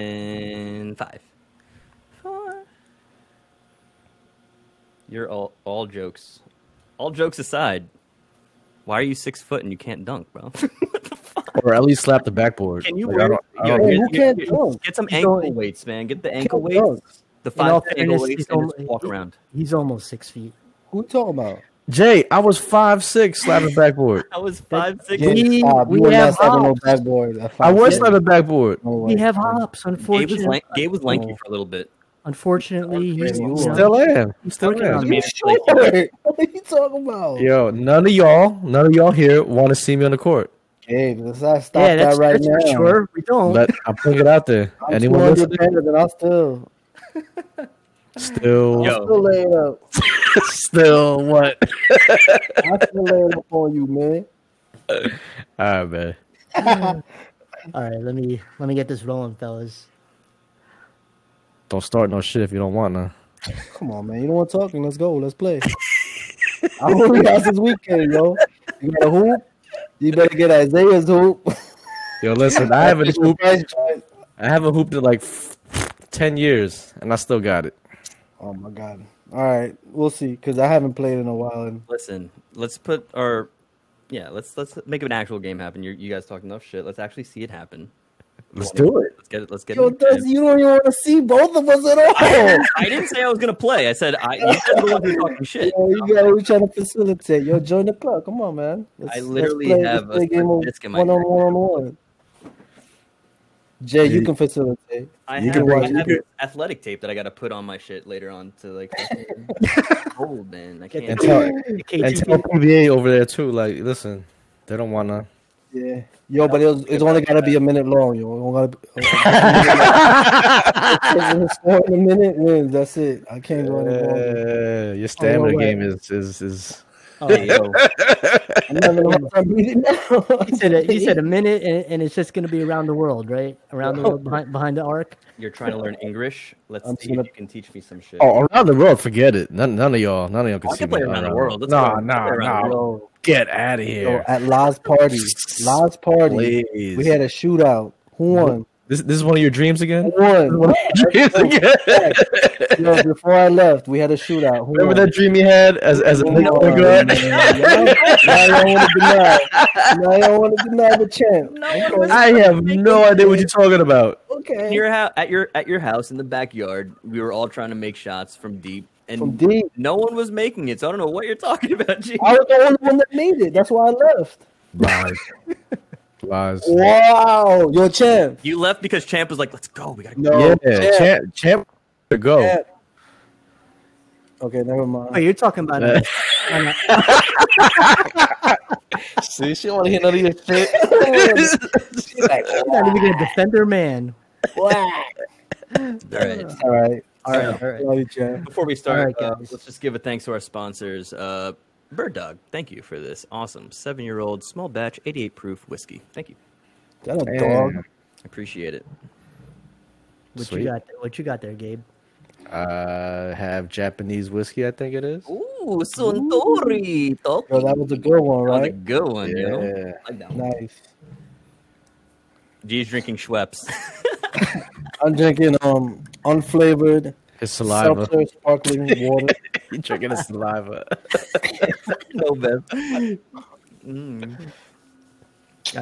And five. Four. You're all all jokes. All jokes aside, why are you six foot and you can't dunk, bro? What the fuck? or at least slap the backboard. Can you Like, I wear? don't- I yo, don't- Hey, get- who get- can't dunk? Get some He's ankle only- weights, man. Get the ankle Can't weights, dunk. the In all five ankle fairness, weights, he's and just only- walk he- around. He's almost six feet. Who you talking about? Jay, I was five six slapping backboard. I was five six. Yeah, We- stop. You we were have uh, not slapping no hops. backboard. I was Fuck slapping backboard. no way. We have hops. Gabe was, Unfortunately, lank- Gabe was lanky for a little bit. unfortunately, he's Yeah, you he's are. not- Still am. he's Still working on am. it. You sure? What are you talking about? Yo, none of y'all, none of y'all here want to see me on the court. Gabe, let's not stop Yeah, that that's, right that's now. for sure. We don't. Let I'm putting it out there. I'm Anyone 200 listening? better than I still. Still, Yo. I still laying up. still what? I still laying up on you, man. All right, man. All right, let me let me get this rolling, fellas. Don't start no shit if you don't want none. Come on, man. You know what I'm talking? Let's go. Let's play. I hope that's this weekend, yo. You got a hoop. You better get Isaiah's hoop. Yo, listen, I haven't hooped. oh I haven't hooped in like f- ten years, and I still got it. Oh, my god. All right, we'll see. Cause I haven't played in a while, and Listen, let's put our yeah, let's let's make an actual game happen. You're, you guys talk enough shit. Let's actually see it happen. Let's do it. Let's get it. Let's get yo, it. in the Dusty, you don't even want to see both of us at all. can. I didn't say I was gonna play. I said I. You guys are the ones who are talking shit. Yo, you gotta be trying to facilitate. Yo, join the club. Come on, man. I literally have a disc in my one on one on one. Jay, you Yeah. can facilitate. I You have, can watch- I you have can- this athletic tape that I got to put on my shit later on to like. Old man, I And can't. tell, Okay, and two tell people- PBA over there too. Like, listen, they don't want to. Yeah. Yo, but it's, it's only gotta be a minute long. Yo, it don't gotta be. It's more than a minute wins. That's it. I can't go any longer. Uh, your stamina no way. game is is is. oh, I'm not gonna let them beat it now. you said a, you said a minute, and, and it's just going to be around the world, right? Around the world, behind, behind the arc. You're trying to learn English. Let's I'm see gonna- if you can teach me some shit. Oh, around the world, forget it. None, none of y'all, none of y'all can I see can me play around the world. Let's Nah, go. Let's nah, play around the nah. Yo, Get out of yo, here. at Laz party, Laz party, Please. we had a shootout. Who won? this, this is one of your dreams again. Who won? Dreams again? Yo, before I left, we had a shootout. Who Remember won? that dream you had as as a Come Knicks on, point guard? man. Now you don't want to deny. Now you don't want to deny the champ. I have no idea what you're talking about. In Okay. your hou- at your at your house in the backyard, we were all trying to make shots from deep, and From deep. no one was making it. So I don't know what you're talking about. G. I was the only one that made it. That's why I left. Lies, lies. Wow. Yo, champ. You left because Champ was like, "Let's go, we gotta go." No. yeah, champ, champ, to go. Champ. Okay, never mind. Oh, you're talking about Uh, it. On a- See, she want to hear none of your shit. You're not even going to defend her man. All right. All right. All right, all right. Love you, champ. Before we start, All right, uh, guys. let's just give a thanks to our sponsors. Uh, Bird Dog, thank you for this awesome seven-year-old small batch, 88 proof whiskey. Thank you, That a dog. I appreciate it. What Sweet. you got? What you got there, Gabe? Uh, have Japanese whiskey, I think it is. Ooh, Suntory, Yo, that was a good one, That was a right? good one. yo. Yeah. I like that one. Nice. G's drinking Schweppes. I'm drinking um unflavored His saliva. seltzer sparkling water. you drinking his saliva. no, Bev. Mm. All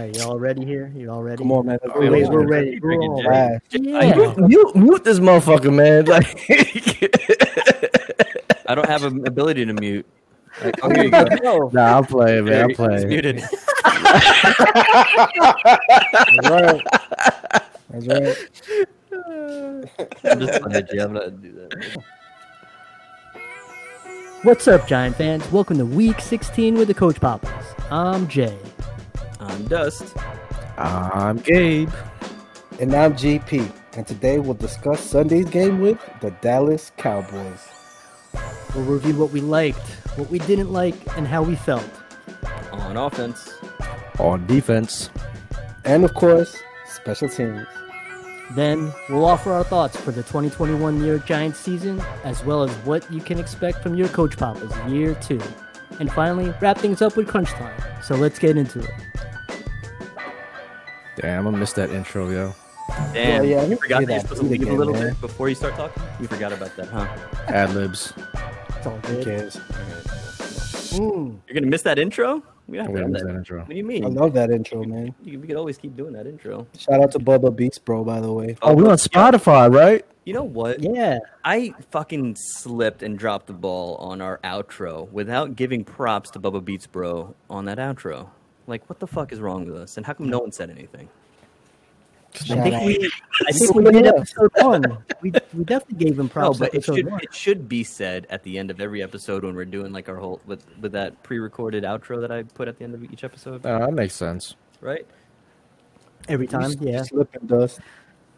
right, you all ready here? You all ready? Come on, man. Wait, Wait, wait, we're wait. ready. We're Drinking all Jack. ready. Laz. Yeah. mute, mute this motherfucker, man. Like, I don't have an ability to mute. Like, oh, here you go. nah, I'm playing, There, man. I'm it's playing. muted. That's right. That's right. I'm just playing, G. I'm not gonna do that. What's up, Giant fans? Welcome to Week 16 with the Coach Popeyes. I'm Jay. I'm Um, Dust. I'm Gabe. And I'm GP. And today we'll discuss Sunday's game with the Dallas Cowboys. We'll review what we liked, what we didn't like, and how we felt. on offense. On defense. And of course, special teams. Then we'll offer our thoughts for the 2021 New York Giants season, as well as what you can expect from your Coach Papa's year two. And finally, wrap things up with crunch time. So let's get into it. Damn, I missed that intro, yo. Damn. yeah, I you didn't forgot see that you're that. supposed to Do it leave a again, little man. bit before you start talking? You forgot about that, huh? Ad libs. It's all Who good. cares? Mm. You're going to miss that intro? We don't I'm have to gonna have miss that. that What intro. do you mean? I love that intro, man. You- we could always keep doing that intro. Shout out to Bubba Beats, bro. By the way, Oh, we're on Spotify, right? You know what? Yeah. I fucking slipped and dropped the ball on our outro without giving props to Bubba Beats Bro on that outro. Like, what the fuck is wrong with us? And how come no one said anything? Shout I think out. we, I This think is we good did enough. episode one. We, we definitely gave him No, props. but it episode should one. it should be said at the end of every episode when we're doing like our whole with with that pre-recorded outro that I put at the end of each episode, Uh, that makes sense. right? every time. You Yeah. slip and dust.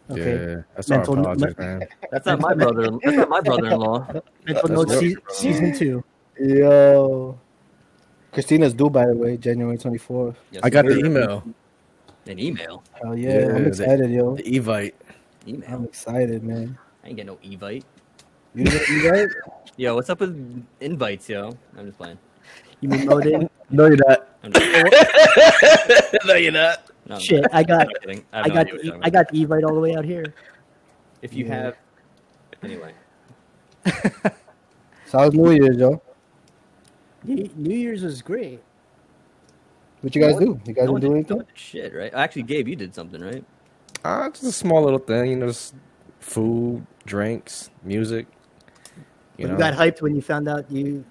Okay. Yeah, that's Mental- our project, man. That's not my brother. That's not my brother-in-law. Mental That's Notes what- se- season two. Yo, Christina's due, by the way, January twenty fourth. Yes, I got the sir. e-, email, an email. Hell yeah, Yeah, I'm they- excited, yo. the Evite. I'm Email. excited, man. I ain't get no evite. You, didn't- you right? Yo, what's up with invites, yo? I'm just playing. You mean Modin? No, you're not. I'm just, no, you're not. no, I'm Shit, I got, not kidding. have I no got, idea what the, E you're talking I got the Evite all the way out here. If you Yeah. have, anyway, So how's New Year's, yo? New New Year's was great. What you guys do? You guys no didn't one do did, no anything? one did shit, right? Actually, Gabe, you did something, right? Ah, just a small little thing, you know, just food, drinks, music. You You, know. got hyped when you found out you,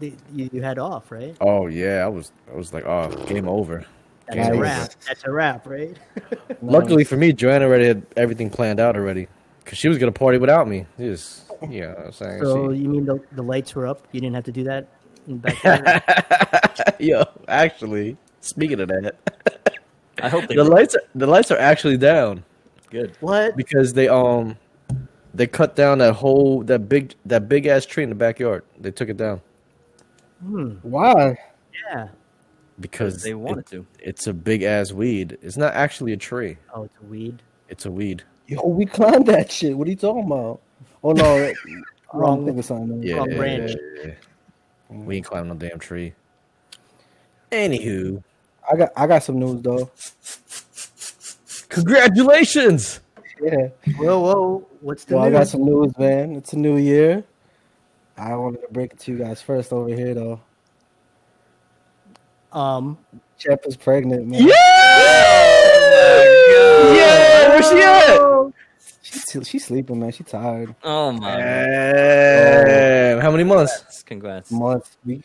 you, you had off, right? oh yeah, I was, I was like, oh, game over. That's Game a Nice. over. wrap. That's a wrap, right? Luckily for me, Joanna already had everything planned out already, cause she was gonna party without me. Just, you know, what I'm saying. So she- you mean the, the lights were up? You didn't have to do that. In the back Yo, actually, speaking of that, I hope they the were lights, are, the lights are actually down good. what? because they um, they cut down that whole that big that big ass tree in the backyard. They took it down Hmm, Why? yeah. because They it- wanted to. it's a big ass weed. It's not actually a tree. Oh, it's a weed. It's a weed. Yo, we climbed that shit. What are you talking about? Oh no, wrong Wrong- thing or something. Yeah. Wrong branch. We ain't climbing no damn tree. Anywho, I got I got some news though. congratulations. Yeah. Whoa, whoa! What's the Well, I news? got some news, man. It's a new year. I wanted to break it to you guys first over here though. um, Chef is pregnant, man. Yeah. Oh Yeah. Where's she at? She's, she's sleeping, man. She's tired. Oh my! Damn. How many months? Congrats. Congrats. Month, week,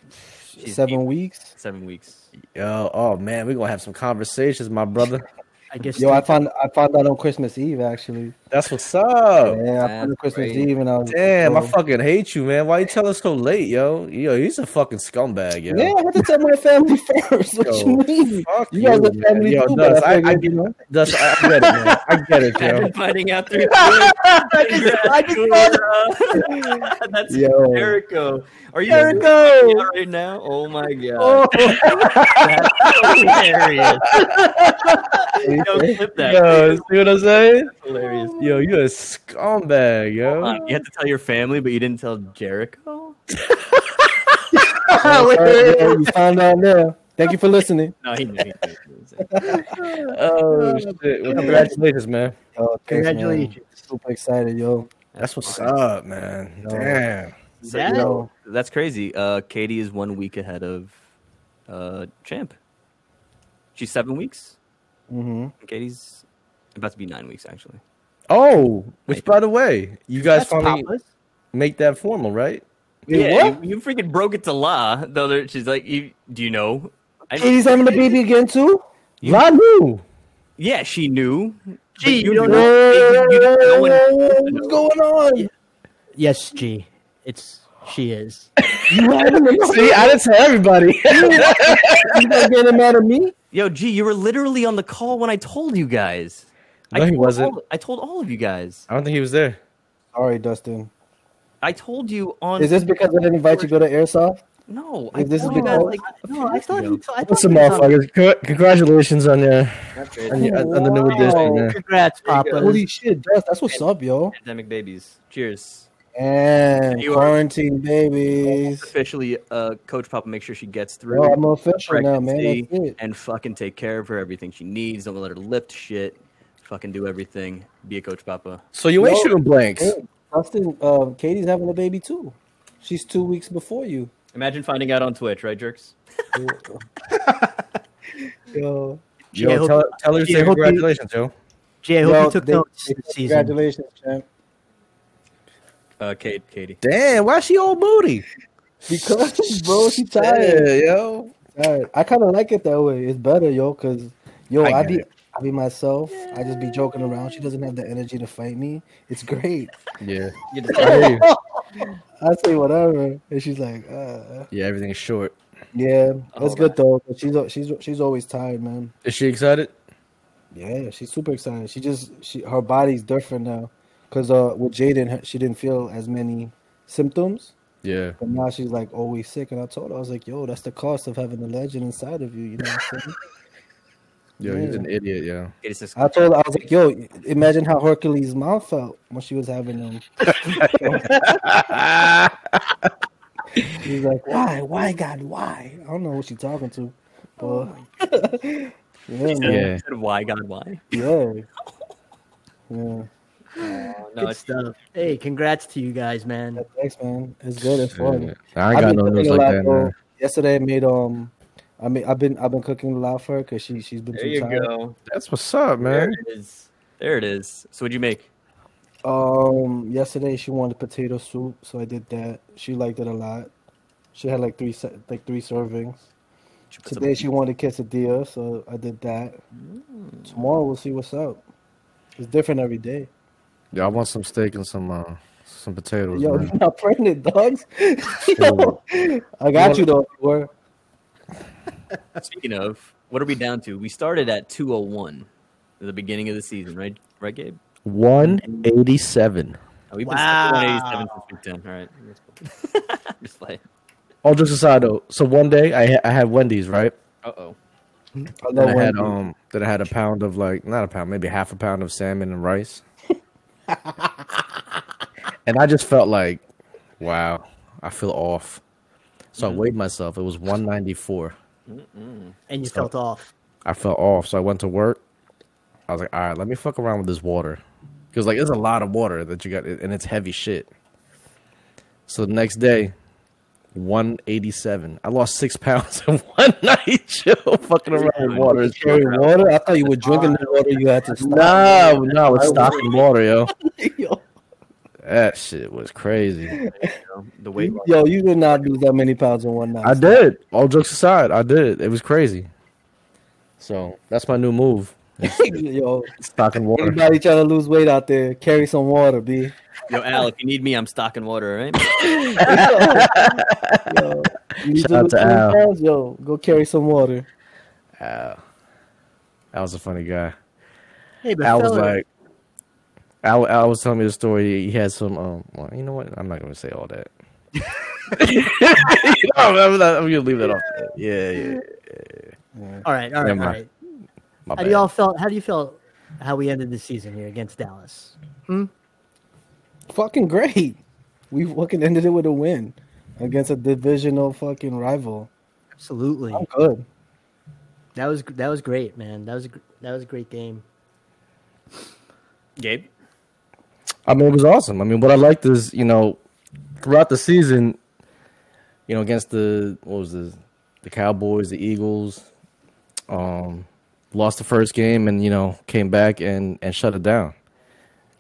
She's seven eight- weeks. Seven weeks. Yo, oh man, we're gonna have some conversations, my brother. I guess. Yo, I found I found out on Christmas Eve actually. That's what's up. yeah, I found out on that's Christmas crazy. Eve and I was Oh. Damn, I yo, fucking hate you, man. Why you tell us so late, yo? Yo, he's a fucking scumbag, yo. Yeah, I had to tell my family first. What Yo, you mean? Fuck You guys are man. family Yo, too, Dust, but I I, I, figured, you know. Dust, I I get it, man. I get it, yo. Imagine finding out through. I just Congratulations. That's Yo. Jericho. Are you Yeah, right now? Oh my god! That's hilarious. Yo, clip that. Yo, see what I'm saying? That's hilarious. Yo, you a scumbag, Oh Hold yo. on, You had to tell your family, but you didn't tell Jericho. Yeah, you found out now. Thank you for listening. No, he knew. He knew. Oh shit! Well, congratulations, Oh, man. Yo, thanks, man. Congratulations. Super excited, yo. That's what's up, man. Yo. Damn. So, That- yo, that's crazy. Uh, Katie is one week ahead of uh, Champ. She's seven weeks. Mm-hmm. and Katie's about to be nine weeks, actually. Oh, which by the way, you guys That's finally Papa's. make that formal, right? yeah, You, you freaking broke it to La. The other, she's like, you, "Do you know?" I- Katie's having the baby again too. La knew. yeah, she knew. but Gee, you you don't don't know. you- you don't know when- What's going on? Yes, G. It's she is. You having the See, I didn't tell everybody. you not getting mad at me? Yo, G, you were literally on the call when I told you guys. No, I he told wasn't. all- I told all of you guys. I don't think he was there. All right, Dustin. I told you on. Is this because I didn't invite you to go to airsoft? no? I is this Oh told the you guys, call? like, No, I thought you. I What's up, motherfuckers? Con- Congratulations on your on, Hmm. your, on the new edition, man. Congrats, Papa. Holy shit, Dust. That's what's up, yo. pandemic babies. Cheers. And You are- quarantine babies. Officially, uh, Coach Papa, make sure she gets through. Yo, I'm official now, man. pregnancy That's it. and fucking take care of her everything she needs. Don't let her lift shit. fucking do everything, be a coach, Papa. So you ain't No. shooting blanks. Hey, Dustin, um, Katie's having a baby too. She's two weeks before you. Imagine finding out on Twitch, right, jerks? Yo, Yo, Yeah, hope- tell, tell her to yeah, say hope you- congratulations, yo. Jay, I hope Yo, you took they- notes they- this season. congratulations, champ. Uh, Kate, Katie. Damn, why she all booty? Because bro, she tired. Yeah, yo. Tired. I kind of like it that way. It's better, yo. Cause yo, I I, get be I be myself. I just be joking around. She doesn't have the energy to fight me. It's great. Yeah, You just- I hear you. I say whatever, and she's like, uh, yeah. Everything is short. yeah, that's Oh, good though. But she's she's she's always tired, man. Is she excited? Yeah, she's super excited. She just she her body's different now, cause uh with Jaden her- she didn't feel as many symptoms, Yeah. but now she's like always sick. And I told her I was like, yo, that's the cost of having the legend inside of you. You know. What I'm saying? Yo, he's an idiot. Yeah. Katie says, I told her I was like, yo, imagine how Hercules' mom felt when she was having them. She's like, why, why, God, why? I don't know what she's talking to, Oh but yeah, man, Yeah. why, God, why? yeah, yeah. Oh, no, Good it's stuff. Hey, congrats to you guys, man. Thanks, man. It's good. It's fun. Yeah. I ain't I've got been no news cooking like a lot, that. though. Man. Yesterday, I made um, I mean, I've been I've been cooking a lot for her because she she's been there too you tired. go. That's what's up, There man. it is. There it is. So what'd you make? Um, yesterday she wanted potato soup, so I did that. She liked it a lot. She had like three se- like three servings. Did you put some- Today she wanted quesadilla, so I did that. Mm. Tomorrow we'll see what's up. It's different every day. Yeah, I want some steak and some uh, some potatoes, Yo, man. you're not pregnant, dogs. Yo, I got you though. if you were. Speaking of, what are we down to? We started at 201 at the beginning of the season, right? Right, Gabe? One eighty-seven. Oh, we've Wow. been stuck at 187 since week 10. All right. That's cool. Just like, Oh, just aside though. So one day I ha- I had Wendy's right. uh oh. I Then I love had Wendy's. um then I had a pound of like not a pound maybe half a pound of salmon and rice, and I just felt like, wow, I feel off. So I weighed myself. It was one ninety four. And you felt off. I felt off. So I went to work. I was like, all right, let me fuck around with this water. Because, like, it's a lot of water that you got, and it's heavy shit. So the next day, 187. I lost six pounds in one night, yo, fucking around with water. You It's carry water. I thought you were drinking the water. You had to stop. no, no, it's stocking water, yo. Yo, That shit was crazy. You know, the weight loss. yo, you did not lose that many pounds in one night. I did. All jokes aside, I did. It was crazy. So that's my new move. yo, Stocking water. anybody trying to lose weight out there, carry some water, b. Yo, Al, if you need me, I'm stocking water, all right? Yo, you need Shout out lose to some Al. pounds, yo, go carry some water. That was a funny guy. Hey, but I was fella, like, I, I was telling me the story. He had some, um, well, you know what? I'm not gonna say all that. No, I'm, not- I'm gonna leave that off. Yeah, yeah. yeah. all right, all right, Never all mind. right. My How bad. do y'all felt? How do you feel? How we ended the season here against Dallas? Fucking great. We fucking ended it with a win against a divisional fucking rival. Absolutely, I'm good. that was that was great, man. That was a gr- that was a great game. Gabe? I mean, it was awesome. I mean, what I liked is, you know, throughout the season, you know, against the what was the the Cowboys, the Eagles, um, lost the first game and you know came back and and shut it down.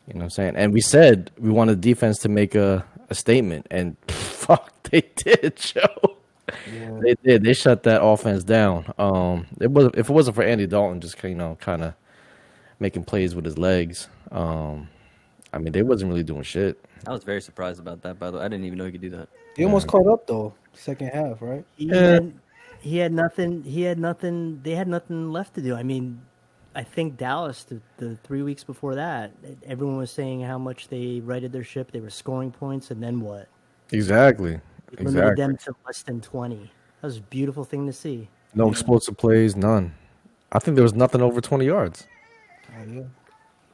You know what I'm saying? And we said we wanted the defense to make a a statement, and fuck, they did, Joe. They did. They shut that offense down. Um, it was if it wasn't for Andy Dalton, just you know, kind of making plays with his legs. Um, I mean, they wasn't really doing shit. I was very surprised about that, by the way. I didn't even know you could do that. He almost caught up though, second half, right? He, Yeah. had, he had nothing. He had nothing. They had nothing left to do. I mean, I think Dallas the, the three weeks before that, everyone was saying how much they righted their ship. They were scoring points, and then what? Exactly. They limited Exactly. them to less than twenty. That was a beautiful thing to see. No explosive plays, none. I think there was nothing over 20 yards. Oh, yeah.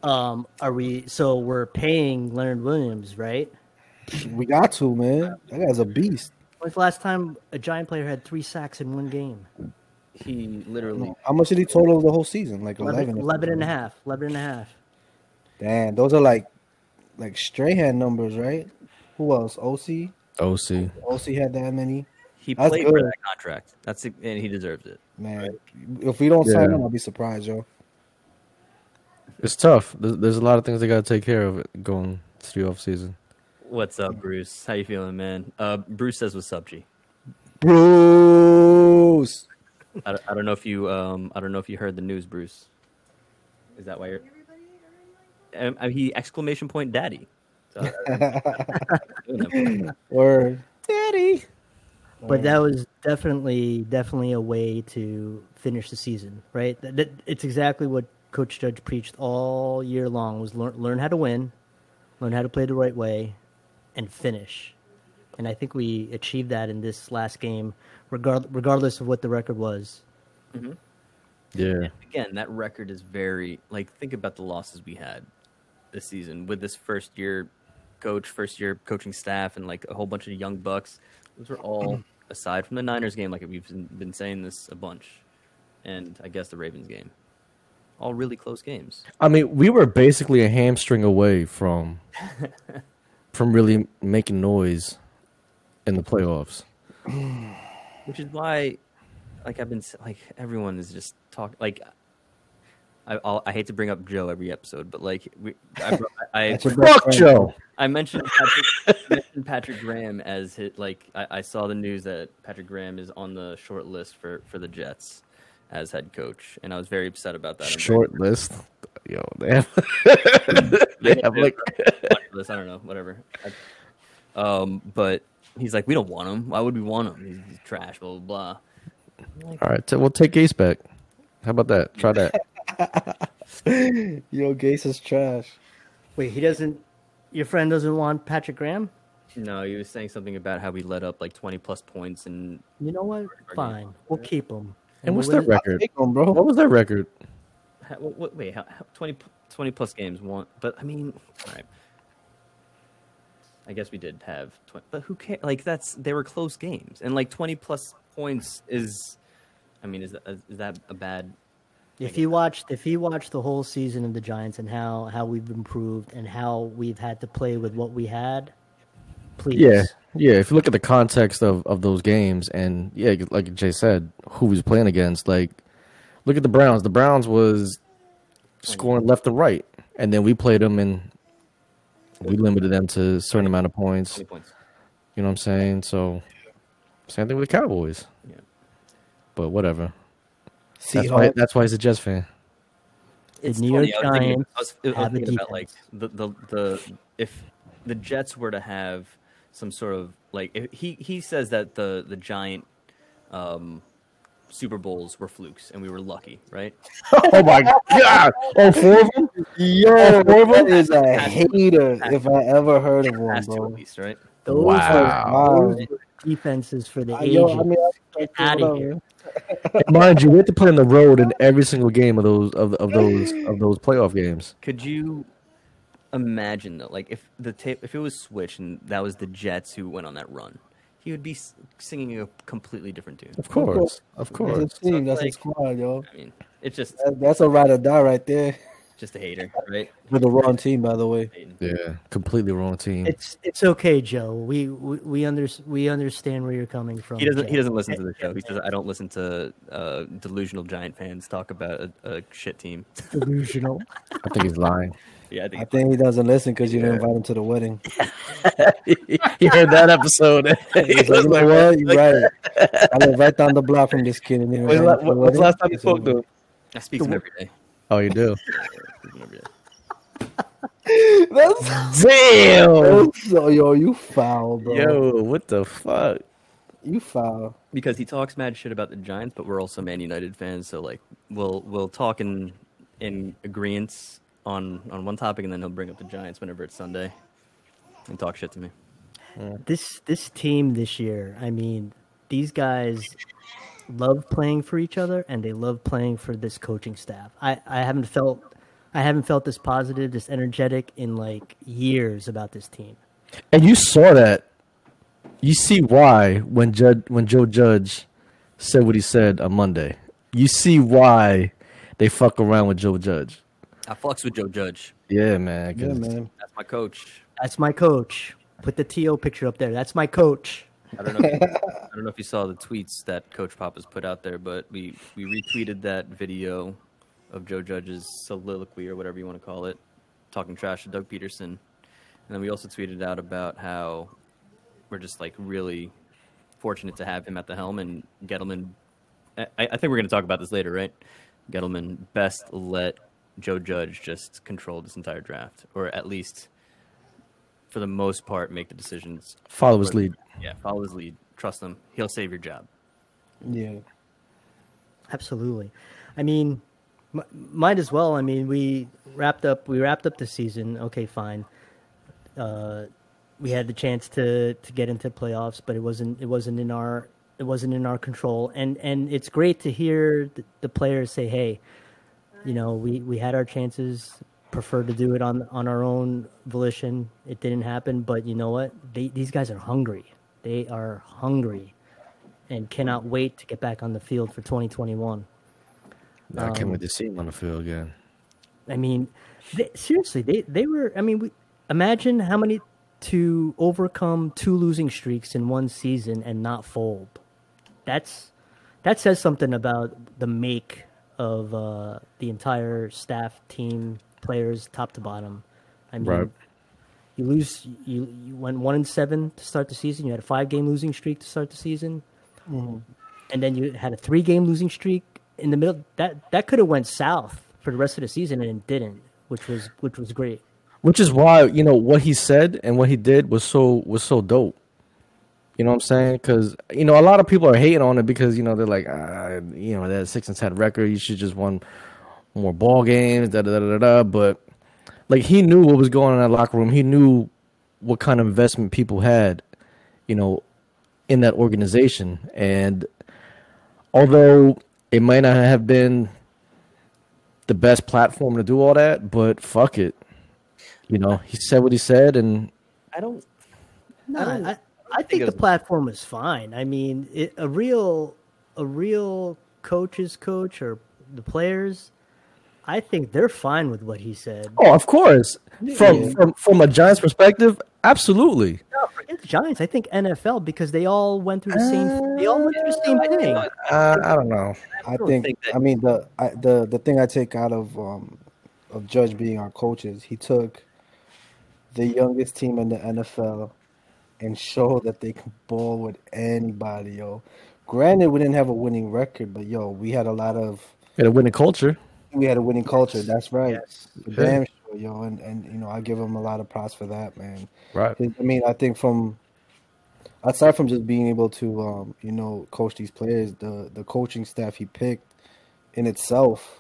Um, are we? So we're paying Leonard Williams, right? We got to, man. That guy's a beast. When's the last time a Giant player had three sacks in one game? he literally How much did he total the whole season? Like 11, 11, 11 and a half. 11 and a half. Damn, those are like like Strahan numbers, right? Who else? OC. OC. OC had that many. he That's played for good. that contract. That's it, and he deserves it. Man, if we don't sign Yeah. him, I'll be surprised, yo. It's tough. There's, there's a lot of things they got to take care of going to the off season. What's up, Bruce? How you feeling, man? Uh, Bruce says what's up, G. Bruce. I, don't- I don't know if you um I don't know if you heard the news, Bruce. Is that why you're? Um, uh, he exclamation point daddy. So, uh, Or Daddy. But that was definitely, definitely a way to finish the season, right? That, that- it's exactly what Coach Judge preached all year long: was learn, learn how to win, learn how to play the right way, and finish. And I think we achieved that in this last game, regard, regardless of what the record was. Yeah. again, that record is very like think about the losses we had this season with this first year coach, first year coaching staff, and like a whole bunch of young bucks. Those were all aside from the Niners game, like we've been- been saying this a bunch, and I guess the Ravens game, all really close games. I mean, we were basically a hamstring away from from really making noise in the playoffs. which is why like i've been s- like everyone is just talking like I, I'll, I hate to bring up joe every episode but like we, I, brought- I, That's your best Fuck friend. Joe. I mentioned patrick, I mentioned patrick graham as his like I, I saw the news that patrick graham is on the short list for for the jets as head coach and i was very upset about that I'm very- Short list. Yo, they have, they have like this. I don't know, whatever. I- um, but he's like, we don't want him. Why would we want him? He's, he's trash. Blah blah All right, t- we'll take Gase back. How about that? Try that. Yo, Gase is trash. Wait, he doesn't. Your friend doesn't want Patrick Graham. blah. No, he was saying something about how we let up like twenty plus points and You know what? Fine, we'll keep him. And what's we'll their win- record? Take him, bro. What was their record? How, what, what, wait, how, how, 20, p- 20 plus games won, but I mean, all right. I guess we did have 20, but who cares? Like that's they were close games, and like twenty plus points is, I mean, is that, is that a bad? If you watched, if you watched the whole season of the Giants and how how we've improved and how we've had to play with what we had, please. Yeah, yeah. If you look at the context of, of those games, and yeah, like Jay said, who he's playing against, like look at the Browns. The Browns was scoring left and right, and then we played them and we limited them to a certain amount of points. Twenty points. You know what I'm saying? So same thing with the Cowboys. Yeah. But whatever. That's why, Seahawks. that's why he's a Jets fan. The New York Oh, I was thinking, Giants I was, I was have a thinking about like defense. the, the the if the Jets were to have some sort of like if, he he says that the the Giant um, Super Bowls were flukes and we were lucky, right? oh my god! Oh, four of them. Yo, that is a Has to- hater has if I ever heard of one, Has to at bro. least, right? Those Wow. are Wow. those are defenses for the Uh, ages. yo, I mean, I- Get out of here. Mind you, we had to play on the road in every single game of those of, of those of those playoff games. Could you imagine though, like if the tape, if it was switched and that was the Jets who went on that run, he would be s- singing a completely different tune. Of course, of course. That's a team. So, That's a like- squad, yo. I mean, it's just That, that's a ride or die right there. just a hater, right? For the wrong team, by the way. Yeah, completely wrong team. It's it's okay, Joe. We we we, under, we understand where you're coming from. He doesn't. He Joe. doesn't listen to the show. He says, "I don't listen to uh, delusional giant fans talk about a, a shit team." Delusional. I think he's lying. yeah, I think. I think he doesn't listen because you didn't invite him to the wedding. he heard that episode. He's like, you know what? You're right. I live right down the block from this kid. And he When's invited la- him to the when- when's the wedding. last time you spoke to him? I speak to him every day. Oh, you do. I speak to him every day. That's Damn. so, yo, you foul, bro. Yo, what the fuck? You foul. Because he talks mad shit about the Giants, but we're also Man United fans, so like we'll we'll talk in in agreements on on one topic, and then he'll bring up the Giants whenever it's Sunday, and talk shit to me. This this team this year. I mean, these guys love playing for each other and they love playing for this coaching staff. I, I haven't felt I haven't felt this positive, this energetic in like years about this team. And you saw that. You see why when Jud when Joe Judge said what he said on Monday. you see why they fuck around with Joe Judge. I fucks with Joe Judge. Yeah, man. 'cause Yeah, man. That's my coach. That's my coach. Put the TO picture up there. That's my coach. I don't know. If you, I don't know if you saw the tweets that Coach Papa's put out there, but we we retweeted that video of Joe Judge's soliloquy or whatever you want to call it, talking trash to Doug Peterson, and then we also tweeted out about how we're just like really fortunate to have him at the helm and Gettleman. I, I think we're going to talk about this later, right? Gettleman best let Joe Judge just control this entire draft, or at least for the most part make the decisions Follow his lead. yeah, follow his lead. Trust him. He'll save your job. Yeah. Absolutely. I mean, m- might as well. I mean, we wrapped up. We wrapped up the season. Okay, fine. Uh, we had the chance to to get into playoffs, but it wasn't. It wasn't in our. It wasn't in our control. And and it's great to hear the, the players say, "Hey, you know, we we had our chances. Preferred to do it on on our own volition. It didn't happen, but you know what? They, these guys are hungry. They are hungry." And cannot wait to get back on the field for 2021. I can't wait to see him on the field again. I mean, they, seriously, they they were. I mean, we, imagine how many to overcome two losing streaks in one season and not fold. That's that says something about the make of uh, the entire staff, team, players, top to bottom. I mean, Right. you lose. You you went one and seven to start the season. You had a five game losing streak to start the season, and then you had a three game losing streak in the middle. That that could have went south for the rest of the season, and it didn't, which was which was great. Which is why, you know, what he said and what he did was so was so dope. You know what I'm saying? Because you know a lot of people are hating on it because you know they're like, ah, you know, that six and ten record, you should just won more ball games, da da da da da. But like he knew what was going on in that locker room. He knew what kind of investment people had, you know, in that organization. And although it might not have been the best platform to do all that, but fuck it, you know, he said what he said, and I don't. No, I don't- I, I, think, think it the was- platform was fine. I mean, it, a real a real coach's coach or the players, I think they're fine with what he said. Oh, of course. From from from a Giants perspective, absolutely. No, forget the Giants. I think NFL because they all went through the same. They all went through the same thing. Uh, I don't know. I don't think, think that- I mean the I, the the thing I take out of um of Judge being our coaches, he took the youngest team in the NFL and showed that they can ball with anybody, yo. Granted, we didn't have a winning record, but yo, we had a lot of Got to win the culture. we had a winning culture. That's right, damn sure, yo. And and you know, I give him a lot of props for that, man. Right. I mean, I think from aside from just being able to, um, you know, coach these players, the the coaching staff he picked in itself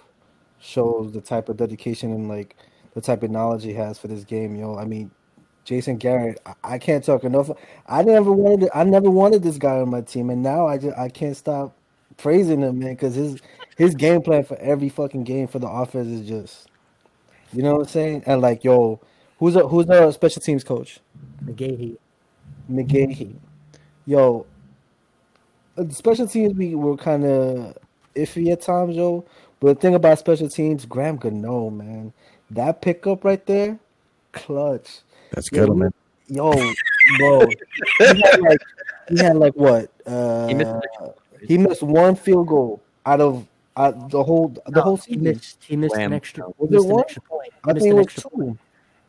shows the type of dedication and like the type of knowledge he has for this game. Yo, I mean, Jason Garrett, I, I can't talk enough. I never wanted, I never wanted this guy on my team, and now I just I can't stop praising him, man, because his his game plan for every fucking game for the offense is just, you know what I'm saying? And like, yo, who's a who's a special teams coach? McGahee. McGahee. Yo, uh, special teams we were kind of iffy at times, yo. But the thing about special teams, Graham Gano, man, that pickup right there, clutch. That's Yeah, good, we- man. Yo, bro, he had like, he had like what? Uh, He he, missed missed one field goal out of out the whole the No, whole he season. missed. He missed Wham. an extra. Was missed it an one? extra point. He I missed think it an was extra, two.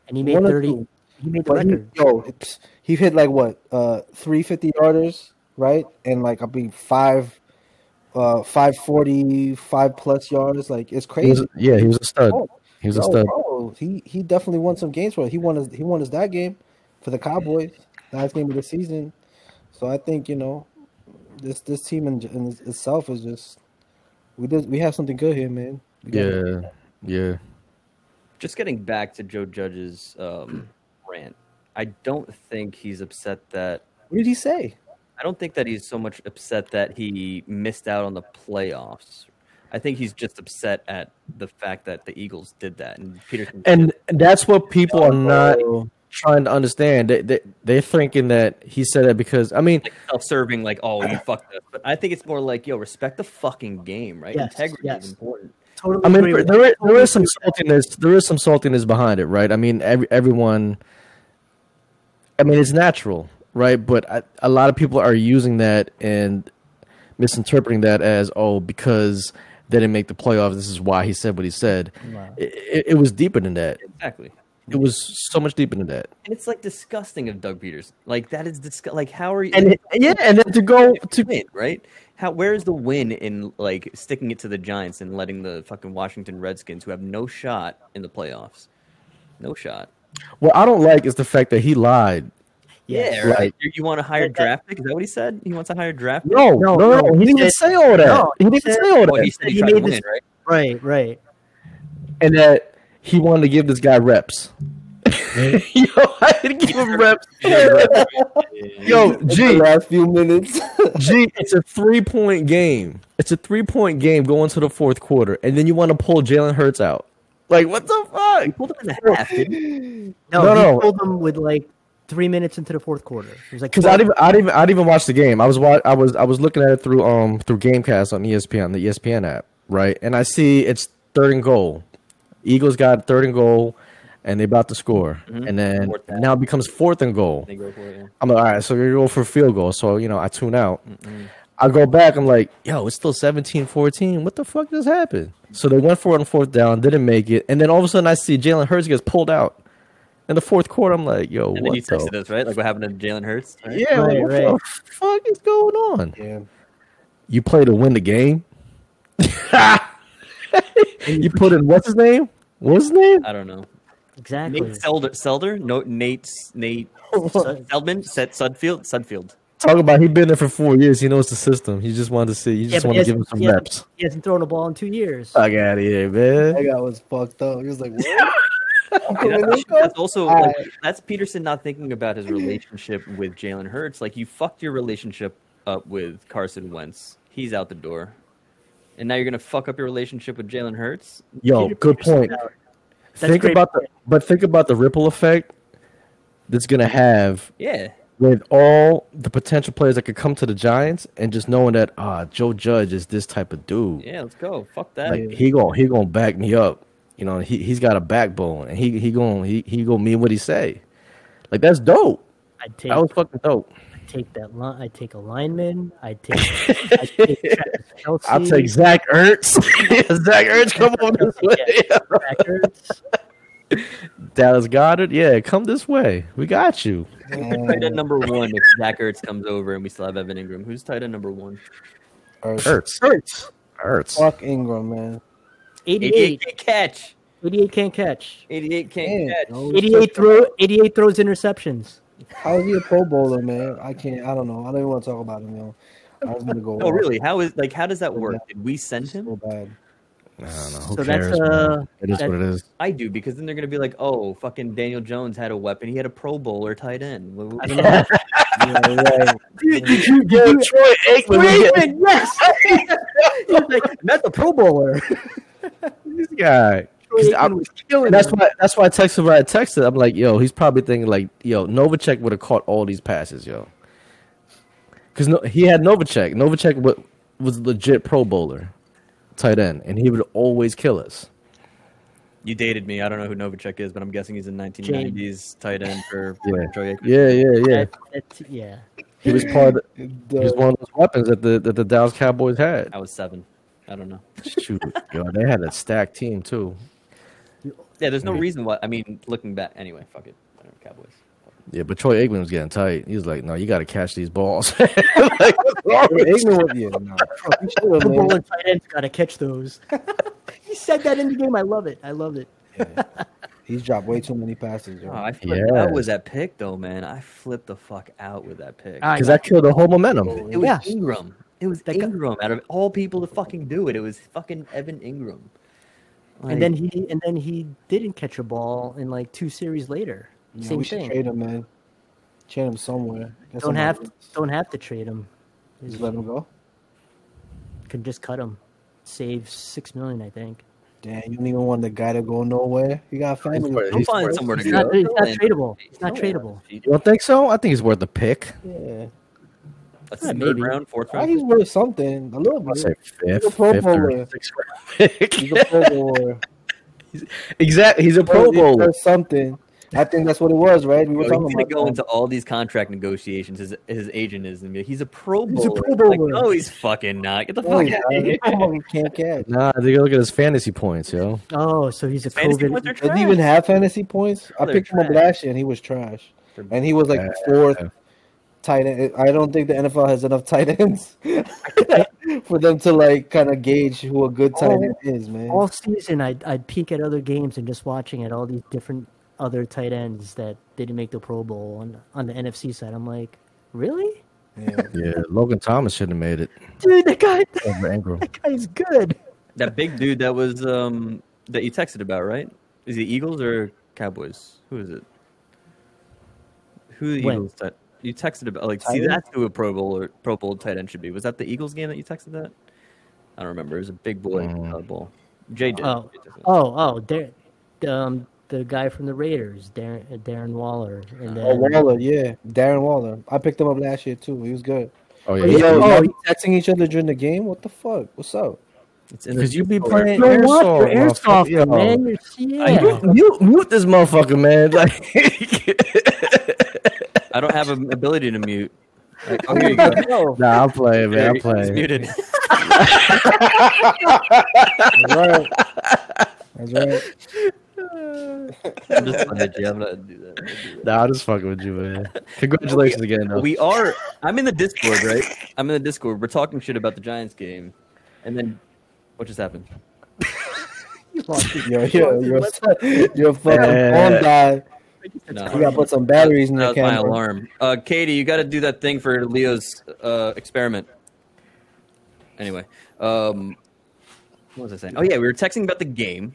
and he made one or thirty. two. He made the But he, record. yo, it's- he hit like what, uh, three fifty yarders, right? And like I mean five, uh, five forty five plus yards. Like it's He was, crazy. yeah, he was a stud. Oh, He was a yo, stud. bro, he he definitely won some games for us. He won us. He won us that game for the Cowboys, last game of the season. So I think you know, this this team in, in itself is just we just we have something good here, man. We got- Yeah, yeah. Just getting back to Joe Judge's um, rant, I don't think he's upset that. What did he say? I don't think that he's so much upset that he missed out on the playoffs. I think he's just upset at the fact that the Eagles did that and Peterson. And that's what people are not trying to understand. They, they they're thinking that he said that because I mean, like self-serving, like oh you fucked up. But I think it's more like yo respect the fucking game, right? Yes, Integrity yes. is important. Totally I agree mean with there that. is, there Totally is some agree with that. saltiness. There is some saltiness behind it, right? I mean, every, everyone. I mean, it's natural, right? But I, a lot of people are using that and misinterpreting that as oh because they didn't make the playoffs. This is why he said what he said. Wow. It, it, it was deeper than that. Exactly. It was so much deeper than that. And it's like disgusting of Doug Peters. Like that is disgusting. Like how are you? And it- yeah, and then to go to win, right? How where is the win in like sticking it to the Giants and letting the fucking Washington Redskins, who have no shot in the playoffs, no shot. what I don't like is the fact that he lied. Yes. Yeah, right. Right. You, you want a higher That- that- draft pick? Is that what he said? He wants a higher draft pick. No, no, no, no, he he didn't said- say all that. No, he he didn't said- say all that. Well, he said he He tried to made win, this- right? Right, right. and that he wanted to give this guy reps. Yo, I didn't give him reps. Yo, the G, last few minutes. G, it's a three point game. It's a three point game going to the fourth quarter, and then you want to pull Jalen Hurts out. Like, what the fuck? Pulled him in the half. didn't he? No, No, he no. pulled them with like three minutes into the fourth quarter. It was like Because I didn't, I didn't, I didn't even watch the game. I was, wa- I was, I was looking at it through, um, through GameCast on ESPN, the E ESPN app, right? And I see it's third and goal. Eagles got third and goal, and they about to score, and then Mm-hmm. Fourth down. now it becomes fourth and goal. They go for it. yeah. I'm like, all right, so you go for a field goal. So, you know, I tune out. I go back. I'm like, yo, it's still 17 14. What the fuck just happened? So they went for it on fourth down, didn't make it. And then all of a sudden, I see Jalen Hurts gets pulled out. In the fourth quarter, I'm like, yo, And then what you the? texted us, right? Like what happened to Jalen Hurts? right? Yeah, like, Right, what right. the fuck is going on? yeah. You play to win the game? you put in what's his name? What's his name? I don't know. exactly. Nate Selder, Selder, no, Nate, Nate Seldman, Set Sudfield, Sudfield. Talk about he been there for four years. He knows the system. He just wanted to see. He Yeah, just but wanted he to give him hasn't- some he hasn't- reps. Uh, He hasn't thrown a ball in two years. Fuck out of here, man. That guy was fucked up. He was like, "What?" You know, that's, that's also All like, right. that's Peterson not thinking about his relationship with Jalen Hurts. Like you fucked your relationship up with Carson Wentz. He's out the door, and now you're gonna fuck up your relationship with Jalen Hurts. Yo, Peter oh, good Peterson point. out. That's Think great about the but think about the ripple effect that's gonna have Yeah, with all the potential players that could come to the Giants and just knowing that ah Joe Judge is this type of dude. yeah, let's go. Fuck that. Like he gon' he gonna back me up. You know, he he's got a backbone and he he gonna he he gonna mean what he say. Like that's dope. I'd take, That was fucking dope. I'd take that line. I'd take a lineman. I'd take, I'd take Travis Kelsey. I'll take Zach Ertz. Zach Ertz, come on this way. Zach Ertz. Dallas Goddard, yeah, come this way. We got you. Tight end number one if Zach Ertz comes over and we still have Evan Ingram. Who's tight end number one? Damn. Ertz. Ertz. Ertz. Fuck Ingram, man. 88. 88 can't catch. 88 can't catch. 88 can't Damn, catch. bro. 88 throw. 88 throws interceptions. How is he a Pro Bowler, man? I can't. I don't know. I don't even want to talk about him, yo. I was gonna go. No, off. Oh, really. How is like how does that work? Did we send So him? bad. I don't know. Who so cares? that's man? uh, it is that- what it is. I do because then they're gonna be like, oh, fucking Daniel Jones had a weapon. He had a Pro Bowler tight end. Well, I don't know. Yeah, right. You get Troy Aikman. yes. He's like, that's a Pro Bowler. This guy. 'Cause Troy I'm- Aikman was killing That's him. why. That's why I texted. Why I texted. I'm like, yo, he's probably thinking like, yo, Novacek would have caught all these passes, yo. Because no, he had Novacek. Novacek wa- was legit Pro Bowler, tight end, and he would always kill us. you dated me. I don't know who Novacek is, but I'm guessing he's a 1990s tight end for Yeah. Troy Aikman. Yeah, yeah, yeah. That- that's- yeah. He was part. Of, he was Duh. one of those weapons that the that the Dallas Cowboys had. I was seven. I don't know. Shoot, yo, they had a stacked team too. Yeah, there's no reason why. I mean, looking back, anyway, fuck it. I don't know, Cowboys. Yeah, but Troy Aikman was getting tight. He was like, "No, you got to catch these balls." Like, what's wrong Hey, with you? Ingram, yeah, nah. You should've, Pro man. Bowler tight ends got to catch those. he said that in the game. I love it. I love it. He's dropped way too many passes, yo. Oh, I flipped Yeah. out with that pick, though, man. I flipped the fuck out with that pick. I- Because that killed the whole momentum. It was Yeah. Ingram. It was That guy- Ingram. Out of all people to fucking do it, it was fucking Evan Ingram. Like, and then he and then he didn't catch a ball in like two series later. Yeah, Same we should thing. trade him, man. Trade him somewhere. Get Don't somebody have to, else. don't have to trade him. Just let him go. Can just cut him. Save six million, I think. Damn, you don't even want the guy to go nowhere. You got family. worth- to He'll He's find worth- somewhere to He's go. Oh. not, he's not He'll tradable. He's not land. tradable. You don't think so? I think it's worth a pick. Yeah, That's Yeah, third maybe. round, fourth Well, round. he's worth something. A little I'll say bit. He's a fifth, Pro fifth or Bowler. sixth round He's pick. a Pro Bowler. exactly. He's a Pro He's worth Bowler. something. I think that's what it was, right? We Yo, were he's talking gonna about go that. into all these contract negotiations. His his agent is and be like, he's a pro He's a bowler. Pro Like, Bowler. no, he's fucking not. Get the Oh, fuck yeah, out of here. he probably can't catch. Nah, they gotta look at his fantasy points, yo. Oh, so he's a Fantasy COVID. points are Does trash. he even have fantasy points? I They're picked him up trash. last year and he was trash. And he was like the Yeah. fourth tight end. I don't think the NFL has enough tight ends for them to like kind of gauge who a good tight end is, man. all season I'd, I'd peek at other games and just watching at all these different other tight ends that didn't make the Pro Bowl on, on the NFC side. I'm like, really? Yeah. Yeah, Logan Thomas should have made it. Dude, that guy, Over Ingram. that guy's good. That big dude that was um that you texted about, right? Is he Eagles or Cowboys? Who is it? Who the When? Eagles that you texted about? Like, Tight see, end? that's who a Pro Bowl or Pro Bowl tight end should be. Was that the Eagles game that you texted that? I don't remember. It was a big boy Mm. uh, bowl. Jay did. Oh, Jay did. oh, oh, Dar- um, the guy from the Raiders, Darren, uh, Darren Waller, and then Oh, Waller, yeah, Darren Waller. I picked him up last year too. He was good. Oh yeah, Yo, he- y'all Oh, be texting each other during the game. What the fuck? What's up? It's in the- Because you be Oh, playing Yo, watch your airsoft, airsoft, motherfucker. man. You're, Yo, yeah. Mute, mute, mute this motherfucker, man. Like, I don't have an ability to mute. Like, oh, here you go. Yo, nah, I'm playing, There, man. I'm he's playing. muted. that's right. That's right. I'm just playing with you. I'm not gonna do that. I'm not gonna do Nah, I'm just fucking with you, man. Congratulations again, that. though. We are. I'm in the Discord, right? I'm in the Discord. We're talking shit about the Giants game, and then what just happened? Yo, yo, you're, you're fucking Yeah. phone died. No, You gotta put some batteries in that the was my camera. alarm. Uh, Katie, you got to do that thing for Leo's uh, experiment. Anyway, um, what was I saying? Oh yeah, we were texting about the game,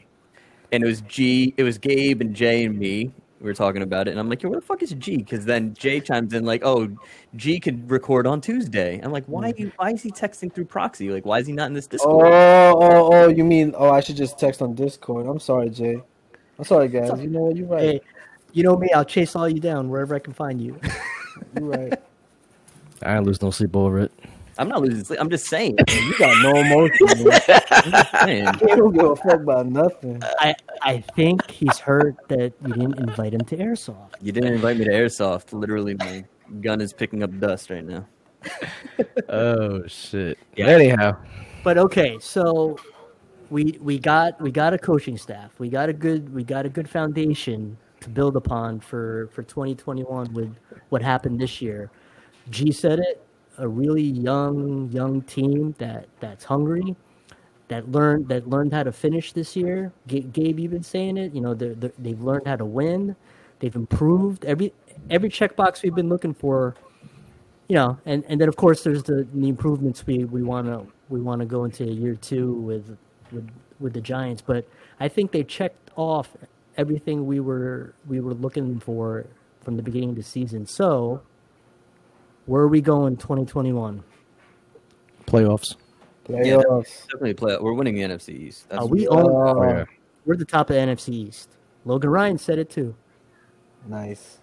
and it was G, it was Gabe and Jay and me. We were talking about it, and I'm like, "Yo, where the fuck is G?" Because then Jay chimes in like, "Oh, G could record on Tuesday." I'm like, "Why? Do you, why is he texting through proxy? Like, why is he not in this Oh, Discord?" oh, oh! You mean oh? I should just text on Discord. I'm sorry, Jay. I'm sorry, guys. You know what? You're right. Hey, you know me, I'll chase all you down wherever I can find you. You're right. I ain't lose no sleep over it. I'm not losing sleep. I'm just saying. You got no emotion. Man. saying. You don't give a fuck about nothing. I, I think he's heard that you didn't invite him to airsoft. You didn't invite me to airsoft. Literally, my gun is picking up dust right now. Oh shit. Yeah. Anyhow, But okay, so we we got we got a coaching staff. We got a good we got a good foundation to build upon for for 2021 with what happened this year. G said it, a really young young team that that's hungry, that learned that learned how to finish this year. G- Gabe, you've been saying it. You know, they're, they're, they've learned how to win. They've improved every every checkbox we've been looking for you know, and, and then of course there's the, the improvements we, we wanna we wanna go into year two with, with with the Giants, but I think they checked off everything we were we were looking for from the beginning of the season. So where are we going 2021? playoffs. Playoffs. Definitely play. We're winning the NFC East. That's Are we Oh, own, we're at the top of the NFC East. Logan Ryan said it too. nice.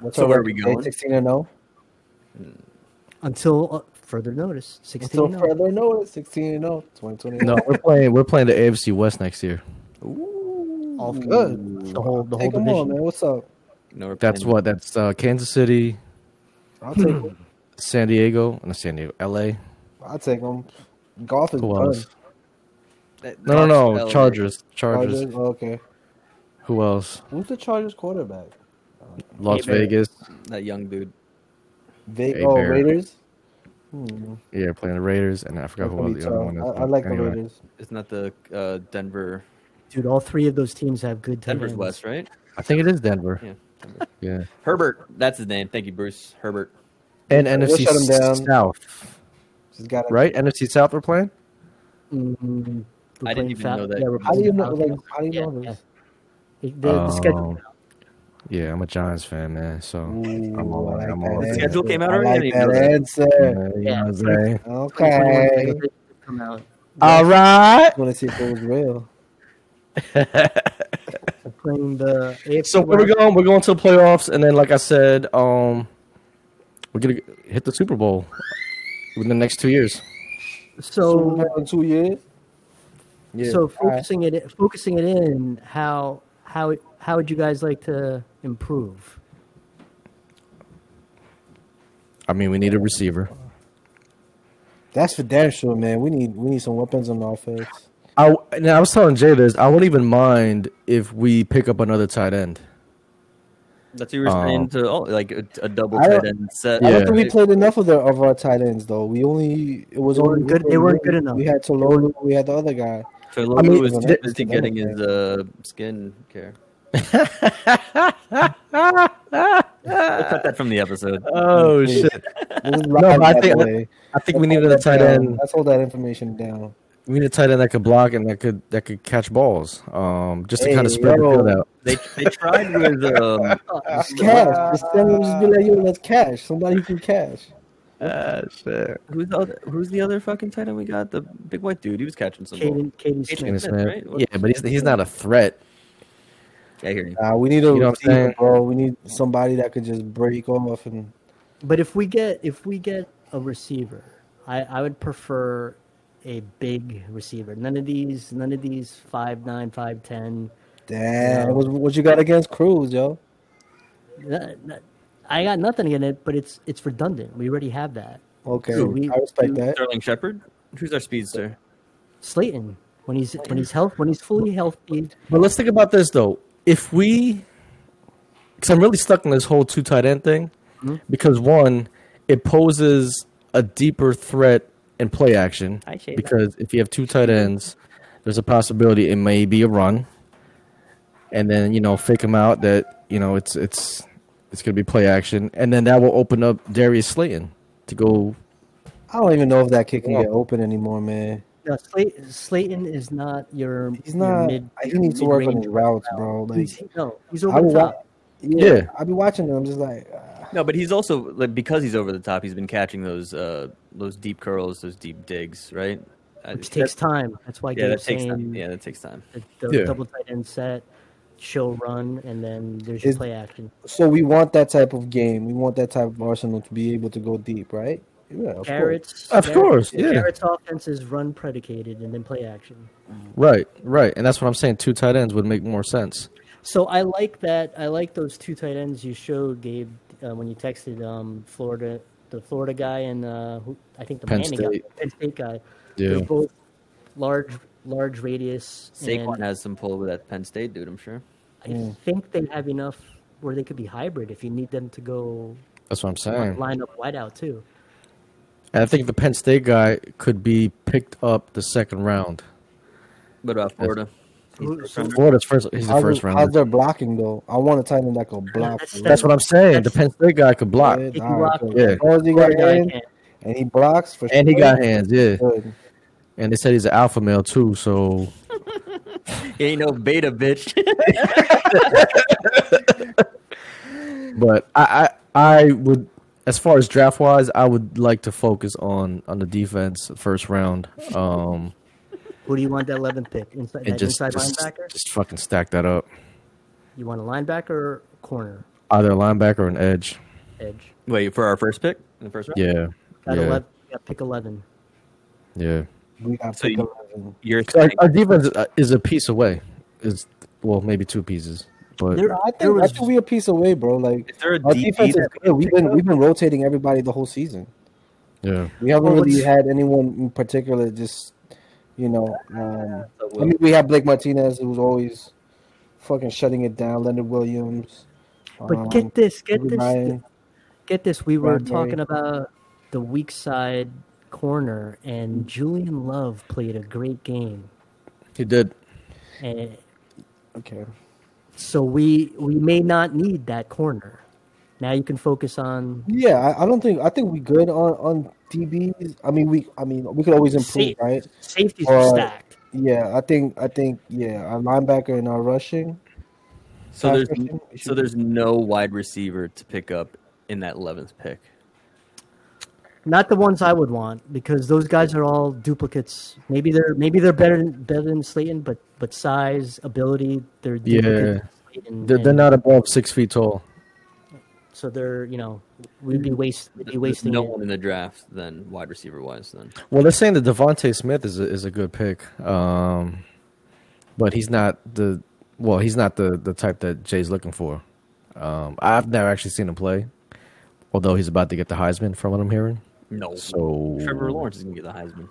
What's So our where are we record, Jay? going? Sixteen and oh? zero. Until uh, further notice, Until 16. further notice, sixteen and zero. Twenty twenty. No, we're playing. We're playing the AFC West next year. All good. The whole the whole Take them division. on, man. What's up? No, we're That's playing- what. That's uh, Kansas City, I'll take. 'em. San Diego, and San Diego, L.A. I'll take them. Golf is Who done. else? No, no, no. Chargers, Chargers. Chargers. oh, okay. Who else? Who's the Chargers quarterback? Las Hey, man. Vegas. That young dude. Va- Hey, oh, Bear. Raiders. Hmm. Yeah, playing the Raiders, and I forgot That's who gonna was be the other one. tough. that's I, I like anyway. the Raiders. Isn't that the uh, Denver? Dude, all three of those teams have good tight Denver's ends. West, right? I think it is Denver. Yeah, Yeah. Herbert. That's his name. Thank you, Bruce. Herbert. And We'll NFC shut 'em down. South, Just got right? NFC South, we're playing. Mm, we're I didn't playing even Fal- know that. yeah, we're How do playing you know? Falcons. Like, how do you Yeah, know this? The, the schedule. Um, Yeah, I'm a Giants fan, man. So Oh, I'm all, Ooh, I I'm like The all that over answer. it. schedule came out I already? I like didn't even that know that. answer. Yeah, you know Yeah. what I'm saying? 2021 Okay. schedule come out. All right. I want to see if it was real. playing the AFC So where we going? We're going to the playoffs, and then, like I said, um, we're gonna hit the Super Bowl within the next two years. So, So uh, in two years, Yeah. so focusing it focusing it in how how how would you guys like to improve? I mean, we need a receiver. that's for damn sure, man. We need we need some weapons on offense. I now I was telling Jay this. I wouldn't even mind if we pick up another tight end. That's what you were saying Um, to all, like a, a double I don't- tight end set. I don't Yeah. think we played enough of the of our tight ends though. We only it was They weren't only good- they weren't good enough. We had Tololo. We had the other guy. Taylor I mean, was th- busy getting his uh, skin care. we'll cut that from the episode. Uh, Oh shit. This is live, but I by think- the way. I think we Let's need hold a that tight down. end. Let's hold that information down. We need a tight end that could block and that could that could catch balls. Um, just to kind Hey, of spread yo. the field out. They they tried with um, Just cash. Just tell him. Just be like, yo, let's cash. Somebody who can cash. shit. who's the other, who's the other fucking tight end we got? The big white dude. He was catching some. balls. Caden Caden Caden Smith. Smith. right? What- Yeah, but he's he's not a threat. Yeah, I hear you. Nah, we need a You know what I'm receiver, saying? bro. We need somebody that could just break off and But if we get if we get a receiver, I, I would prefer a big receiver. None of these none of these five nine, five ten. damn. What, what you got against Cruz, yo? N- n- I got nothing against it, but it's it's redundant. We already have that. Okay, Dude, we- I respect dude, that. Sterling Shepard. Who's our speedster? Slayton when he's when he's health when he's fully healthy. But let's think about this though. If we, because I'm really stuck in this whole two tight end thing, because one, it poses a deeper threat in play action. Because if you have two tight ends, there's a possibility it may be a run, and then you know fake them out that you know it's it's it's gonna be play action, and then that will open up Darius Slayton to go. I don't even know if that kid can Yeah. get open anymore, man. No, Slayton, Slayton is not your. He's your not. Mid, he needs to work on mid-range his routes, route. bro. Like, He's, no, he's I over the would top. yeah, Yeah. I be watching him. I'm just like, ah. No, but he's also like because he's over the top. He's been catching those uh those deep curls, those deep digs, right? I- Which takes time. That's why yeah, Gabe's that takes time. saying Yeah, that takes time. the, the Yeah. double tight end set, show run, and then there's your Is- play action. so we want that type of game. We want that type of Arsenal to be able to go deep, right? Yeah, of course. Garrett's Of Garrett- course, yeah. Garrett's offense is run predicated and then play action. Right, right, and that's what I'm saying. Two tight ends would make more sense. So I like that. I like those two tight ends you showed, Gabe, uh, when you texted um, Florida, the Florida guy, and uh, who, I think the Penn Manning guy, State. Penn State guy. Yeah. They're both large, large radius. Saquon and has some pull with that Penn State dude. I'm sure. I think they have enough where they could be hybrid if you need them to go That's what I'm saying. line up wide out too. And I think the Penn State guy could be picked up the second round. What about Florida? Who- so- Florida's first. He's the How's, first how's round. their blocking though? I want a tight end that can block. That's- bro. That's what I'm saying. The Penn State guy could block, Good. He can All block. good. Yeah. As long as he got Florida guy hands can't. and he blocks for and he sure, got hands. Yeah, good. and they said he's an alpha male too. So He ain't no beta bitch. But I, I, I would, as far as draft wise, I would like to focus on on the defense first round, um, Who do you want that 11th pick? Inside, and that just inside just, linebacker? just fucking stack that up. You want a linebacker or corner Either a linebacker or an edge. edge? Wait for our first pick in the first round. Yeah, Got yeah, 11, you got pick 11. yeah. We got So pick you- 11. You're Our, our defense uh, is a piece away. Is well, maybe two pieces, but There- I there think I was- think we a piece away, bro. Like Is there a our DB defense is that we good. We've been we've been rotating everybody the whole season. yeah. We haven't Well, really what's- had anyone in particular. Just you know, um, that I mean, we have Blake Martinez, who's always fucking shutting it down. Leonard Williams. But um, get this, get Kobe this, Bryant. get this. We were Bradbury. talking about the weak side corner, and Julian Love played a great game. He did. And Okay. so we we may not need that corner. Now you can focus on Yeah, I, I don't think I think we good on on DBs. I mean, we I mean we could always improve, Safe. right? safeties Or- are stacked. Yeah, I think I think yeah, our linebacker and our rushing. So there's Pass rushing, so there's no wide receiver to pick up in that 11th pick. Not the ones I would want because those guys are all duplicates. Maybe they're maybe they're better than, better than Slayton, but but size, ability, they're duplicates of Slayton, They're, they're and not above six feet tall. so they're you know we'd be waste we'd be There's wasting no it. one in the draft then wide receiver wise then. Well, they're saying that Devonte Smith is a, is a good pick, um, but he's not the well, he's not the, the type that Jay's looking for. Um, I've never actually seen him play, although he's about to get the Heisman from what I'm hearing. No. So Trevor Lawrence is gonna get the Heisman.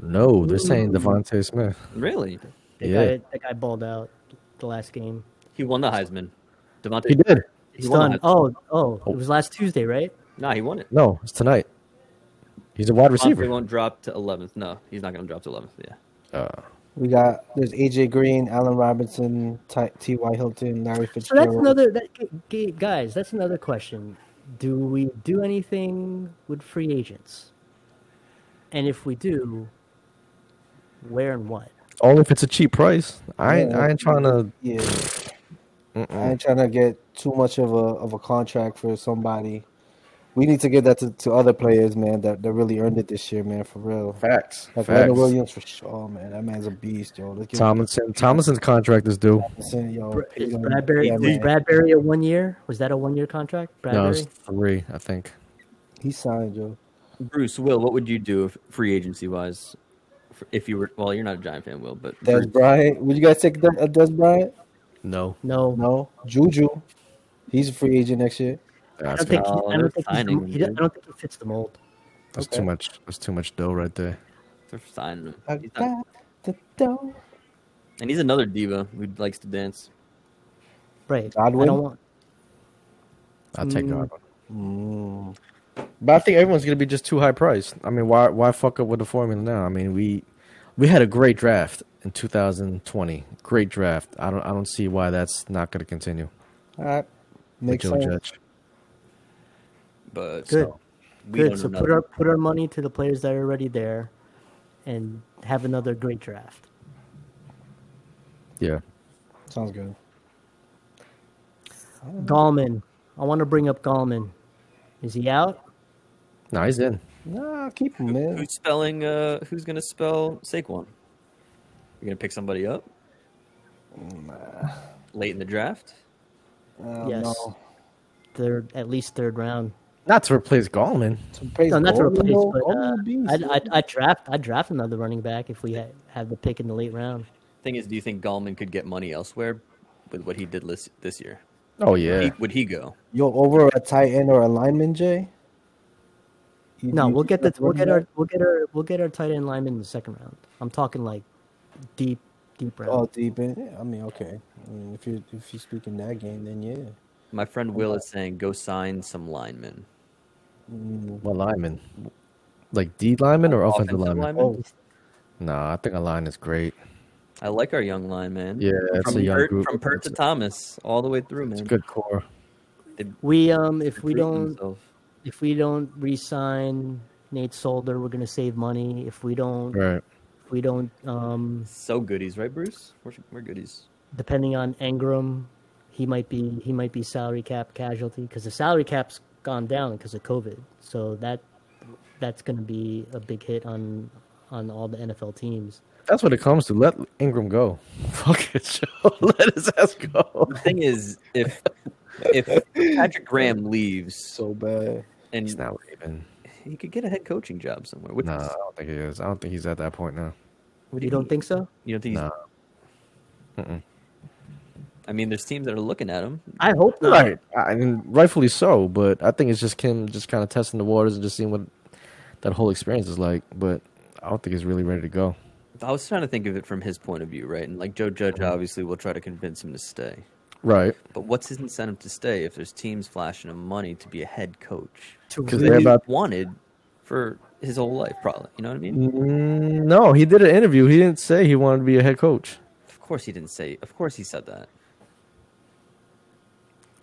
No, they're saying Devonte Smith. Really? That, yeah. guy, that guy balled out the last game. He won the Heisman. Devontae He did. he He's won the done. Heisman. Oh, oh, it was last Tuesday, right? No, he won it. No, it's tonight. He's a wide Devontae receiver. won't drop to eleventh. No, he's not gonna drop to eleventh. Yeah. Uh, We got there's AJ Green, Allen Robinson, Ty- T.Y. Hilton, Larry So that's Fitzgerald. another that g- g- guys. That's another question. Do we do anything with free agents? And if we do, where and what? Only if it's a cheap price. I ain't, I ain't trying to. Yeah, I ain't trying to get too much of a of a contract for somebody. We need to get that to, to other players, man. That that really earned it this year, man. For real. Facts. Like Leonard Facts. Williams for sure, man. That man's a beast, yo. Look at Tomlinson. Tomlinson's contract is due. Robinson, yo. Br- pay Is him. Bradbury Yeah, was man. Bradbury a one year? Was that a one year contract? No, Bradbury. it's three, I think. He signed, yo. Bruce, Will, what would you do if free agency wise? If you were well, you're not a Giant fan, Will, but Des Bruce- Bryant. Would you guys take De- a Des Bryant? No. no, No. Juju. He's a free agent next year. I That's, don't think. He, Oh, I they're don't think. He's, signing him, he, I dude. don't think he fits the mold. that's too much. That's too much dough right there. they're signing him. I He's not- got the dough. and he's another diva who likes to dance. Right. I Godwin? don't want. I'll take Mm. Godwin. Mm. But I think everyone's gonna be just too high priced. I mean, why why fuck up with the formula now? I mean, we we had a great draft in 2020. Great draft. I don't I don't see why that's not gonna continue. All right. with Makes Joe sense. Judge. But Good. so, we Good. don't So know put nothing. our put our money to the players that are already there, and have another great draft. Yeah. Sounds good. Mm. Gallman. I want to bring up Gallman. Is he out? No, he's in. Nah, keep him, man. who's spelling uh who's gonna spell Saquon? You're gonna pick somebody up? Late in the draft? Uh, Yes. No. Third, at least third round. Not to replace Gallman. To praise No, not to Gordon, replace, though, but Gordon uh, a beast, I'd, yo. I'd, I'd draft. I'd draft another running back if we had, had the pick in the late round. Thing is, do you think Gallman could get money elsewhere with what he did this this year? Oh yeah. He- would he go? Yo, over a tight end or a lineman, Jay? You- No, you we'll think get the that's we'll running get our back? we'll get our we'll get our tight end lineman in the second round. I'm talking like deep deep round. Oh, deep in. Yeah, I mean, okay. I mean, if you if you speak in that game, then yeah. My friend Will is saying go sign some linemen. What lineman? Like D lineman or offensive, Offensive lineman? lineman? Nah, I think a line is great. I like our young line, man. Yeah, it's from a young Pert, group. from Pert to Thomas, all the way through, man. It's a good core. we um if we Proven don't himself. if we don't re-sign Nate Solder, we're gonna save money. If we don't Right. if we don't um so goodies, right, Bruce? We're, we're goodies. depending on Engram, he might be he might be salary cap casualty because the salary cap's gone down because of COVID. So that that's going to be a big hit on on all the NFL teams. That's what it comes to. Let Ingram go. Fuck it, Joe. Let his ass go. The thing is, if if Patrick Graham leaves, So bad. and He's not leaving. he could get a head coaching job somewhere. Which No, is- I don't think he is. I don't think he's at that point now. what do You don't think so? You don't think? He's, No. I mean, there's teams that are looking at him. I hope not. Right. I mean, rightfully so, but I think it's just him just kind of testing the waters and just seeing what that whole experience is like. But I don't think he's really ready to go. I was trying to think of it from his point of view, right? And like Joe Judge, obviously, will try to convince him to stay. Right. But what's his incentive to stay if there's teams flashing him money to be a head coach? To Because really- they're about. Wanted for his whole life, probably. You know what I mean? Mm, No, he did an interview. He didn't say he wanted to be a head coach. Of course he didn't say. Of course he said that.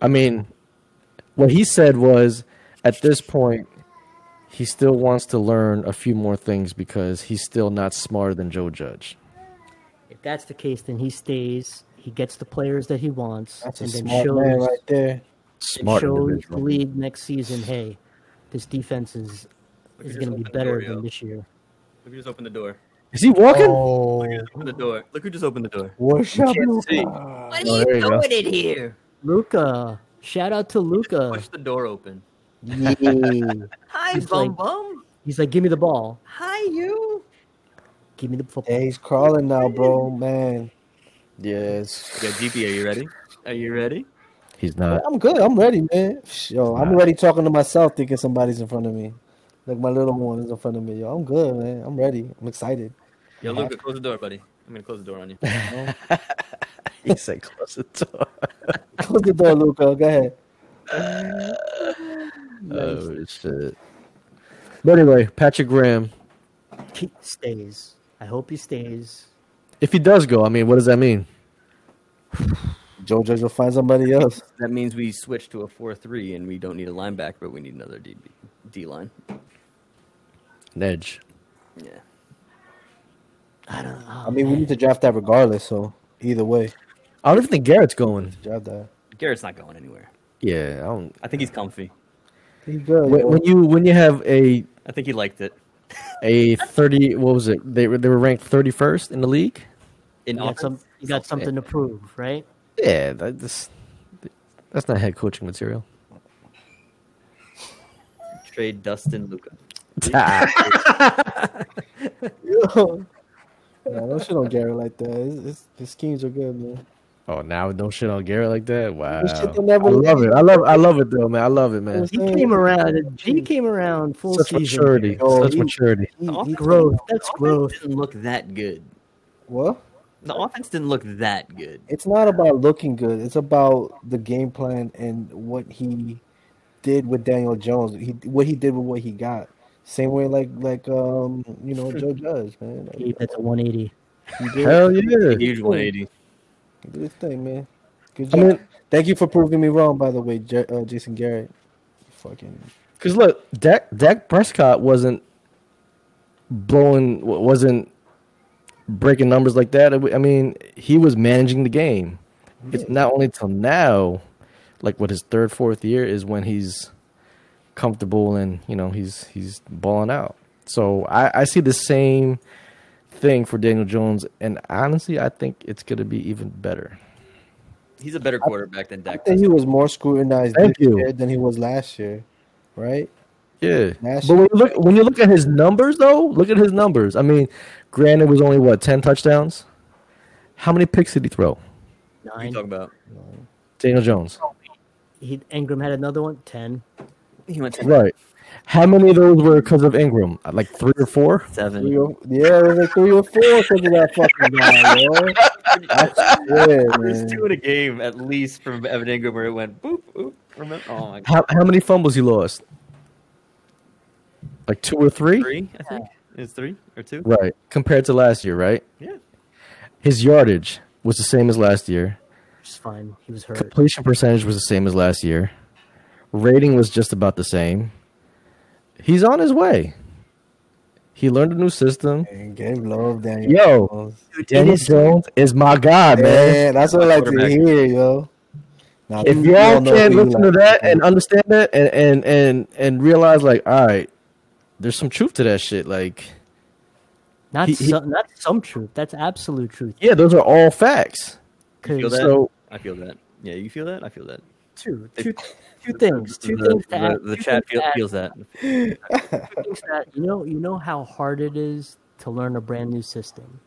I mean, what he said was at this point, he still wants to learn a few more things because he's still not smarter than Joe Judge. if that's the case, then he stays. He gets the players that he wants, That's a and then smart man shows right there. and Smart shows the individual. league next season. Hey, this defense is Look, is you just going to be opened the better door, yo. than this year. Look, you just opened the door. Is he walking? Oh, Look, you just opened the door. Look who just opened the door. What's up, see. Luka? What are Oh, you there you go. in here? Luca, shout out to Luca. Push the door open. Yeah. Hi, He's bum like- bum. He's like, give me the ball, Hi, you. give me the football. Yeah, he's crawling now, bro. Man, Yes. Yeah, GP, are you ready? Are you ready? He's not. I'm good. I'm ready, man. Yo, I'm already talking to myself, thinking somebody's in front of me. Like my little one is in front of me. Yo, I'm good, man. I'm ready. I'm excited. Yo, Luca, close the door, buddy. I'm gonna close the door on you. He said close the door. Close the door, Luca. Go ahead. Oh shit. But anyway, Patrick Graham. He stays. I hope he stays. If he does go, I mean, what does that mean? Joe Judge will find somebody else. That means we switch to a four-three, and we don't need a linebacker, but we need another DB, D line. An edge. Yeah. I don't know. Oh, I mean, we need to draft that regardless. So either way, I don't even think Garrett's going. draft that. Garrett's not going anywhere. Yeah, I don't. I think he's comfy. He's good. When, yo. when you when you have a I think he liked it. a thirty, what was it? They were they were ranked thirty first in the league. In you got, offense, some, you got something to prove, right? Yeah, that, that's that's not head coaching material. trade Dustin Luca. Oh, Nah, don't shit on Garrett like that. It's, it's, his schemes are good, man. oh, now don't shit on Garrett like that. Wow, You shit I on that one. love it. I love I love it though, man. I love it, man. He came around. He came around full Such season. maturity. Oh, Such he- maturity. He- The he- offense- Growth. That's the offense growth. Didn't look that good. What? The offense didn't look that good. It's not about looking good. It's about the game plan and what he did with Daniel Jones. He what he did with what he got. Same way, like like um, you know, Joe Judge, man. Like, Gabe, that's a 180. he did, Hell yeah. Huge 180. he did his thing, man. Good I job. mean, Thank you for proving me wrong, by the way, J- uh, Jason Garrett. Fucking Because look, Dak Dak Prescott wasn't blowing, wa- wasn't breaking numbers like that. I w- I mean, he was managing the game. It's not only till now, like what his third, fourth year is when he's comfortable and you know he's he's balling out. So I, I see the same thing for Daniel Jones, and honestly, I think it's going to be even better. He's a better quarterback than I Dak. think he was more scrutinized Thank this you. year than he was last year, right? Yeah, Last but when year- you look when you look at his numbers, though, look at his numbers. I mean, granted, it was only what ten touchdowns. How many picks did he throw, What are you Nine. talking about? Daniel Jones? He, Ingram had another one. Ten. He went to Right. How many of those were because of Ingram? Like three or four? Three seven. or, yeah, it was like three or four because of that fucking guy, yo. I There's swear, man. two in a game at least from Evan Ingram where it went boop boop. Remember? Oh my god. How how many fumbles he lost? Like two or three? Three, I think. It's three or two. Right. Compared to last year, right? Yeah. His yardage was the same as last year. Which is fine. He was hurt. Completion percentage was the same as last year. Rating was just about the same. He's on his way. He learned a new system. Man, Gabe love Daniel. Yo. Jones. Daniel Jones is my guy, man. Man, that's what I like to Quarterback. hear, yo. Now, If you y'all don't know can who you listen to like. that and understand that and and and and realize like, all right, there's some truth to that shit. Like, Not he- he- some, not some truth. That's absolute truth. yeah, those are all facts. You feel 'Cause that? So- I feel that. Yeah, you feel that? I feel that. two, two, two things. Two the, things the, to add. the two chat things feel, to add. feels that. things that you know you know how hard it is to learn a brand new system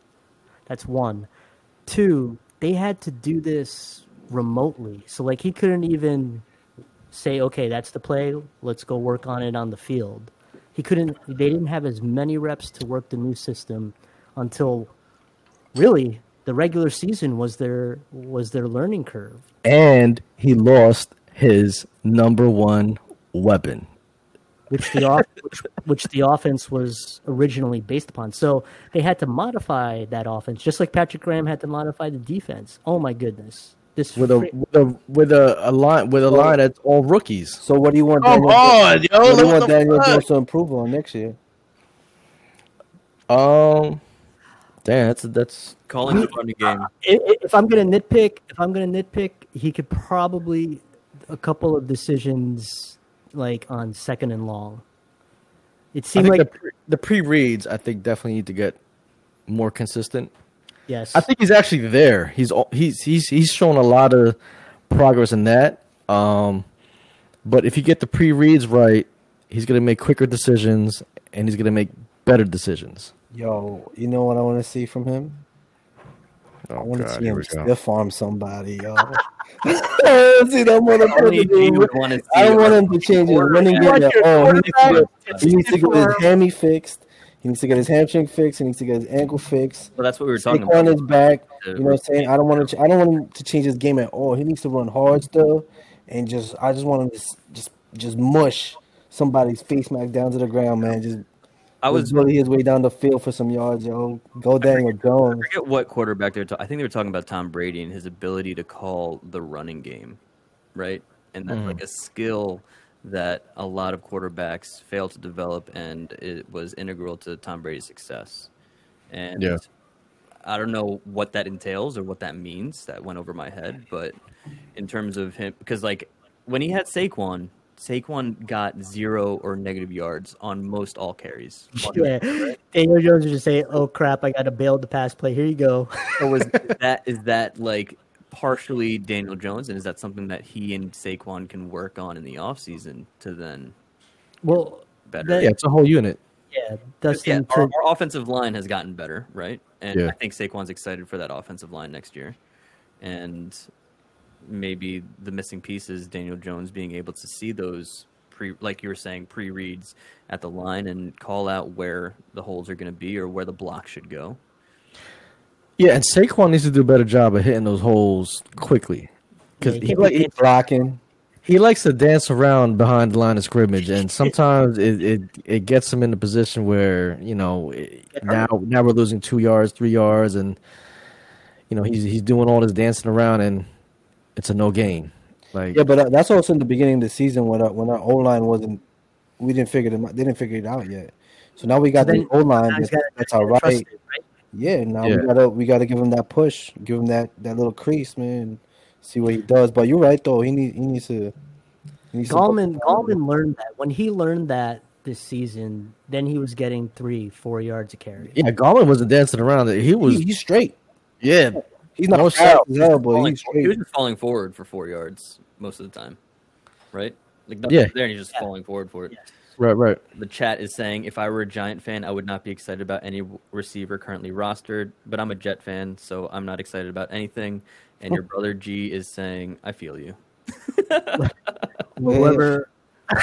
that's one two they had to do this remotely so like he couldn't even say okay that's the play let's go work on it on the field he couldn't they didn't have as many reps to work the new system until really the regular season was their was their learning curve And he lost his number one weapon. which the off, which, which the offense was originally based upon. So they had to modify that offense, just like Patrick Graham had to modify the defense. Oh my goodness, this with a fri- with a with a, a line with a line that's all rookies. So what do you want? Come Daniel Oh, Jones- on, yo, What do look you want what the Daniel fuck. Jones to improve on next year? Um, damn, that's that's Calling the run game. i- i- if I'm gonna nitpick, if I'm gonna nitpick, he could probably a couple of decisions like on second and long. It I seemed think like the pre- the pre reads I think definitely need to get more consistent. yes. I think he's actually there. He's al- he's he's he's shown a lot of progress in that. Um, but if you get the pre reads right, he's gonna make quicker decisions and he's gonna make better decisions. Yo, you know what I want to see from him? Oh, I want to see him stiff arm somebody, yo. see that Only G motherfucker. would want to see I don't want it. him to change his running game at all. He needs, to get, he needs to get his hammy fixed. He needs to get his hamstring fixed. He needs to get his ankle fixed. Well, that's what we were talking Saquon about. is back. The- You know what I'm saying? I don't want to. I don't want him to change his game at all. He needs to run hard still, and just I just want him to s- just just mush somebody's face mask down to the ground, man. Just I was really his way down the field for some yards, yo. Go Daniel Jones. I forget what quarterback they were talking. I think they were talking about Tom Brady and his ability to call the running game, right? And that's like a skill that a lot of quarterbacks fail to develop, and it was integral to Tom Brady's success. And Yeah. I don't know what that entails or what that means. That went over my head, but in terms of him, because like when he had Saquon, Saquon got zero or negative yards on most all carries. yeah. Daniel Jones would just say, "Oh crap, I got to bail the pass play. Here you go." So is that is that like partially Daniel Jones, and is that something that he and Saquon can work on in the offseason to then well, better? That- Yeah, it's a whole unit. yeah, 'Cause, yeah, Dustin. our, to- our offensive line has gotten better, right? And Yeah. I think Saquon's excited for that offensive line next year, and maybe the missing piece is Daniel Jones being able to see those pre, like you were saying, pre reads at the line and call out where the holes are going to be or where the block should go. Yeah, and Saquon needs to do a better job of hitting those holes quickly. Because Yeah, he he, can't like, be he, Blocking. he likes to dance around behind the line of scrimmage, and sometimes it, it, it gets him in a position where you know it- now now we're losing two yards, three yards, and you know he's he's doing all this dancing around, and it's a no gain. Like Yeah, but uh, that's also in the beginning of the season when our, when our O line wasn't. We didn't figure them. out- They didn't figure it out yet. So now we got So the then- O line. he's gotta- That's all trust right. it, right? Yeah, now Yeah. we gotta we gotta give him that push, give him that that little crease, man. See what he does. But you're right though. He needs he needs to. He needs to- Gallman, Gallman learned that when he learned that this season, then he was getting three, four yards a carry. yeah, Gallman wasn't dancing around; he was He, he's straight. yeah. He's not No fast doubt. as hell, but falling he's for- he was straight. just falling forward for four yards most of the time, right? Like nothing Yeah. was there, and he's just falling forward for it. Right, right. The chat is saying, if I were a Giant fan, I would not be excited about any w- receiver currently rostered, but I'm a Jet fan, so I'm not excited about anything. And your brother G is saying, I feel you. Whoever, Oh,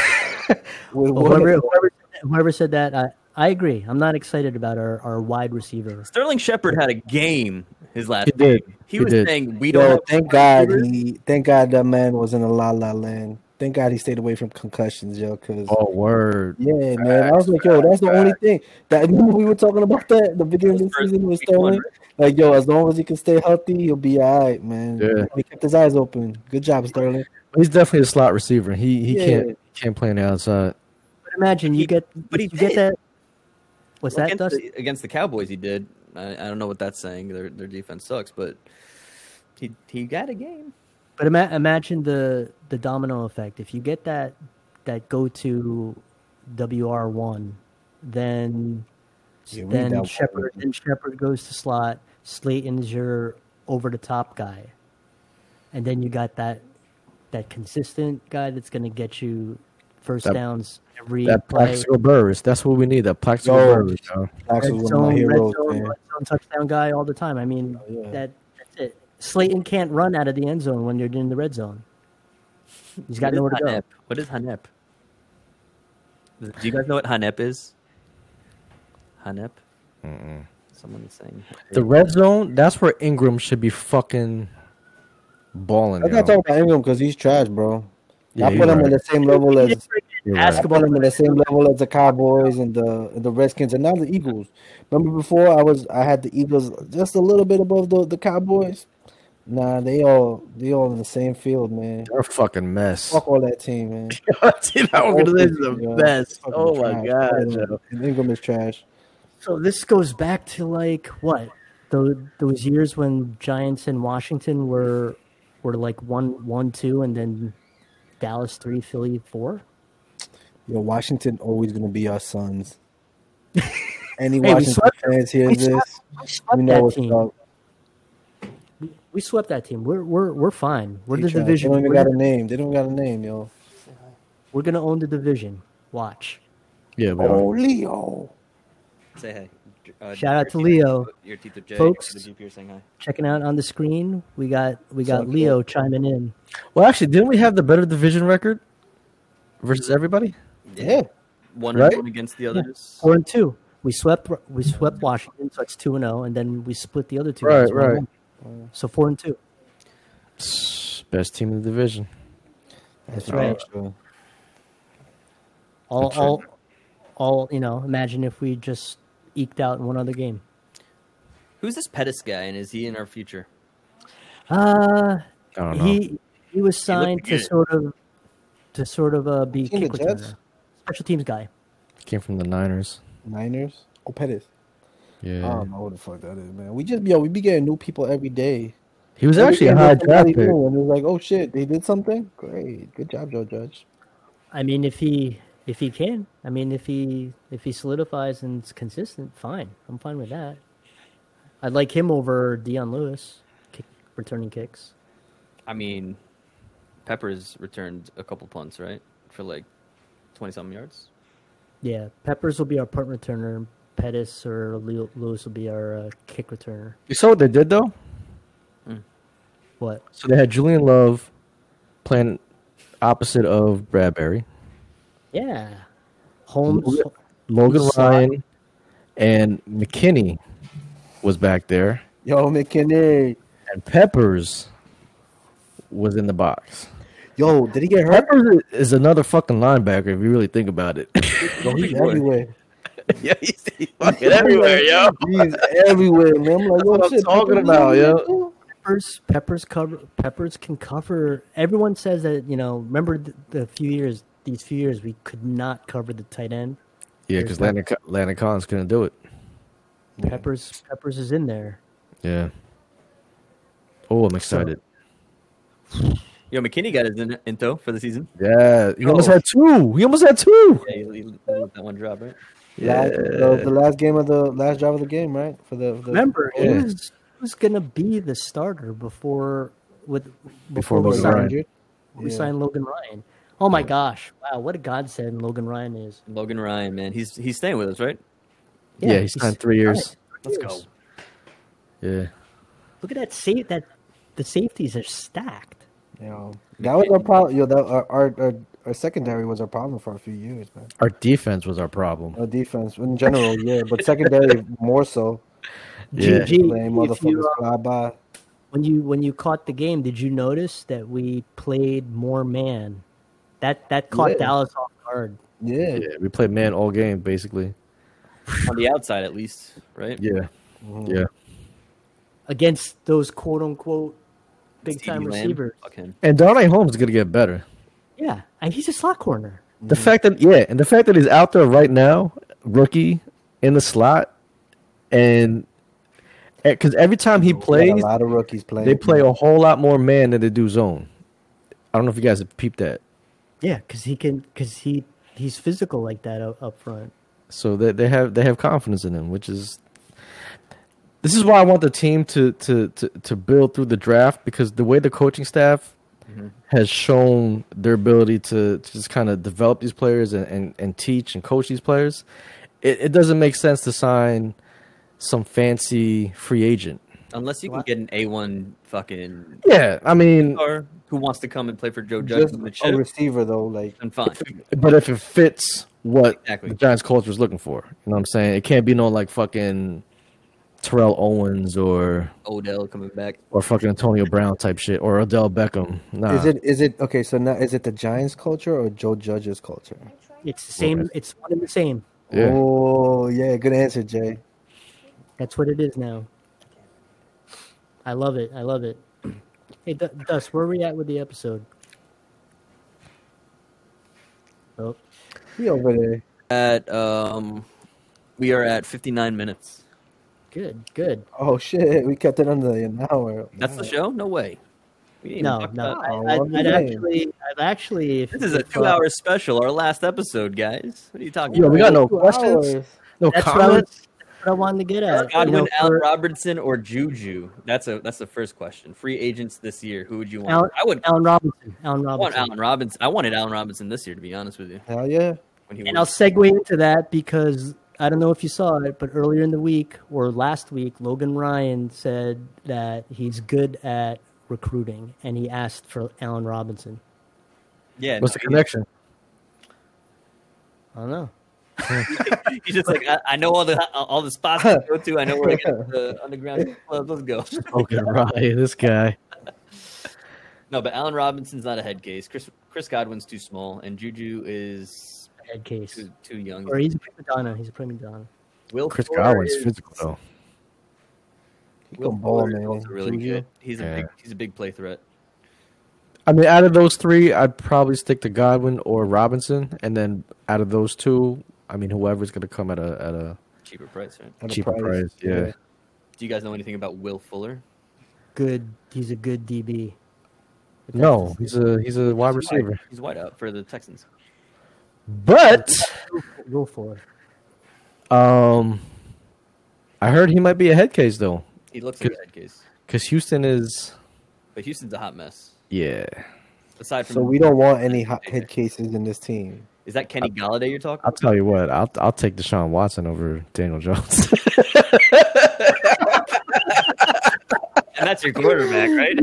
With- with- whoever, whoever, whoever said that, I, I agree. I'm not excited about our, our wide receiver. Sterling Shepard had a game his last. He did. game. He, He was did. saying we don't. Yo, have thank God he thank God that man was in a la la land. Thank God he stayed away from concussions, yo, cause Oh word. yeah, man. I was like, yo, that's the only thing. That remember we were talking about that the beginning of the First season was week one, Sterling. Like, yo, as long as he can stay healthy, he'll be all right, man. Yeah. He kept his eyes open. Good job, Sterling. He's definitely a slot receiver. He he Yeah. can't can't play on the outside. But imagine you He- get, but he you get did. that. What's that, against, Dustin? the, against the Cowboys, he did. I, I don't know what that's saying. Their their defense sucks, but he he got a game. But ima- imagine the the domino effect. If you get that that go to WR one, then Yeah, we need then that Shepard one. then Shepard goes to slot. Slayton's your over the top guy, and then you got that that consistent guy that's going to get you first That- downs every That play. Plaxico Burris. That's what we need. That Plaxico Yo. Burris. yo. Knox Red was one of zone, my red heroes, zone, man. Oh, red zone touchdown guy all the time. I mean, yeah. that that's it. Slayton can't run out of the end zone when you're in the red zone. He's What got is nowhere to go. Hanep? What is Hanep? Do you guys know what Hanep is? Hanep? Someone is saying. The red zone. That's where Ingram should be fucking balling. I'm yo. not talking about Ingram because he's trash, bro. Yeah, I you're put him right. on the same level He as didn't You're right. I put him on the same level as the Cowboys and the and the Redskins and now the Eagles. Remember before I was I had the Eagles just a little bit above the, the Cowboys. Nah, they all they all in the same field, man. They're a fucking mess. Fuck all that team, man. Dude, that organization's Fuck a them, mess. Fucking Oh my trash. god. Fuck yo. them. And Ingram is trash. So this goes back to like what those, those years when Giants and Washington were were like one one two, and then Dallas three, Philly four. Yo, Washington always gonna be our sons. Any we Washington swept fans hear We this, We you swept know that what's team. up. We swept that team. We're we're we're fine. We're They the try- division. They don't even We're, got the- a name. They don't got a name, yo. we're gonna own the division. Watch. Yeah, we are. Oh, Leo. Say hey. Uh, Shout out your to teeth- Leo. Your teeth are J. Folks. The GP are saying hi. Checking out on the screen. We got we got Suck Leo chiming in. Well, actually, didn't we have the better division record versus everybody? Yeah. One Right? and one against the others. Four and two. We swept we swept Washington, so it's two and zero, and then we split the other two. Right, games, one and right. one. So four and two. Best team in the division. That's right. Sure. All That's right. all all you know. Imagine if we just eked out in one other game. Who's this Pettis guy, and is he in our future? Uh I don't know. he he was signed to good. sort of to sort of uh, be Team kick the Jets, returner, special teams guy. Came from the Niners. Niners. Oh, Pettis. Yeah. I don't know what the fuck that is, man. We just yo, we be getting new people every day. he was Every actually day a high there's somebody draft pick. new, And it's like, oh shit, they did something. Great, good job, Joe Judge. I mean, if he if he can, I mean, if he if he solidifies and is consistent, fine. I'm fine with that. I'd like him over Dion Lewis, kick, returning kicks. I mean, Peppers returned a couple punts, right? For like 20 something yards. Yeah, Peppers will be our punt returner. Pettis or Leo- Lewis will be our uh, kick returner. You saw what they did though. What? So they had Julian Love playing opposite of Bradbury, Yeah, Holmes. Logan Who's slot? Ryan, and McKinney was back there, Yo, McKinney. and Peppers was in the box. Yo, did he get hurt? Peppers is another fucking linebacker if you really think about it. Yo, he's everywhere. yeah, he's, he's fucking everywhere, yo. He's everywhere, man. I'm like, yo, what I'm shit, talking Peppers about, is yo. everywhere. Peppers, Peppers cover. Peppers can cover. Everyone says that you know. Remember the, the few years, these few years, we could not cover the tight end. Yeah, because Landon, Co- Landon Collins couldn't do it. Peppers, Peppers is in there. Yeah. Oh, I'm excited. Yo, McKinney got his in- into for the season. yeah, he almost Oh. had two. He almost had two. Yeah, he, he let that one drop, right? Last, the, the last game of the last drive of the game, right? For the, for the Remember, Yeah. who's who's gonna be the starter before with Before before, we Logan signed, Ryan. injured. we Yeah. signed Logan Ryan? Oh my gosh! Wow, what a godsend Logan Ryan is. Logan Ryan, man. He's he's staying with us, right? Yeah, he signed three years. Let's go. Yeah. Look at that safe. That the safeties are stacked. Yo, that was our problem. Yo, that our, our our our secondary was our problem for a few years, man. Our defense was our problem. Our defense in general, yeah, but secondary more so. Yeah. GG. Blame If you, motherfuckers uh, fly by. when you when you caught the game, did you notice that we played more man? That that caught Yeah. Dallas off guard. Yeah. Yeah, we played man all game basically. On the outside, at least, right? Yeah. Mhm. Yeah. against those quote unquote big Stevie time Lamb, receivers. Fuck him. And Darnay Holmes is gonna get better. Yeah, and he's a slot corner. The fact that yeah, and the fact that he's out there right now, rookie in the slot, and because every time he Got plays, a lot of rookies playing. they play a whole lot more man than they do zone. I don't know if you guys have peeped that. Yeah, because he can because he he's physical like that up, up front. So they they have they have confidence in him, which is this is why I want the team to to to, to build through the draft because the way the coaching staff has shown their ability to, to just kind of develop these players and, and, and teach and coach these players, it, it doesn't make sense to sign some fancy free agent. Unless you can get an A1 fucking Yeah, I mean, star who wants to come and play for Joe Judge Just and the a chip, receiver though, like then fine. but if it fits what Exactly. the Giants culture is looking for, you know what I'm saying? It can't be no like fucking Terrell Owens or Odell coming back. or fucking Antonio Brown type shit or Odell Beckham. Nah. Is it is it okay? So now is it the Giants culture or Joe Judge's culture? It's the same. It's one and the same. Yeah. Oh yeah, good answer, Jay. That's what it is now. I love it. I love it. Hey, D- Dust, where are we at with the episode? Oh, He over there. At um, we are at 59 minutes. good, good. Oh shit, we kept it under an hour. That's the show? No way. We didn't No, even talk no. about- I, Oh, I, what I'd do you mean? actually, I've actually. if- This is a if, uh, two-hour special, our last episode, guys. What are you talking Yo, about? we got no Two questions, hours. no That's what, I was, comments. that's what I wanted to get at. You Godwin, know, Allen for- Robertson, or Juju? That's a that's the first question. Free agents this year. Who would you want? Allen- I would Allen Robinson. Allen I want Robinson. Allen Robinson. I wanted Allen Robinson this year, to be honest with you. Hell yeah. When he And I'll was, segue into that because I don't know if you saw it, but earlier in the week or last week, Logan Ryan said that he's good at recruiting and he asked for Allen Robinson. yeah, What's the connection? I don't know. he's just like I, I know all the all the spots to go to. I know where I get the underground club. Let's go. Okay, right. This guy. No, but Allen Robinson's not a head case. Chris Chris Godwin's too small, and Juju is Head case. too, too young. Or he's a prima donna. He's a prima donna. Will Chris Fuller Godwin's is- physical though. He Will can ball, Fuller is man. also really Juju. good. He's a Yeah. big, he's a big play threat. I mean, out of those three, I'd probably stick to Godwin or Robinson, and then out of those two, I mean, whoever's gonna come at a at a Cheaper price, right? At a cheaper price, yeah. Do you guys know anything about Will Fuller? Good. He's a good DB. But that's- no, he's a he's a wide He's wide- receiver. He's wide out for the Texans. But Go for it. um, I heard he might be a head case though, He looks like a head case, because Houston is but Houston's a hot mess. yeah. Aside from So we don't Uh, want any hot head cases in this team. is that Kenny Galladay you're talking? I'll tell you what, I'll I'll take Deshaun Watson over Daniel Jones. And that's your quarterback, right?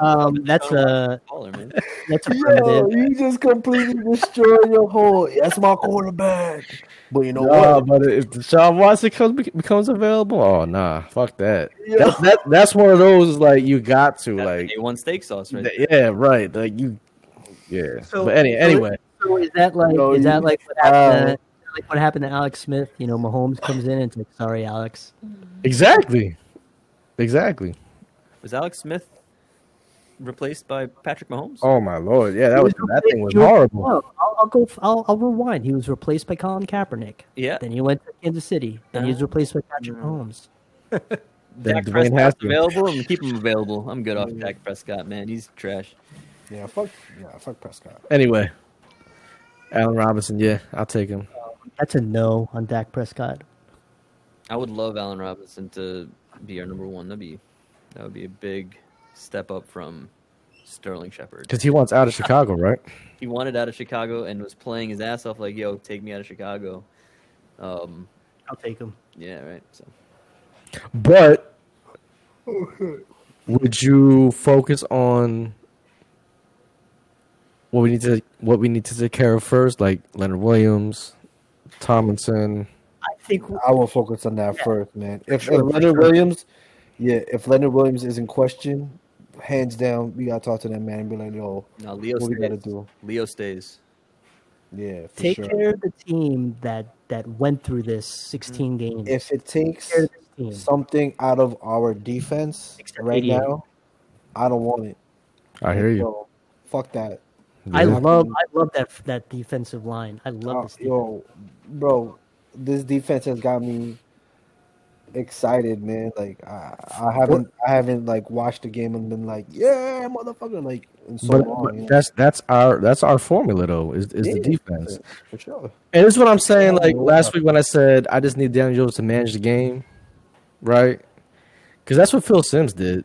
Um, that's a Baller, man. that's a Yo, primitive. you just completely destroyed your whole. That's my quarterback. But you know Nah, what? but if Deshaun Watson comes becomes available, oh nah, fuck that. That's that, that's one of those like you got to like, That's A one steak sauce, right? th- yeah, right, like you, yeah. So- but any, so anyway, So is that like Yo, is that you- um, like what happened? To, like what happened to Alex Smith? You know, Mahomes comes in and it's like, sorry, Alex. exactly, exactly. Was Alex Smith replaced by Patrick Mahomes? Oh my lord, yeah, that He was was that thing was replaced- he was- horrible. Oh, I'll, I'll go. f- I'll, I'll rewind. He was replaced by Colin Kaepernick. Yeah, Then he went to Kansas City. Then he was replaced by Patrick Mahomes. Then Dak Dwayne Prescott's Haskins. available. and keep him available. I'm good off Dak Prescott, man. He's trash. Yeah, fuck. Yeah, fuck Prescott. Anyway, Allen Robinson, yeah, I'll take him. That's a no on Dak Prescott. I would love Allen Robinson to be our number one. That'd be that would be a big step up from Sterling Shepard. Because he wants out of Chicago, right? He wanted out of Chicago and was playing his ass off like, "Yo, take me out of Chicago." Um, I'll take him. yeah, right. So But would you focus on what we need to what we need to take care of first, like Leonard Williams, Tomlinson? I think I will focus on that first, man. If, Sure, if for Leonard sure. Williams, yeah, if Leonard Williams is in question, hands down, we gotta talk to that man and be like, yo, now Leo what we gotta stays. do? Leo stays. Yeah, for take sure. care of the team that that went through this 16 games. If it Take takes care of this team. something out of our defense Except right 88. now, I don't want it. I hear you. Yo, fuck that. I Yeah. love I love that that defensive line. I love Uh, this. Defense. yo, bro, this defense has got me excited, man. Like I, I haven't, I haven't like watched the game and been like, yeah, motherfucker, like in so but, long. but you know? that's that's our that's our formula though is, is the Yeah. defense. For sure. And this is what I'm saying. Yeah, Like yeah. last week when I said I just need Daniel Jones to manage the game, right? Because that's what Phil Sims did.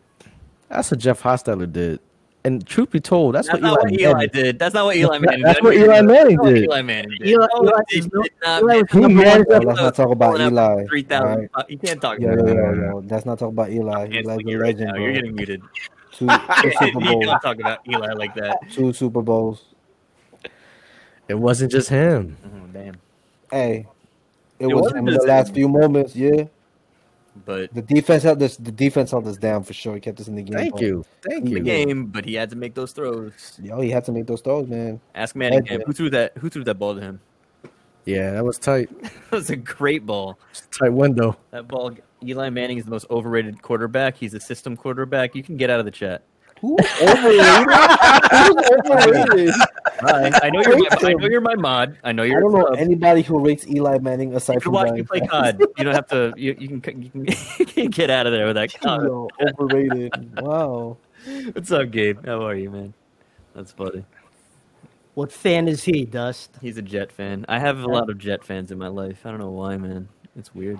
That's what Jeff Hostetler did. And truth be told, that's, That's what not Eli, what Eli Manning- did. That's not what Eli Manning did. That's what Eli Manning That's what did. Eli Manning did. Eli- No, Eli he was did no- not Eli was manage- number one Yo, let's not talk about pulling up Eli. Three all thousand. right? You can't talk Yo, about yo, it. yo, yo, let's not talk about Eli. Can't Eli's speak a it right legend, now. bro. You're getting muted. Two, You two Super Bowls, don't talk about Eli like that. two Super Bowls. It wasn't just him. Oh, damn. Hey, It it, was wasn't him in just the last him. few moments. Yeah, But the defense held this. The defense held us down for sure. He kept us in the game. Thank bro. you. Thank the you. game, but he had to make those throws. Yo, he had to make those throws, man. Ask Manningham Thank you. who threw that. Who threw that ball to him? Yeah, that was tight. That was a great ball. Tight window. That ball. Eli Manning is the most overrated quarterback. He's a system quarterback. You can get out of the chat. Who overrated? Who's overrated? I, I know you're my, I know you're my mod. I know I you're. don't know uh, anybody who rates Eli Manning you aside can from watch Brian me play Flores. COD. You don't have to. You, you can you can, you can get out of there with that. COD. Yo, overrated. Wow. What's up, Gabe? How are you, man? That's funny. What fan is he, Dust? He's a Jet fan. I have a lot of Jet fans in my life. I don't know why, man. It's weird.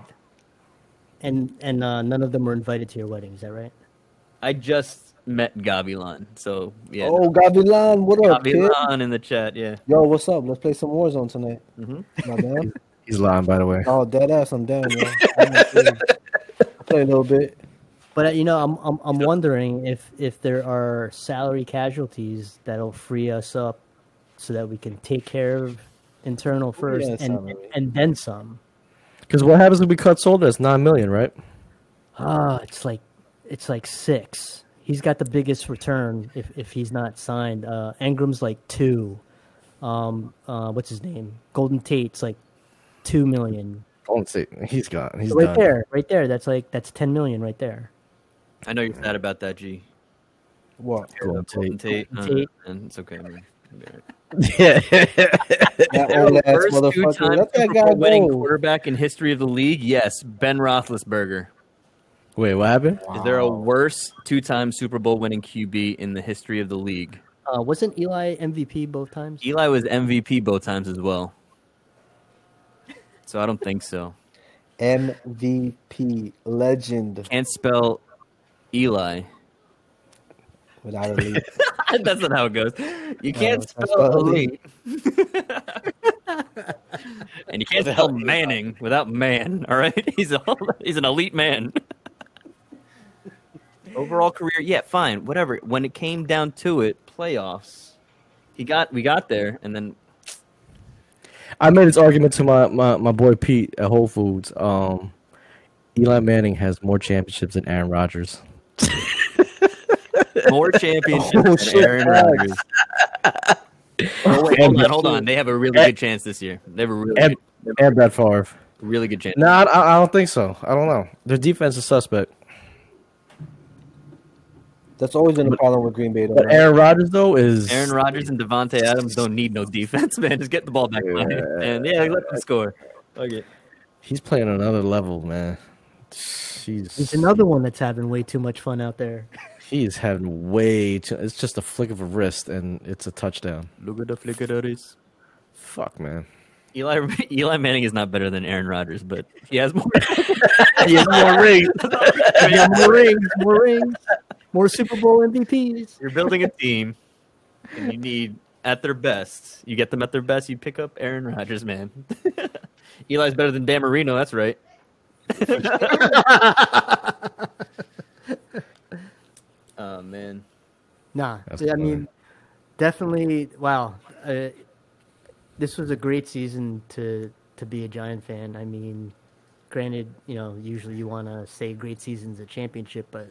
And and uh, none of them were invited to your wedding. Is that right? I just met Gavilan, so yeah. oh, Gavilan, what up, kid? Gavilan in the chat, yeah. Yo, what's up? Let's play some Warzone tonight. Mhm. Am I down? He's lying, by the way. oh, dead ass, I'm down, yo. I'm not kidding. play a little bit. But uh, you know, I'm I'm, I'm wondering if if there are salary casualties that'll free us up, so that we can take care of internal first yeah, and salary. and then some. Because what happens if we cut Soldier? It's nine million, right? Ah, it's like it's like six. He's got the biggest return if if he's not signed. Uh, Engram's like two. Um, uh, what's his name? Golden Tate's like two million. Don't say he's gone. He's right done. there, right there. That's like that's ten million right there. I know you're sad about that, G. What? Golden Golden Tate. Golden Uh, Tate. and it's okay, man. It'll be all right. That They're old the ass first motherfucker. two-time Let that Super Bowl guy winning go. quarterback in history of the league. Yes, Ben Roethlisberger. Wait, what happened? Is there a worse two-time Super Bowl winning QB in the history of the league? Uh, wasn't Eli MVP both times? Eli was MVP both times as well. So I don't think so. MVP legend Can't spell Eli. without a lead. That's not how it goes. You can't it's not spell spelled. elite. and you can't spell Manning without man. All right, he's a he's an elite man. Overall career, yeah, fine, whatever. When it came down to it, playoffs, he got we got there, and then I made this argument to my, my, my boy Pete at Whole Foods. Um, Eli Manning has more championships than Aaron Rodgers. more championships than Aaron Rodgers. Oh, wait, hold on, hold on. They have a really good chance this year. They have a really, And, good, and Brett Favre. really good chance. No, I, I- I don't think so. I don't know. Their defense is suspect. That's always been a problem with Green Bay, though. But right? Aaron Rodgers though is Aaron Rodgers and Devontae Adams don't need no defense, man. Just get the ball back behind him, and yeah, let them score. Okay. he's playing on another level, man. He's There's another one that's having way too much fun out there. he's having way too. It's just a flick of a wrist and it's a touchdown. Look at the flick of the wrist. Fuck, man. Eli Eli Manning is not better than Aaron Rodgers, but he has more. He has more rings. he has more rings. More rings, more Super Bowl MVPs. You're building a team, and you need at their best. You get them at their best. You pick up Aaron Rodgers, man. Eli's better than Dan Marino. That's right. oh man. Nah, That's I funny. mean, definitely. Wow, uh, this was a great season to to be a Giant fan. I mean, granted, you know, usually you want to say great season's a championship, but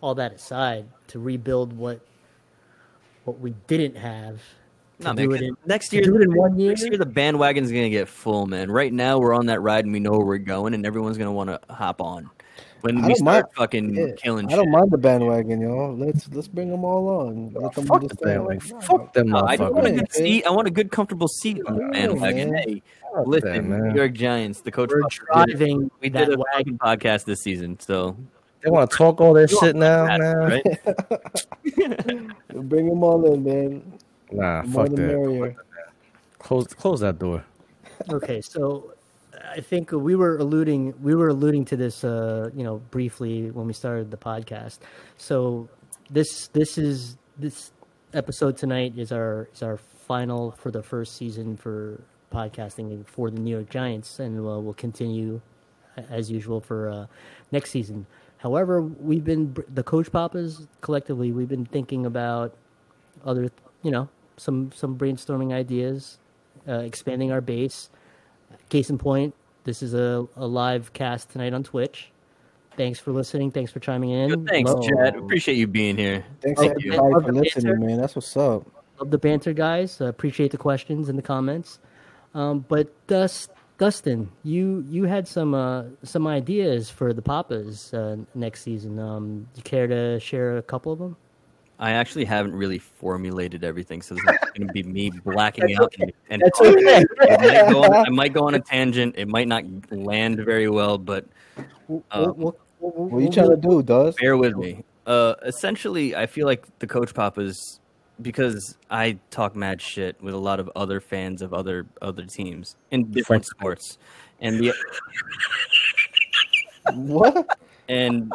all that aside, to rebuild what what we didn't have, to No, do man, it in, next to year, do it in one year. next year the bandwagon's gonna get full, man. Right now we're on that ride and we know where we're going, and everyone's gonna want to hop on when I we don't start mind- fucking Yeah, killing. I don't shit. mind the bandwagon, yo. Let's let's bring them all on. Let them Fuck the understand. thing. Like, Nah, fuck them No, I just want a motherfuckers. good Yeah, seat. I want a good, comfortable seat on the Yeah, bandwagon. man. Hey, Fuck that, listen, man. New York Giants, the coach. We're Foster did it. driving We that did a fucking wagon. podcast this season, so They want to talk all their You shit now, that, man. right? Bring them all in, man. Nah, The More Ah, fuck the that. merrier. Close, close that door. Okay, so I think we were alluding we were alluding to this, uh, you know, briefly when we started the podcast. So this this is this episode tonight is our is our final for the first season for podcasting for the New York Giants, and uh, we'll continue a- as usual for uh, next season. However, we've been the coach papas collectively. We've been thinking about other you know some some brainstorming ideas uh, expanding our base case in point this is a, a live cast tonight on twitch thanks for listening thanks for chiming in Yo, thanks, love, Hello. Chad. Appreciate you being here. Thanks Thank you. everybody for Love the listening, banter. man. That's what's up. love the banter guys uh, appreciate the questions and the comments um, but Dust, dustin you you had some uh, some ideas for the papas uh, next season um, you care to share a couple of them I actually haven't really formulated everything, so this is going to be me blacking out. And, and That's okay. it might go on, I might go on a tangent. It might not land very well, but We'll- Uh, we'll- we'll- we'll- What you trying to do, does? bear with me. Uh, essentially, I feel like the Coach Papas, because I talk mad shit with a lot of other fans of other other teams in different sports, and the What? and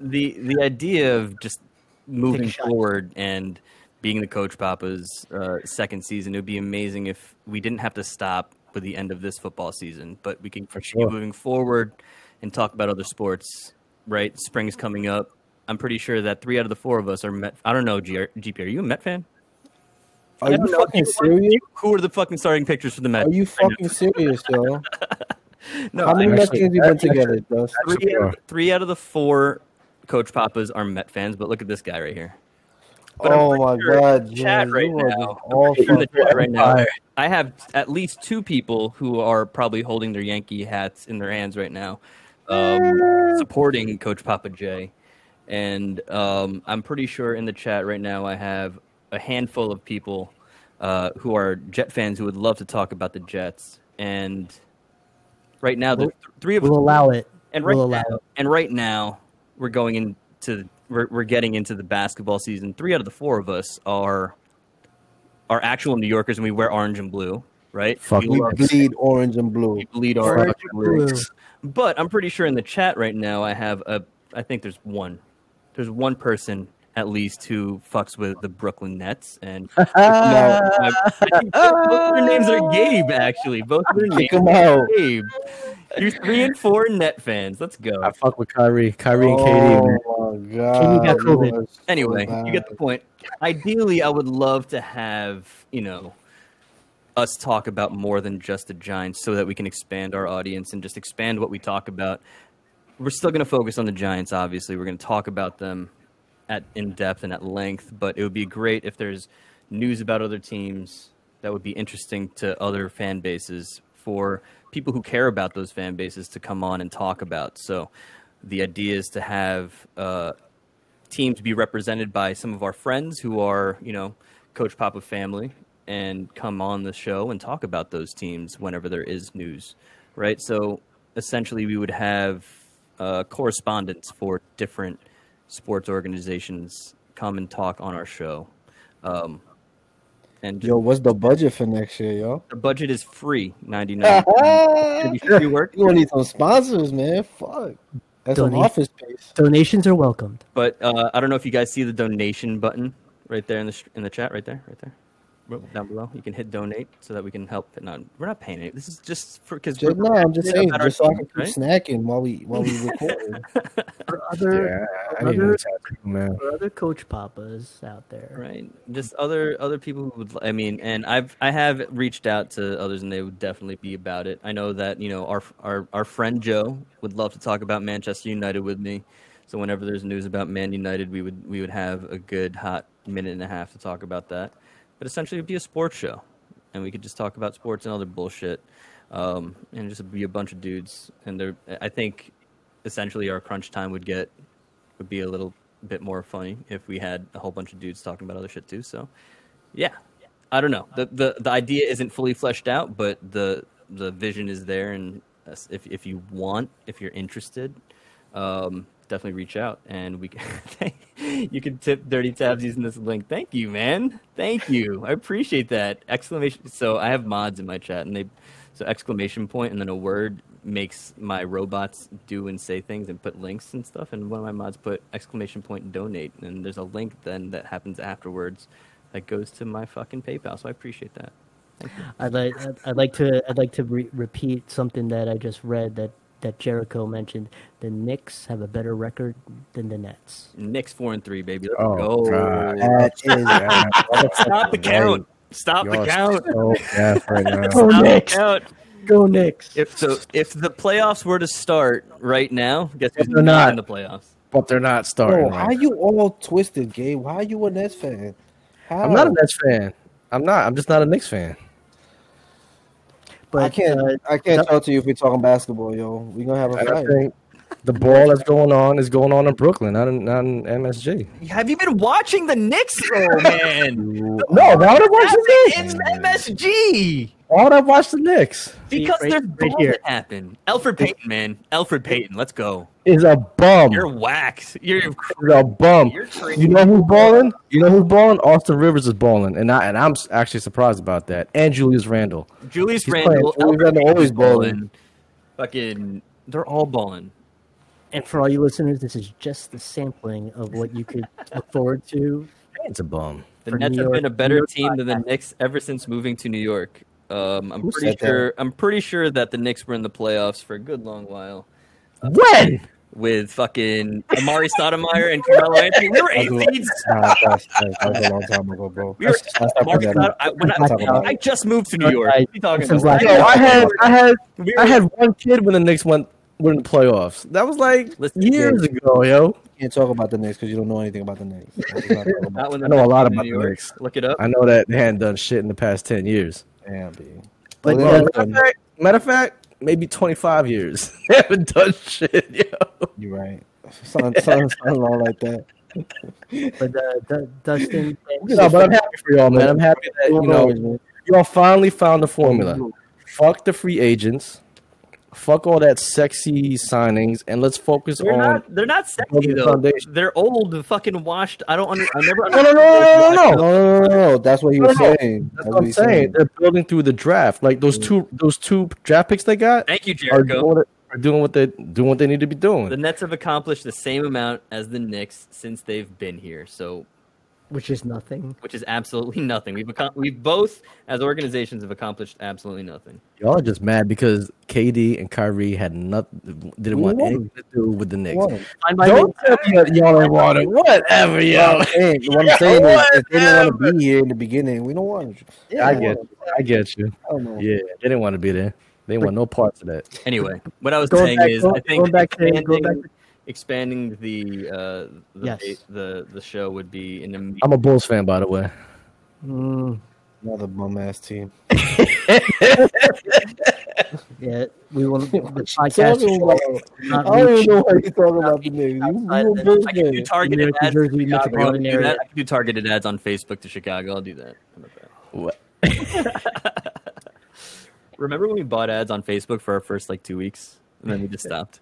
the the idea of just moving shots. forward and being the coach papa's uh, second season it would be amazing if we didn't have to stop with the end of this football season but we can continue sure. moving forward and talk about other sports right spring's coming up i'm pretty sure that three out of the four of us are met i don't know GR, gp are you a met fan Are you fucking serious? who are the fucking starting pictures for the met Are you I know. fucking serious, yo? no How many I- Mets actually- games we went together, Dust? three, out of, three out of the four coach papas are met fans but look at this guy right here But I'm Oh my pretty sure god, chat Jay, right you are now- just all in the fucking- chat right now. I have at least two people who are probably holding their Yankee hats in their hands right now, um, supporting Coach Papa J. And um, I'm pretty sure in the chat right now, I have a handful of people uh, who are Jet fans who would love to talk about the Jets. And right now, there's th- three of us we'll allow it. and right We'll allow now, and right now, we're going into we're, we're getting into the basketball season. Three out of the four of us are are actual New Yorkers, and we wear orange and blue, right? Fuck we, We love- bleed orange and blue. we bleed orange. Orange and blue. But I'm pretty sure in the chat right now, I have a I think there's one there's one person at least who fucks with the Brooklyn Nets, and Uh, Now, I, I think both both their names are Gabe. Actually, both their names kick him out. are Gabe. You're three and four net fans. Let's go. I fuck with Kyrie, Kyrie and KD. Man. Oh my god. got you COVID. are so uh, Anyway, you get the bad. point. Ideally, I would love to have, you know, us talk about more than just the Giants so that we can expand our audience and just expand what we talk about. We're still going to focus on the Giants, obviously. We're going to talk about them at in depth and at length, but it would be great if there's news about other teams that would be interesting to other fan bases for people who care about those fan bases to come on and talk about. So the idea is to have uh, teams be represented by some of our friends who are, you know, Coach Papa family and come on the show and talk about those teams whenever there is news, right? So essentially, we would have uh, correspondents for different sports organizations come and talk on our show. Um, and just- Yo, what's the budget for next year, yo? the budget is free, 99. It'll be free work, You're gonna need some sponsors, man. Fuck. That's Don't an need- office space. Donations are welcomed. but uh, I don't know if you guys see the donation button right there in the sh- in the chat, right there, right there, Well, down below. You can hit donate so that we can help. No, we're not paying it. This is just for because Just, no, I'm just saying, just so I can keep right? snacking while we while we record. For other, Yeah, I Other- need another tattoo, man. for other coach papas out there, right? Just other other people who would. I mean, and I've I have reached out to others, and they would definitely be about it. I know that you know our our our friend Joe would love to talk about Manchester United with me. So whenever there's news about Man United, we would we would have a good hot minute and a half to talk about that. But essentially, it'd be a sports show, and we could just talk about sports and other bullshit, um, and just be a bunch of dudes. And there, I think, essentially, our crunch time would get would be a little bit more funny if we had a whole bunch of dudes talking about other shit too. So, yeah, I don't know. the the The idea isn't fully fleshed out, but the the vision is there, and that's- if if you want, if you're interested, um, definitely reach out, and we can. you can tip Dirty Tabs using this link. Thank you, man. Thank you. I appreciate that exclamation. So I have mods in my chat, and they so exclamation point and then a word makes my robots do and say things and put links and stuff. And one of my mods put exclamation point donate, and there's a link then that happens afterwards that goes to my fucking PayPal. So I appreciate that. I'd like I'd- I'd like to I'd like to re- repeat something that I just read that that Jericho mentioned. The Knicks have a better record than the Nets. Knicks four and three, baby. Let's Oh, go. God. That is Yeah, Stop the count. Stop the Y'all count. so gassed right now. Go Stop the Knicks. count. Go Knicks. If so, if the playoffs were to start right now, guess who's they're not, not. in the playoffs? But they're not starting. Bro, how right. you all twisted, Gabe? Why are you a Nets fan? How? I'm not a Nets fan. I'm not. I'm just not a Knicks fan. But I can't. uh, I can't talk to you if we're talking basketball, yo. We're gonna have a And I fight. think The brawl that's going on is going on in Brooklyn, not in, not in MSG. Have you been watching the Knicks though, man? No, why would I watch the Knicks? it's MSG Why would I watch the Knicks? because right- there's right balls here. that happen. Alfred Payton, man, Alfred Payton, let's go. Is a bum. You're whacked. You're Is a bum. you're crazy. You know who's balling? You know who's balling? Austin Rivers is balling, and I and I'm s- actually surprised about that. And Julius Randle. Julius He's Randle, playing- Alfred Randle always Payton's balling. Fucking, they're all balling. And for all you listeners, this is just the sampling of what you could look forward to. It's a bum. The for Nets New have been York- a New better York team than the Knicks ever since moving to New York. Um, I'm Who pretty said that? sure. I'm pretty sure that the Knicks were in the playoffs for a good long while When? with fucking Amari Stoudemire and Carmelo Anthony. We were eight seeds. Nah, that's, that's, that's a long time ago, bro. We were, Amari that Stoud- up. I, when Let's talk I, about it. I just moved to New York. What are you talking I'm about? glad- Yo, I had I had We were- I had one kid when the Knicks went were in the playoffs. That was like Listen, years dude. ago, yo. You can't talk about the Knicks because you don't know anything about the Knicks. That's what I'm talking about. not when the I know a Knicks lot were in about New the York. Knicks. Look it up. I know that they hadn't done shit in the past ten years. Damn, B. But uh, Well, Well, they matter, don't- of fact, matter of fact, maybe twenty five years. They haven't done shit, yo. You're right. Something, something, something wrong like that. But uh, D- Dustin, No, but I'm happy for y'all, man. I'm happy that you know y'all finally found the formula. Fuck the free agents. Fuck all that sexy signings, and let's focus They're on. not. They're not sexy Building though. foundation. They're old, and fucking washed. I don't. Under, I never. no, no, no, no, no, no. No, no, no, no. That's what he was No, no. saying. That's what I'm he's saying. Mm-hmm. They're building through the draft. Like those two, those two draft picks they got Thank you, are Jericho. doing, it- are doing what they doing what they need to be The doing. Nets have accomplished the same amount as the Knicks since they've been here, so which is nothing. which is absolutely nothing. We've accom- we've both as organizations have accomplished absolutely nothing. Y'all are just mad because KD and Kyrie had nothing, didn't want Whoa. anything to do with the Knicks. What? Find my Don't tell me that y'all are water. Whatever, yo. I'm saying, what I'm saying is, if they didn't want to be here in the beginning, we don't want you. I get, I get you. I don't know. Yeah, they didn't want to be there. They didn't want no parts of that. Anyway, what I was Going saying back- is, I going- think going back to- expanding, going back expanding the uh, the, Yes. ba- the the show would be an immediate. I'm a Bulls fan, by the way. Mm, Another bum ass team. yeah, we will. The podcast Talking about, will I not don't reach even know why you're talking about the Knicks. You, outside you the- a Bulls I can do fan. targeted York, New ads. to Jersey, Chicago. I'll do metropolitan area. that. I can do targeted ads on Facebook to Chicago. I'll do that. How about that? What? Remember when we bought ads on Facebook for our first like two weeks, and then we just stopped.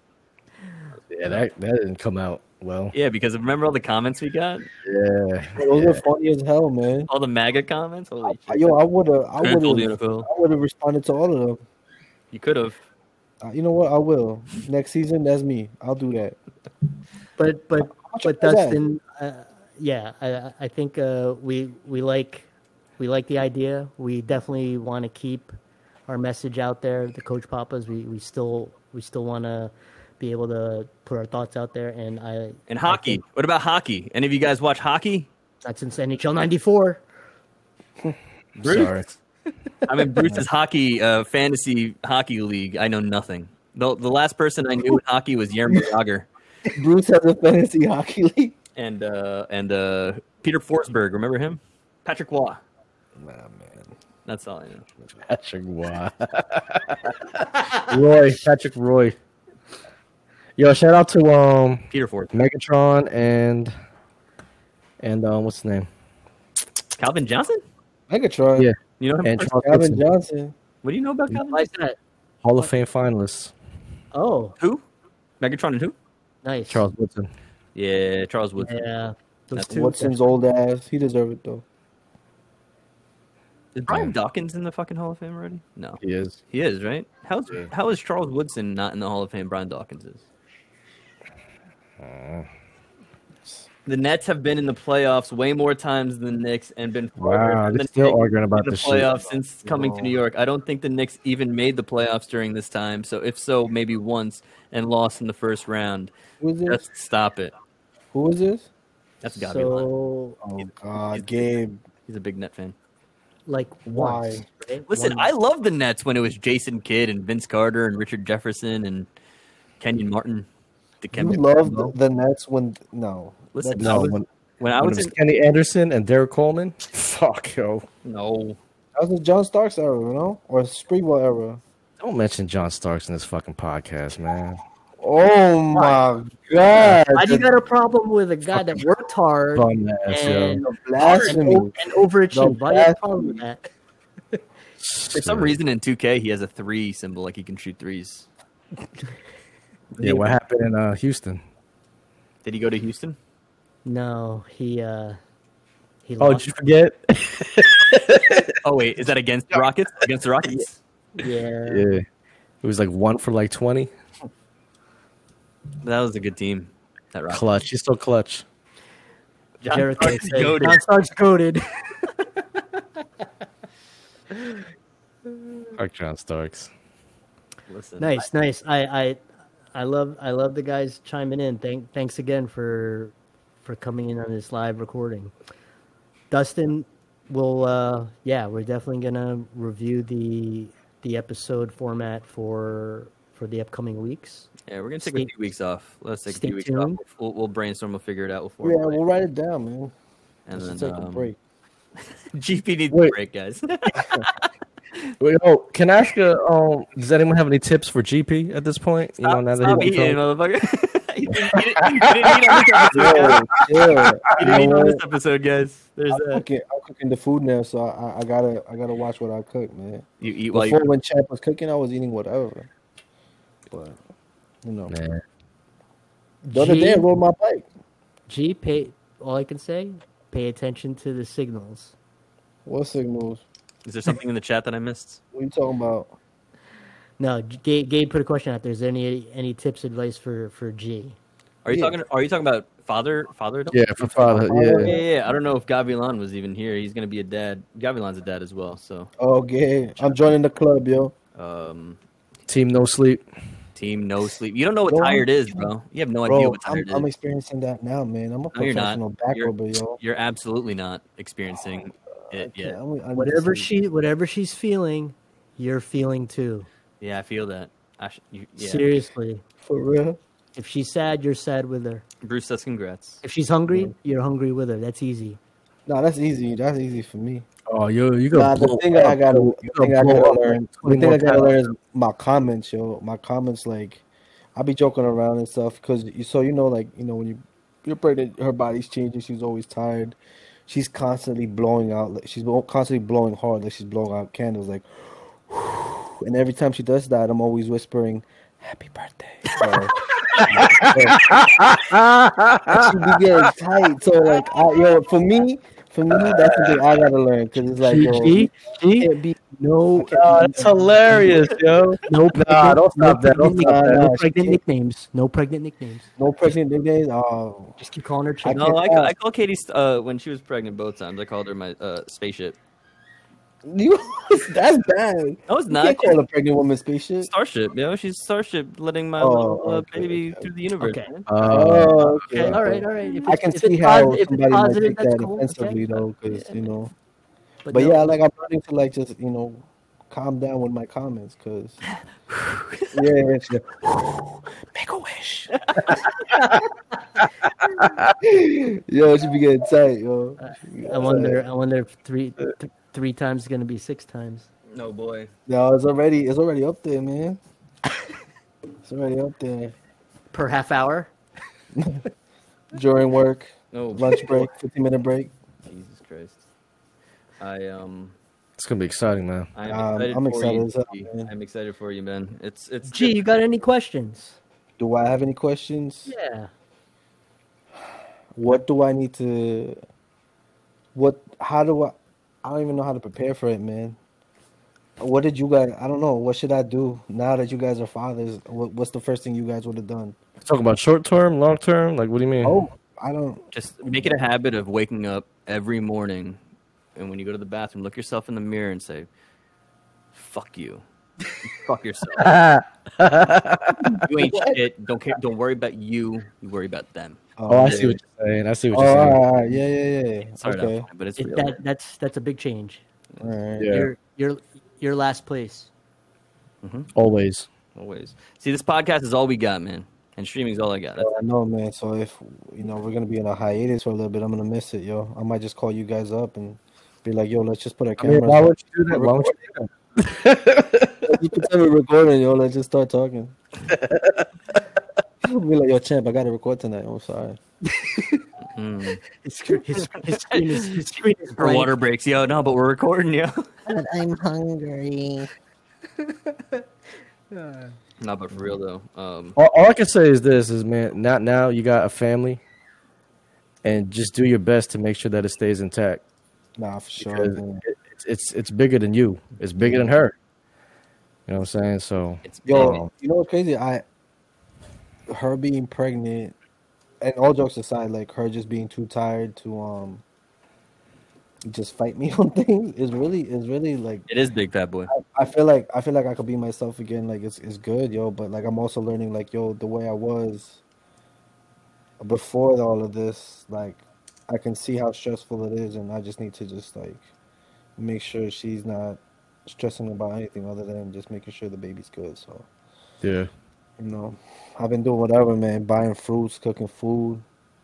Yeah, that, that didn't come out well. Yeah, because remember all the comments we got, Yeah. Those are funny as hell, man. all the MAGA comments. Holy shit. Yo, I would have, I Good would have, NFL. I would have responded to all of them. You could have. Uh, You know what? I will. Next season, that's me. I'll do that. but but much but is that? Dustin, uh, yeah, I- I, I think uh, we we like we like the idea. We definitely want to keep our message out there. The Coach Papas, we, we still we still want to be able to put our thoughts out there. And I And I hockey. think What about hockey? Any of you guys watch hockey? not since NHL '94. I'm Bruce. sorry. I'm in Bruce's hockey uh, fantasy hockey league. I know nothing. The, the last person I knew in hockey was Yerm Yager Bruce has a fantasy hockey league. and uh, and uh, Peter Forsberg. Remember him? Patrick Waugh. Nah, man. That's all I know. Patrick Roy. Roy. Patrick Roy. Yo, shout out to um Peter Forsberg. Megatron and and um what's his name? Calvin Johnson. I could try. Yeah. You know him? And Charles Calvin Dixon, Johnson. what do you know about Calvin? Why is Johnson? that? Hall of Fame finalists. Oh, Who? Megatron and who? nice. Charles Woodson. Yeah, Charles Woodson. Yeah, those That's two. Watson's old ass. He deserved it though. Is Brian Dawkins in the fucking Hall of Fame already? No, He is. he is right. How's how is Charles Woodson not in the Hall of Fame? Brian Dawkins is. Uh. The Nets have been in the playoffs way more times than the Knicks and been farther Wow, than they're the still Knicks arguing about in the this shit. playoffs since coming to New York. I don't think the Knicks even made the playoffs during this time. So if so, maybe once and lost in the first round. Who is this? Just stop it. Who is this? That's gotta be lying. so Oh God, Gabe. He's a big net fan. like once. Why? right? Listen, Once. I love the Nets when it was Jason Kidd and Vince Carter and Richard Jefferson and Kenyon Martin. You Dikembe love the, Mutombo. the Nets when no. Listen, That's- No, was- when, when I when was it in, Kenny Anderson and Derek Coleman. Fuck yo. no, that was the John Starks era, you know, or Springwell era. Don't mention John Starks in this fucking podcast, man. Oh my god! Why do you got a problem with a guy that worked hard Bum ass, yo. and, and, blasphemy. and overachieved? The Why do you have a problem with that? For some reason, in 2K, he has a three symbol, like he can shoot threes. Yeah, what happened in uh, Houston? Did he go to Houston? No, he uh he Oh, did lost. you forget? Oh wait, is that against the Rockets? Against the Rockets? Yeah. yeah. It was like one for like 20. That was a good team. That Rockets. Clutch. He's so clutch. John Jericho Starks said, goated. John Starks goated. Fuck John Starks. Listen, nice, nice. I, I I love I love the guys chiming in. Thank thanks again for for coming in on this live recording. Dustin will uh yeah, we're definitely gonna review the the episode format for for the upcoming weeks. Yeah, we're gonna take Stay- a few weeks off. Let's take a stay few weeks tuned. off. We'll, we'll brainstorm. We'll figure it out. We'll Yeah, formulate. we'll write it down, man. and Let's then take a um, break. GP needs a Wait. break, guys. Wait, oh, can I ask you, um, does anyone have any tips for GP at this point? You know, now that Stop he eating, went from- motherfucker. you didn't, you didn't- you didn't eat on this episode, guys. You yeah. You know didn't eat on what? this episode, guys. There's uh, I'm that. cooking, I'm cooking the food now, so I, I, I gotta I gotta watch what I cook, man. You eat while Before you. when Champ was cooking, I was eating whatever. But you know, Nah. the other day I Gee. rode my bike. G pay all I can say, pay attention to the signals. What signals? Is there something in the chat that I missed? What are you talking about? No, G- Gabe, Gabe put a question out there. Is there any any tips advice for for G? Are you Yeah. talking? Are you talking about father? Father? Yeah, for father. Yeah, Yeah. yeah, yeah. I don't know if Gavilan was even here. He's gonna be a dad. Gavilan's a dad as well. So, Okay, Oh, I'm joining the club, yo. um, Team No Sleep. team no sleep. You don't know what Bro, tired is, bro. You have no idea Bro, what tired I'm, is. I'm experiencing that now, man. I'm a No, you're not. professional back You're- rubber, yo. You're absolutely not experiencing it Oh, Okay, yet. I'm- I need Whatever to see- she whatever she's feeling, you're feeling too. Yeah, I feel that. I sh- you, yeah. Seriously. for real. If she's sad, you're sad with her. Bruce says congrats. If she's hungry, you're hungry with her. That's easy. Nah, that's easy. That's easy for me. Oh, yo, you Nah, got the thing I gotta, the thing I gotta learn, the thing I gotta learn is my comments, yo. My comments, like, I be joking around and stuff, cause you, so you know, like, you know, when you you're pregnant, her body's changing. She's always tired. She's constantly blowing out. Like, she's blo- constantly blowing hard, like she's blowing out candles, like. And every time she does that, I'm always whispering, "Happy birthday." So- she be getting tight. So like, I, yo, for me, for me, that's the thing I gotta learn because it's like, yo, G, G, can't be no, Oh, that's hilarious, yo. no, Nah, pregnant, don't stop that. Don't pregnant stop that. nick- that. no pregnant nicknames. No pregnant nicknames. no pregnant big days. Oh, Just keep calling her I chick. No, I, can't- I called Katie uh, when she was pregnant both times. I called her my uh, spaceship. you, that's bad. No, it's You not. can't call a pregnant woman spaceship. Starship, yo. She's Starship, letting my Oh, little, uh, okay, baby okay. through the universe. Okay. man. Uh, Oh, Okay, all right, okay. all right. If I it's- can if see it's how posi- if it's somebody might positive, take that's that cool, okay. offensively, though, because you know. But, no, yeah, like I'm learning to like just you know calm down with my comments, cause yeah, it's like, make a wish. yo, she be getting Uh, tight, yo. I wonder. I wonder if three th- three times is gonna be six times. No boy. No, it's already it's already up there, man. It's already up there. Per half hour. During work, No lunch break, 15 minute break. Jesus Christ. I um. it's gonna be exciting, man. I am Um, excited I'm for excited you. as hell, G. man. I'm excited for you, man. It's it's G, you got any questions? Do I have any questions? Yeah. What do I need to? What? How do I? I don't even know how to prepare for it, man. What did you guys? I don't know. What should I do now that you guys are fathers? What, what's the first thing you guys would have done? Talking about short term, long term. Like, what do you mean? Oh, I don't. just make it a habit of waking up every morning, and when you go to the bathroom, look yourself in the mirror and say, "Fuck you, fuck yourself. you ain't shit. Don't care. Don't worry about you. You worry about them." Oh, I see what you're saying. I see Oh, what you're saying. all right, yeah, yeah, yeah. Sorry, okay. about that, but it's It, real. that that's that's a big change. All right. Yeah. You're you're you're last place. Always. Always see this podcast is all we got, man, and streaming's all I got. That's- I know, man. So if you know we're gonna be in a hiatus for a little bit, I'm gonna miss it, yo. I might just call you guys up and be like, yo, let's just put our I mean, cameras. why would you do that? Why would you do that? you can tell we're recording, yo. Let's just start talking. Be like, yo, champ, I gotta record tonight. I'm sorry. His, screen- his, his screen is, his screen is Her blank. water breaks. Yo, no, but we're recording, yo. But I'm hungry. no, but for real though. Um, All, all I can say is this: is man, not now you got a family, and just do your best to make sure that it stays intact. Nah, for sure. Because man. it- it's, it's it's bigger than you. It's bigger than her. You know what I'm saying? So it's Yo, you know what's crazy? I her being pregnant, and all jokes aside, like her just being too tired to um just fight me on things is really is really like it is big fat boy. I feel like I feel like I could be myself again. Like it's it's good, yo. But like I'm also learning, like yo, the way I was before all of this, like I can see how stressful it is, and I just need to just like make sure she's not stressing about anything other than just making sure the baby's good. So yeah, you know, I've been doing whatever, man. Buying fruits, cooking food,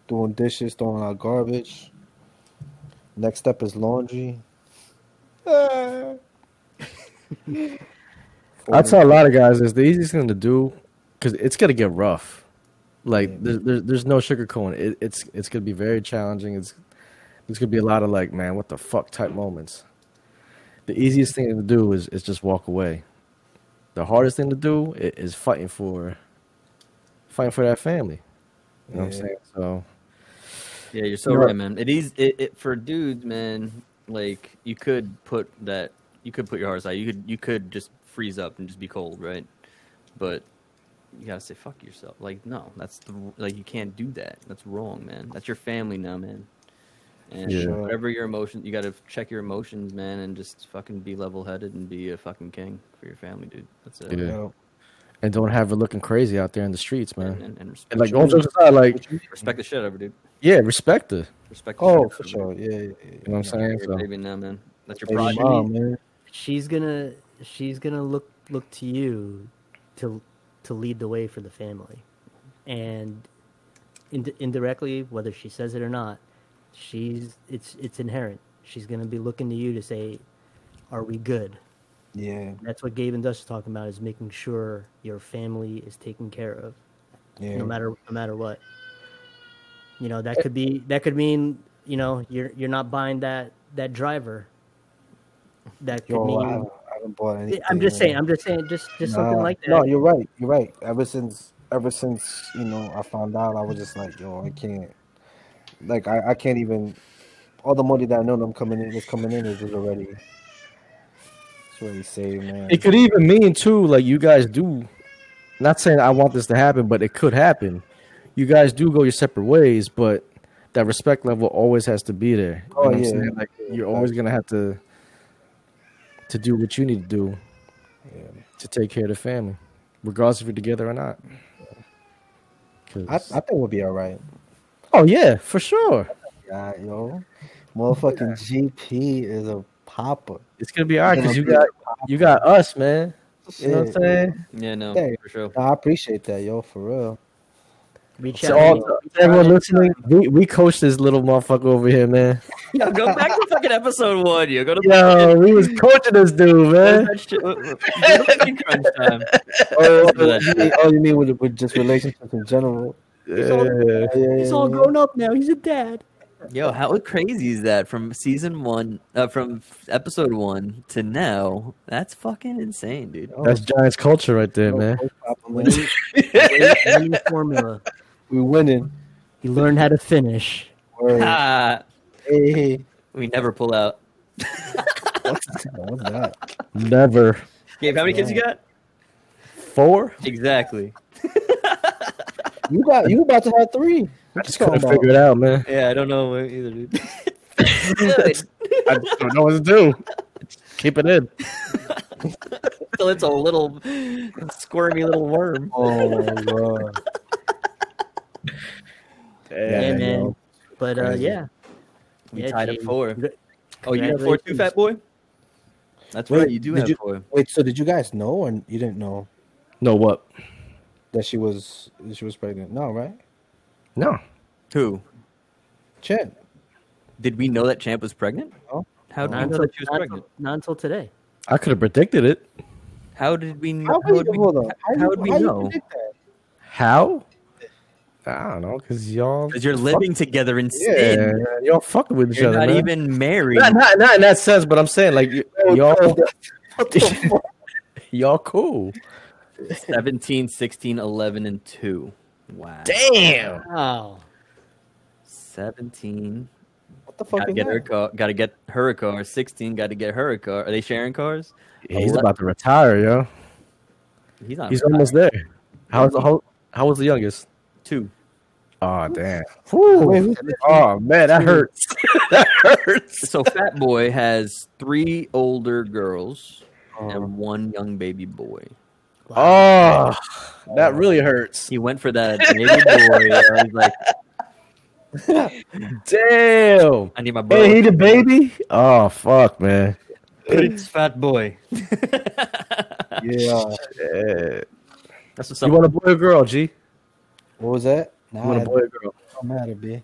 doing dishes, throwing out garbage. Next step is laundry. I tell a lot of guys it's the easiest thing to do because it's gonna get rough. Like there's there's, there's no sugarcoating. It, it's it's gonna be very challenging. It's there's gonna be a lot of like, man, what the fuck type moments. The easiest thing to do is is just walk away. The hardest thing to do i- is fighting for fighting for that family. You know what I'm Yeah. saying? So Yeah, you're so You're right, right. man. It is it, it for dudes, man. Like you could put that, you could put your heart aside. You could you could just freeze up and just be cold, right? But you gotta say fuck yourself. Like no, that's the like you can't do that. That's wrong, man. That's your family now, man. And Yeah. Sure. whatever your emotion, you gotta check your emotions, man, and just fucking be level headed and be a fucking king for your family, dude. That's it. Yeah. You know, and don't have it looking crazy out there in the streets, And, man. and, and respect, And like all jokes aside, like respect the shit out of her, dude. yeah, respect her. Respect. The shit out Oh, of for her, dude. sure. Yeah, yeah, yeah. You know what I'm saying? You're a So baby now, man. That's your pride. Baby mom, man. she's gonna she's gonna look look to you to to lead the way for the family and ind- indirectly whether she says it or not she's it's it's inherent she's gonna be looking to you to say are we good Yeah, that's what gabe and dust is talking about is making sure your family is taken care of yeah. Eh no matter no matter what. You know that could be that could mean you know you're you're not buying that that driver. That could Yo, mean. Eh, I, haven't, I haven't bought anything. I'm just man. saying. I'm just saying. Just just something Nah, like that. No, you're right. You're right. Ever since, ever since you know, I found out, I was just like, yo, I can't. Like, I, I can't even. All the money that I know that I'm coming in is coming in is already. It's already saved, man. It could even mean too, like you guys do. Not saying I want this to happen, but it could happen. You guys do go your separate ways, but that respect level always has to be there. You Oh, know what I'm yeah. saying? Like you're always gonna have to to do what you need to do to take care of the family, regardless if you're together or not. 'Cause- I, I think we'll be all right. oh yeah, for sure. Yeah, yo, motherfucking GP is a popper. It's gonna be all right Gonna because you be got you got us, man. You know what I'm Shit. saying? Yeah, no, Hey. for sure. Nah, I appreciate that, yo, for real. Reach So out. all, to everyone listening, we, we coach this little motherfucker over here, man. Yo, go back to fucking episode one. You go to Yo, we was coaching this dude, Go to man. that shit- go to fucking crunch time. Oh, that. you mean, oh, you mean with, with just relationships in general? Yeah. Yeah, yeah, He's all yeah. grown up now. He's a dad. Yo, how crazy is that? From season one, uh, from episode one to now, that's fucking insane, dude. Oh, That's Giants culture right there, yo, man. no problem, When man. he, when he- when he formula. We winning. He learned how to finish. Word. Ah, hey, hey. we never pull out. What's, what's that? Oh. Never Gabe, how many kids you got? four. Exactly. You got you about to have three. I What just you talking couldn't figure it out, man. Yeah, I don't know either, dude. I just don't know what to do. Keep it in. So it's a little squirmy little worm. Oh my god. Yeah, Damn. I man. know. But uh, Crazy. yeah, We Yeah, tied at Gabe. four. Congr- Oh, you got four too, congratulations. fat boy. That's Wait, right. You do did have you- four. Wait, so did you guys know or you didn't know No, what? that she was that she was pregnant? No, right? No. Who? Chad. Did we know that Champ was pregnant? No. How did Not we know until, that she was not, pregnant? until, not until today. I could have predicted it. How did we know? How, How, did could you we, hold on? how did we you know? predict that? How? I don't know, because y'all, because you're living together in yeah, sin. y'all fucking with each You're other. not man. even married. Not, not, not in that sense, but I'm saying like y- y'all, y'all cool. 17, 16, 11, and 2. Wow. Damn. Wow. 17. What the fuck Gotta is get, her that? car, gotta get her a car. 16. Gotta get her a car. Are they sharing cars? He's about to retire, yo. He's not. He's retired. almost there. How's the how, how was the youngest? Two. Oh damn. Wait, who's Oh man, that hurts. that hurts. So Fat Boy has three older girls and one young baby boy. Oh, that really hurts. He went for that baby boy. and I was like, Damn. I need my Hey, he boy. the baby? Oh fuck, man. Prince Fat Boy. Yeah. Yeah. That's what's You up. want a boy or girl, G? What was that? You want Nah, a it boy or girl? don't matter, B.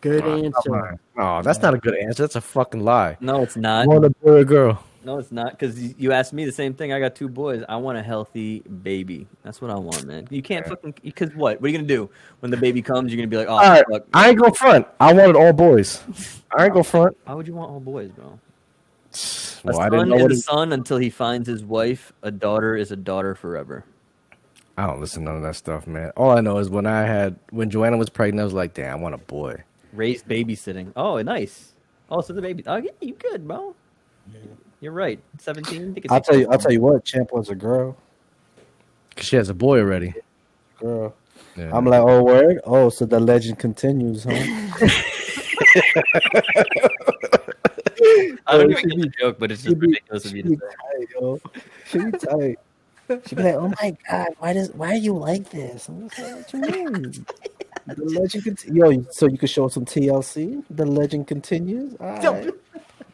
Good Oh, come answer. on. Oh, that's not a good answer. That's a fucking lie. no, it's not. You want a boy or girl? No, it's not. Because you asked me the same thing. I got two boys. I want a healthy baby. That's what I want, man. You can't fucking. Because what? What are you going to do? When the baby comes, you're going to be like, oh, All right, fuck. I ain't go front. I wanted all boys. I ain't go front. Why would you want all boys, bro? A Well, I didn't son know is what a it, son until he finds his wife. A daughter is a daughter forever. I don't listen to none of that stuff, man. All I know is when I had when Joanna was pregnant, I was like, damn, I want a boy. Raised babysitting. Oh, nice. Oh, so the baby. Oh, yeah, you good, bro. You're right. 17. I'll tell you. I'll tell you what. Champ was a girl. Cause she has a boy already. Girl. Yeah. I'm like, oh word. Oh, so the legend continues, huh? I don't even get the joke, but it's just ridiculous of you She to be say. tight, yo. She be tight. She'd be like, "Oh my god, why does why are you like this?" I'm just like, "What you mean?" The legend continues. Yo, so you can show some TLC. The legend continues. All right.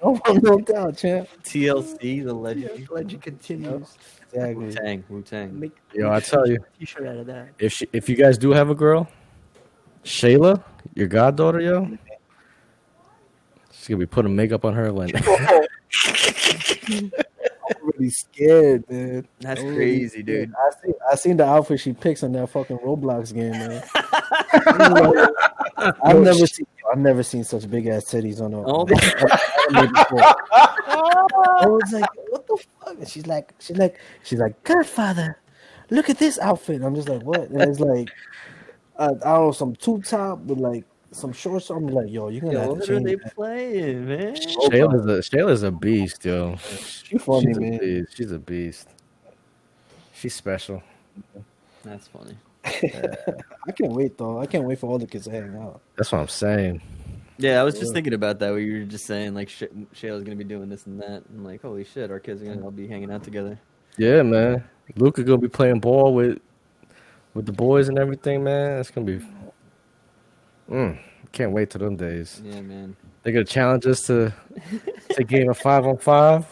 No, no doubt, champ. TLC, the legend. Legend continues. Wu Exactly. Tang. Wu Tang. Make Yo, I tell you, T-shirt out of that. if she, if you guys do have a girl, Shayla, your goddaughter, yo, she's gonna be putting makeup on her like I'm really scared, man. That's I'm really crazy, scared. dude. I seen, I seen the outfit she picks on that fucking Roblox game, man. I've never seen I've never seen such big ass titties on a. Oh, I was like, what the fuck? And she's like, she's like, she's like, Godfather, look at this outfit. I'm just like, what? And it's like, uh, I don't know, some two top with like some shorts. I'm like, yo, you're gonna Yo, have to what are change they that. playing, man? Shayla's a Shayla's a beast, yo. She funny, She's a man. beast. She's a beast. She's special. That's funny. I can't wait though. I can't wait for all the kids to hang out. That's what I'm saying. Yeah, I was just thinking about that. Where you were just saying like Sh- Shayla's gonna be doing this and that. I'm like, holy shit, our kids are gonna all be hanging out together. Yeah, man. Luca gonna be playing ball with with the boys and everything, man. It's gonna be. Mm, can't wait till them days. Yeah, man. They're gonna challenge us to to game a five on five.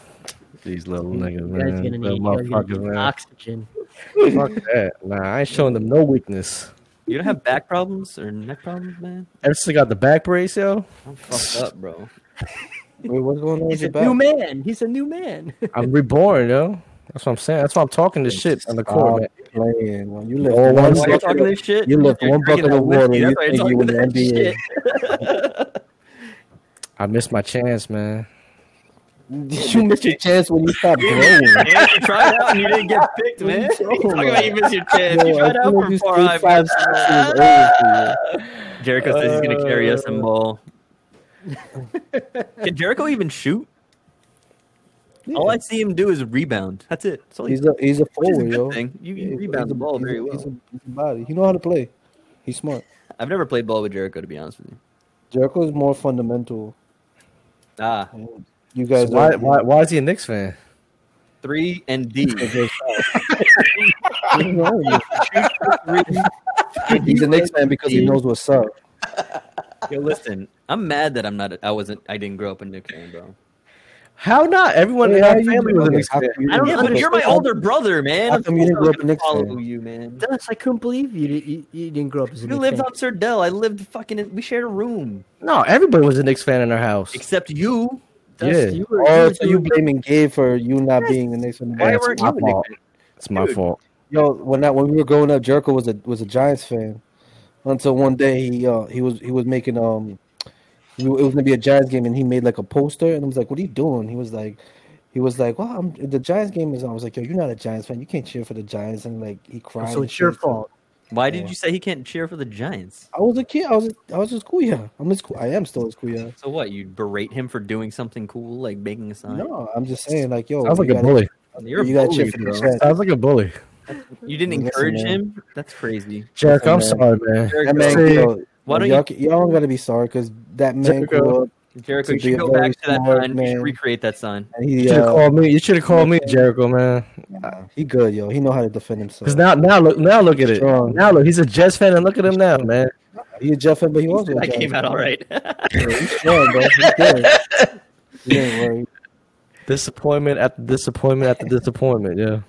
These little niggas, You guys man. gonna need, Little you guys gonna motherfuckers, need man. oxygen. Fuck that. Nah, I ain't showing them no weakness. You don't have back problems or neck problems, man. Ever since I got the back brace, yo, I'm fucked up, bro. Wait, what's going on? He's a with your new back? man. He's a new man. I'm reborn, yo. That's what I'm saying. That's why I'm talking this shit on the court, Stop man. playing. Ah, When you All lift one one Why are you bucket talking bucket, this shit? you lift You're one drinking bucket that of whiskey, water, you that's why you're think you talking in the that NBA. shit. I missed my chance, man. you missed your chance when you stopped growing. Man, you tried out and you didn't get picked, man. What are you You talking talking about you missed your chance. Yo, You I tried out feel like from you far stayed high. five seasons over for you. Jericho says he's gonna carry us in ball. Uh. Can Jericho even shoot? All I see him do is rebound. That's it. That's all he He's a he's a Which is a forward, good yo. thing. You- you Yeah, he's- rebound he's the a- ball he's a- very well. He's a, he's a body. He know how to play. He's smart. I've never played ball with Jericho, to be honest with you. Jericho is more fundamental. Ah, You guys, So why, are, why, why is he a Knicks fan? three and D. you know, he's an Knicks fan because he knows what's up. Yo, listen, I'm mad that I'm not. I wasn't. I didn't grow up a Knicks fan, bro. How not? Everyone in Hey, how our you family was a doing? Okay, Knicks how fan. come you I don't didn't- Yeah, but understand. you're my older brother, man. How Of come you didn't course grow I'm up a gonna Knicks follow fan? you, man. Dennis, I couldn't believe you. You, you didn't grow up as a You Knicks lived fan. on Sir Dell. I lived fucking. In, we shared a room, No, everybody was a Knicks fan in our house. except you. Dust, Yeah. You were, Oh, were so you doing- blaming Gabe for you not being the Knicks fan? Why Yeah, That's- it's weren't you my a Knicks fault. fan? It's my Dude. fault. Yo, when I, when we were growing up, Jericho was a was a Giants fan, until one day he uh, he was he was making um it was gonna be a Giants game and he made like a poster and I was like, "What are you doing?" He was like, he was like, "Well, I'm, the Giants game is on." I was like, "Yo, you're not a Giants fan. You can't cheer for the Giants." And like he Oh, cried. so and it's your shit. fault. Why did you say he can't cheer for the Giants? I was a kid. I was I was just cool. Yeah, I'm just cool. I am still as cool. Yeah. So what? You berate him for doing something cool, like making a sign. No, I'm just saying like, yo, Sounds you like a gotta- bully. You're a You gotta bully, cheer for the bro. Giants. Sounds like a bully. You didn't Listen, encourage man. him. That's crazy. Jack, I'm Listen, sorry, man. That Jericho, man, See, yo, why don't y'all, you, ca- y'all don't gotta be sorry because that man Jericho. grew up Jericho? You to be should a go very back to that smart sign. You should man. recreate that sign. and You he should have uh, called me. You should have called me Jericho, man. nah, he good, yo. He know how to defend himself. Because now, now look, now look at it. Strong. Now look, he's a Jets fan, and look at him now, man. He a Jeff, but he also a That Giants came out all right. fan. He's strong, bro. He's good. He ain't worried. Disappointment after disappointment after disappointment. Yeah.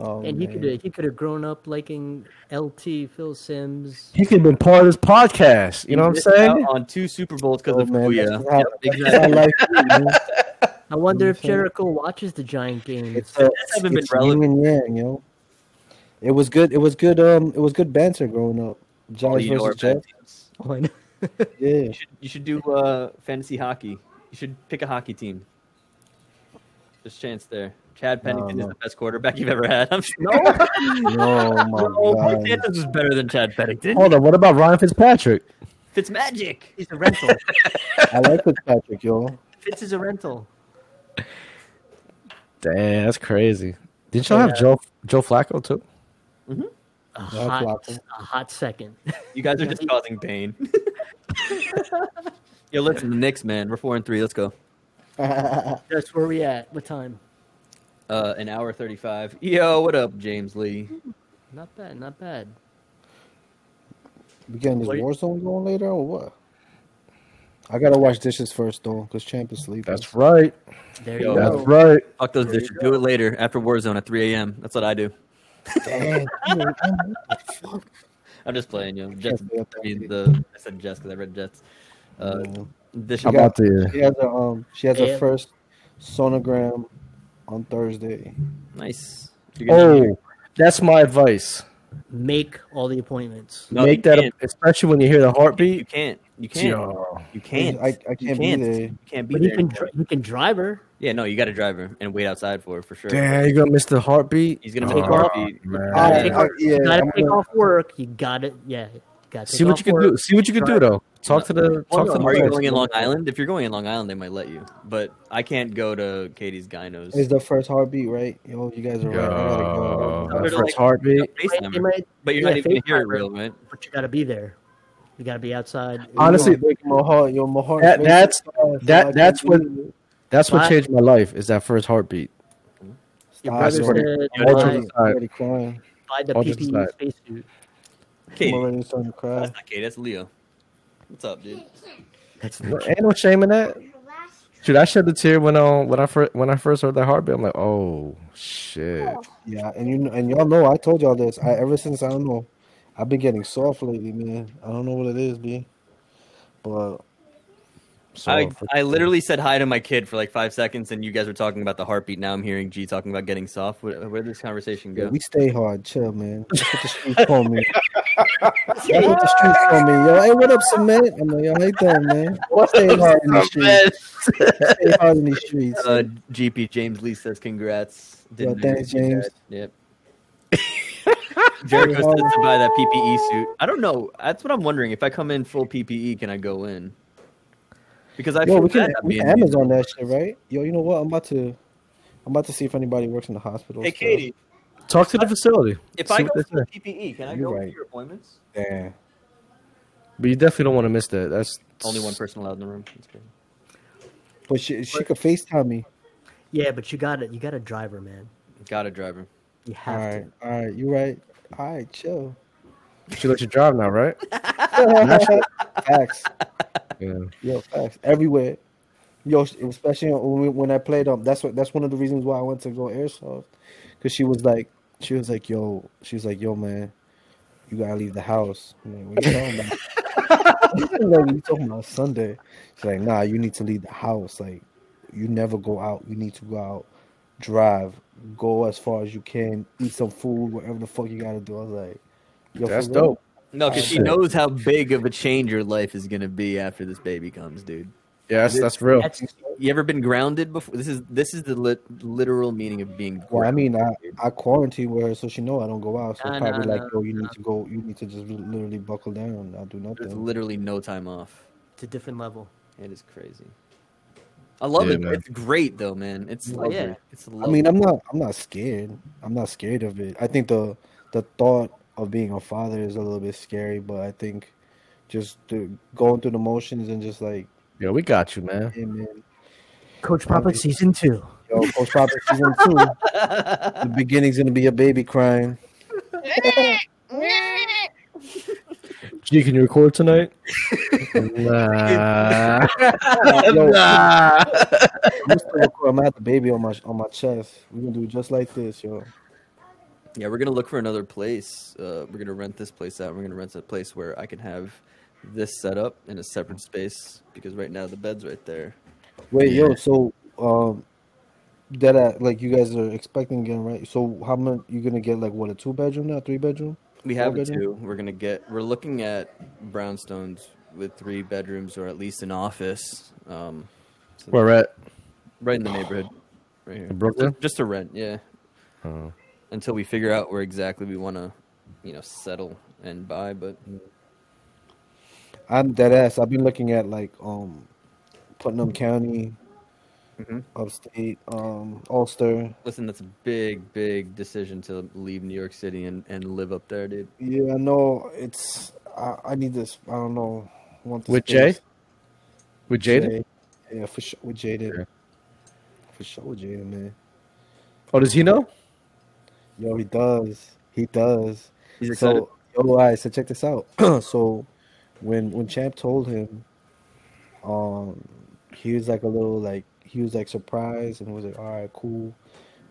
Oh, and he man. could have he could have grown up liking LT Phil Sims. He could have been part of this podcast. You know what I'm Missed out saying? On two Super Bowls because Oh, of man, Fuya. that's how- Yep, That's how exactly. life is, man. I wonder if Okay. Jericho watches the Giant games. It's uh, haven't been it's yin and yang, yo. It was good. It was good. Um, it was good banter growing up. All Giants you know are versus Jets. bad teams. Yeah, You should, you should do uh, fantasy hockey. You should pick a hockey team. There's chance there. Chad Pennington is no. the best quarterback you've ever had. I'm sure. no, Oh, my Mike God. Andrews is better than Chad Pennington. Hold on. What about Ryan Fitzpatrick? Fitz Magic. He's a rental. I like Fitzpatrick, yo. Fitz is a rental. Damn, that's crazy. Didn't y'all have Joe Joe Flacco too? A Yeah, hot, Flacco. a hot second. You guys are just causing pain. Yo, listen, the Knicks, man. We're four and three. Let's go. That's where we at. What time? Uh, an hour thirty-five. Yo, what up, James Lee? Not bad. Not bad. We getting this Wait. war zone going later or what? I gotta wash dishes first though, cause champ is sleeping. That's right. There Yo, you That's go. right. Fuck those dishes. Do it later after Warzone at three a.m. That's what I do. Damn, I'm just playing, yo. Jets. stay up I that mean, late. the I said Jets because I read Jets. Uh, man. dish How about the uh, she has her um, she has her Yeah. first sonogram on Thursday. nice. You can- Oh, that's my advice. Make all the appointments. No, Make you that, a, can't. especially when you hear the you heartbeat. can't. You can't. Yo. You can't. I, I can't, you be can't. there. You can't be But he there. can dri- he can drive her. yeah, no, you got to drive her and wait outside for her for sure. Damn, you're gonna miss the heartbeat. He's gonna Oh, make a heartbeat. man. I- take I- off- yeah, you gotta I'm take gonna- off work. You got it. Yeah. Got See what you can do. See what you can do though. Talk to the Well, no, talk to the are you players. going in Long Island? If you're going in Long Island, they might let you. But I can't go to Katie's Gynos. It's the first heartbeat, right? Yo, you guys are right. I gotta go. Yo, They're first like- heartbeat. FaceTime They her. might, but you're yeah, not even gonna hear it FaceTime her. real, right? but you gotta be there. You gotta be outside. Honestly, You're breaking my heart. Yo, my heart. That- breaks that's- inside, so that- I can't that's be what- there. That's what Why? changed my life. Is that first heartbeat? your Stop, brother I'm already- said I'm already, buy, Ultra- I'm already crying. buy the I'll just PPE decide. spacesuit. Katie. I'm already starting to cry. That's not Katie. That's Leo. What's up, dude? That's Ain't no shame in that. Dude, I shed a tear when um when I first when I first heard that heartbeat. I'm like, oh shit. Yeah, and you know, and y'all know I told y'all this. I ever since I don't know, I've been getting soft lately, man. I don't know what it is, b. But So, I, I literally said hi to my kid for like five seconds, and you guys were talking about the heartbeat. Now I'm hearing G talking about getting soft. Where, where did this conversation yeah, go? we stay hard, chill, man. That's what the streets call me. That's what the streets call me. Yo, hey, what up, cement? I'm like, yo, how you doing, man? Stay hard in the streets. Stay hard in these streets. Uh, GP James Lee says congrats. Yo, Didn't thanks, I- James. Yep. Jericho Yo. says to buy that PPE suit. I don't know. That's what I'm wondering. If I come in full PPE, can I go in? Because I Yo, feel we can bad not we being can in. Amazon that shit, right? Yo, you know what? I'm about to, I'm about to see if anybody works in the hospital. Hey so- Katie, talk to the facility. if See I what go they full say. PPE, can I You're go to right. your appointments? Damn. but you definitely don't want to miss that. That's Only one person allowed in the room. That's crazy. But she she could FaceTime me. yeah, but you gotta you gotta drive her, man. Got a driver. You have All right, all right, you right. All right, chill. She let you drive now, right? facts, Yeah. yo, facts everywhere. Yo, especially when, we, when I played um, that's what that's one of the reasons why I went to go airsoft, because she was like, she was like, yo, she was like, yo, man, you gotta leave the house. I'm like, what you talking about? I'm like, you talking about Sunday? She's like, nah, you need to leave the house. Like, you never go out. You need to go out, drive, go as far as you can, eat some food, whatever the fuck you gotta do. I was like, yo, for That's real? dope. No, Oh, because she knows how big of a change your life is going to be after this baby comes, dude. Yeah, that's, that's real. That's You ever been grounded before? This is this is the lit, literal meaning of being. Well, I grounded, mean, I, dude. I quarantine with her, so she know I don't go out. So Nah, probably nah, like, nah, yo, you need to go. You need to just literally buckle down, not do there's nothing. literally no time off. it's a different level. It is crazy. I love Yeah, it. man. It's great though, man. It's like yeah, it's. I mean, I'm not. I'm not scared. I'm not scared of it. I think the the thought of being a father is a little bit scary, but I think just the, going through the motions and just like, Yo, we got you, man. hey man, Coach Proplic season two. yo, Coach Papa season two, the beginning's gonna be a baby crying. G, can you record tonight? nah. Yo, nah. I'm, still recording. I'm gonna have the baby on my on my chest. We're gonna do it just like this, yo. Yeah, we're gonna look for another place. Uh, we're gonna rent this place out. We're gonna rent a place where I can have this set up in a separate space because right now the bed's right there. Wait, Yeah. yo, so um that uh, like you guys are expecting again, right? So how much you gonna get like what a two bedroom now, three bedroom? We have a bedroom? two. We're gonna get. We're looking at brownstones with three bedrooms or at least an office. Um, so Where at? right in the neighborhood, right here. Brooklyn? Just to rent, yeah. Oh. Until we figure out where exactly we want to, you know, settle and buy. But Mm. I'm dead ass. I've been looking at like um Putnam County, Mm-hmm. Mhm. upstate, um Ulster. listen, that's a big, big decision to leave New York City and, and live up there, dude. Yeah, I know it's I, I need this. I don't know. I Want this With Jay? space. With Jaden? Yeah, for sure with Jaden. Yeah. For sure with Jaden, man. Oh, does he know? Yo, he does. He does. He's excited. So, yo, guys, so check this out. so, when when Champ told him, um, he was like a little like he was like surprised and was like, all right, cool,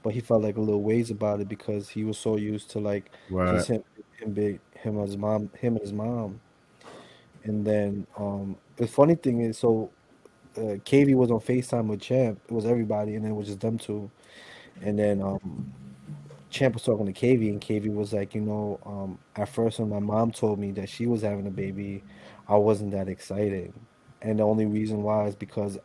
but he felt like a little ways about it because he was so used to like just him, him big, him and his mom, him and his mom, and then um, the funny thing is, so uh, KV was on Facetime with Champ. It was everybody, and then it was just them two, and then um, Champ was talking to KV, and KV was like, you know, um, at first when my mom told me that she was having a baby, I wasn't that excited, and the only reason why is because,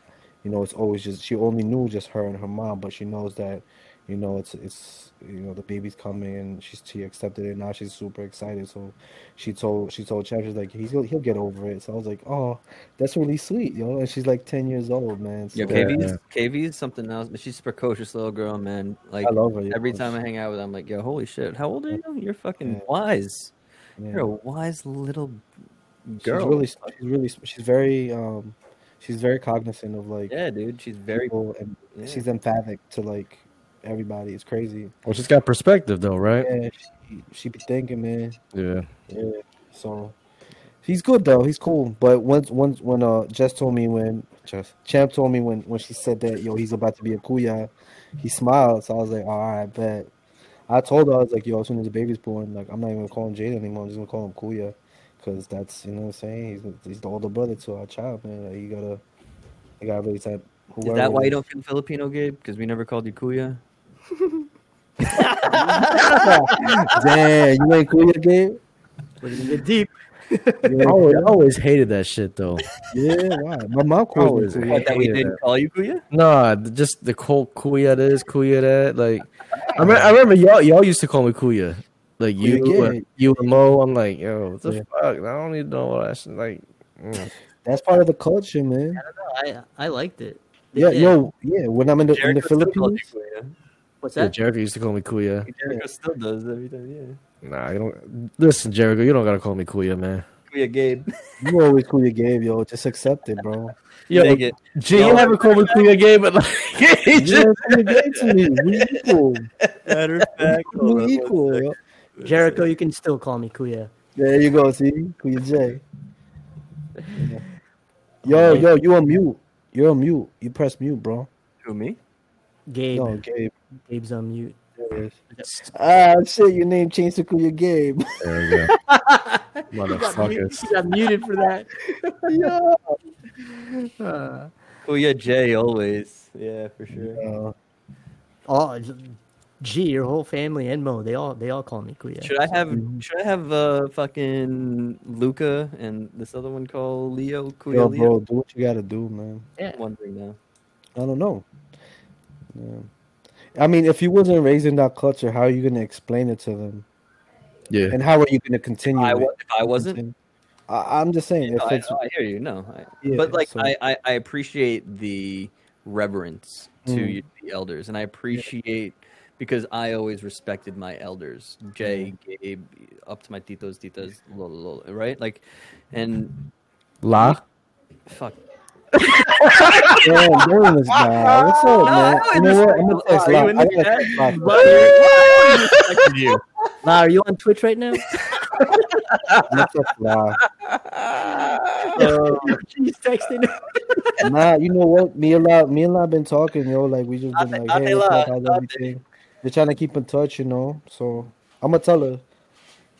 you know, it's always just she only knew just her and her mom, but she knows that, you know, it's it's you know the baby's coming, and she's she accepted it. Now she's super excited, so she told she told Champ she's like he's he'll, he'll get over it. So I was like, oh, that's really sweet, yo. And she's like ten years old, man. So Yeah, KV's KV is something else. but She's a precocious little girl, man. Like I love her. yo. every time I hang out with, her, I'm like, yo, holy shit, how old are you? You're fucking Yeah. wise. Yeah. You're a wise little oh, girl. She's really, she's really, she's very, um, she's very cognizant of like yeah, dude. She's very. people, and yeah. she's emphatic to like everybody. It's crazy. Well, she's got perspective, though, right? Yeah, she, she be thinking, man. Yeah. Yeah. So he's good though. He's cool. But once, once when uh Jess told me when Jess Champ told me when when she said that yo he's about to be a kuya, he smiled. So I was like, all right, bet. I told her I was like, yo, as soon as the baby's born, like I'm not even gonna call him Jaden anymore. I'm just gonna call him Kuya, cause that's you know what I'm saying. He's, he's the older brother to our child, man. Like, you gotta, you gotta really type. Is that why you don't feel Filipino, Gabe? Because we never called you Kuya. Damn, you ain't Kuya, Gabe. We're gonna get deep. You I ain't- always, I always hated that shit, though. yeah, why? My mom calls Always me Kuya. What, that we hated didn't call you Kuya? Nah, th- just the whole Kuya this, Kuya that. Like, I, me- I remember y'all y'all used to call me Kuya. Like you, Kuya Gay. and- you and Mo. I'm like, yo, what the Yeah. fuck? I don't even know what I should like. mm. That's part of the culture, man. I I liked it. They Yeah, did. yo, yeah. When I'm in the, in the Jericho still calls Philippines, you Kuya. What's Yeah, that? Jericho used to call me Kuya. Jericho still does every time. Nah, you don't. Listen, Jericho, you don't gotta call me Kuya, man. Yeah, Kuya Gabe. you always cool your game, yo. Just accept it, bro. Yo, Take it. G, No. you haven't called me Kuya Gay, but like, he You just, ain't cool your game to me. We equal. Matter of fact, hold on We one equal. sec. Yo. Jericho, you can still call me Kuya. There you go. See, cool your J. Yo, yo, you on mute. You're on mute. You press mute, bro. Who me? Gabe. No, Gabe. Gabe's on mute. there it is. Ah, shit. Your name changed to cool your game. there we go, motherfuckers. He got muted for that. yo. Uh, Kuya Jay always. Yeah, for sure. Uh, Oh, G, your whole family and Mo, they all they all call me Kuya. Should I have Mm-hmm. should I have uh fucking Luca and this other one called Leo Yo, Coolio? bro, do what you gotta do, man. I'm wondering now. I don't know. Yeah. I mean, if you wasn't raising that culture, how are you gonna explain it to them? Yeah. And how are you gonna continue? I it? wa- if I wasn't, I, I'm just saying. no, If I, it's, no, I hear you. No, I, Yeah, but like so- I, I I appreciate the reverence to Mm. you- the elders, and I appreciate because I always respected my elders, Jay, Mm-hmm. Gabe, up to my titos, titas, lol, lol, lol, right? Like, and La. fuck, Damn, damn this guy. What's up, man? I You know what? I'm respect gonna the text law. Lop. You I gotta text Lop. you. La, are you on Twitch right now? I'm gonna text Lop. She's texting. Nah, you know what? Me and Lop, me and Lop been talking, yo. Like we just Ate- been like, hey, Ate what's Lop, up? How's Ate. everything? We're trying to keep in touch, you know. So I'm gonna tell her.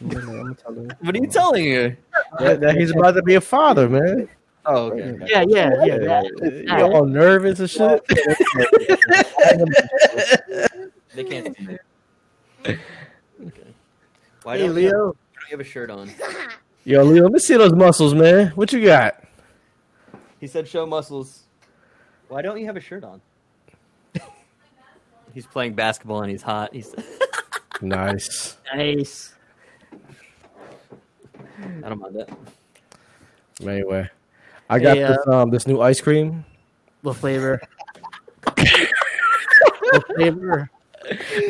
I'm gonna I'm gonna tell her. what are you telling her? That, that he's about to be a father, man. Oh, okay. Yeah, yeah, yeah. that. You all nervous and shit. They can't see it. Okay. Why Hey, don't you, Leo. why don't you have a shirt on? Yo, Leo, let me see those muscles, man. What you got? He said, "Show muscles." Why don't you have a shirt on? he's playing basketball and he's hot. He's. Nice. Nice. I don't mind that. Anyway, I got Hey, uh, this um this new ice cream. What flavor? what flavor?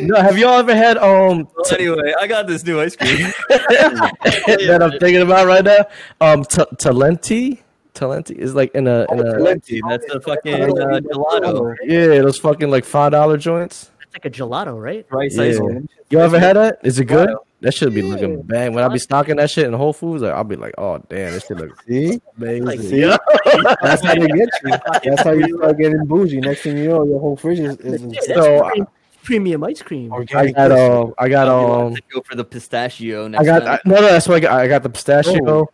No, have y'all ever had um Oh, Well, anyway, I got this new ice cream. that I'm thinking about right now? Um, t- Talenti. Talenti is like in a, in a That's the fucking uh, gelato. yeah, those fucking like five dollar joints. That's like a gelato, right? Rice Yeah. ice cream. You ever had that? Is it good? Wow. That should be looking bang. When I be stocking that shit in Whole Foods, like, I'll be like, oh damn, this shit look See, amazing. see, that's how they get you. That's how you start getting bougie. Next thing you know, your whole fridge is, is in Yeah, that's So, pre- premium ice cream. I got um, I got I'll be um, like, "Let's go for the pistachio next I got time. I, no, no. That's why I got, I got the pistachio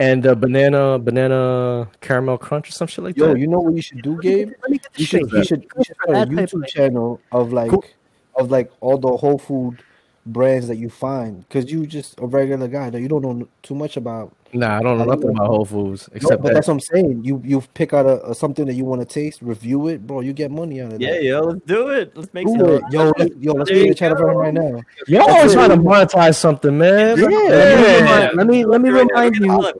and the banana, banana caramel crunch or some shit like Yo, that. you know what you should do, Gabe? Let me get You this should, straight. you should, you should start a That type of- YouTube channel of like, Cool. of like all the Whole Food brands that you find, cause you just a regular guy that you don't know too much about. nah, I don't know I don't nothing know. about Whole Foods No, except but that. that's what I'm saying. You you pick out a, a something that you want to taste, review it, bro. You get money out of Yeah, that. yo, let's do it. Let's make Do some. it. Yo, let, yo, let's There be in you the channel for him right now. Y'all always trying to monetize something, man. Yeah. Yeah. Let me let me Right now, look remind at you. Olive.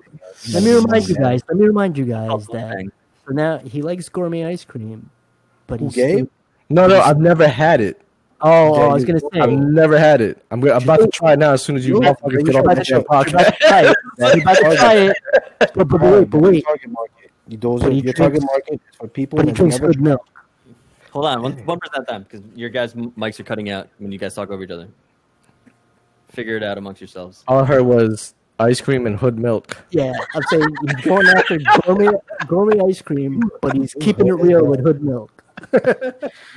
Let me remind you guys. Let me remind you guys that Bang. for now he likes gourmet ice cream, but Who he's Gabe? still- No, no, I've never had it. Oh, Yeah, I was you- gonna say. I've never had it. I'm, go- I'm about to try it now as soon as you You have to- motherfuckers you get off should- this you shit should- podcast. Right. He's about to try it, but, but wait, but wait. Target market. You- Those But are he your target drinks- market is for people But he that drinks never good milk. Hold on, one, one percent time, because your guys' mics are cutting out when you guys talk over each other. Figure it out amongst yourselves. All I heard was ice cream and hood milk. Yeah, I'm saying he's going after gourmet, gourmet ice cream, but he's keeping it real with hood milk.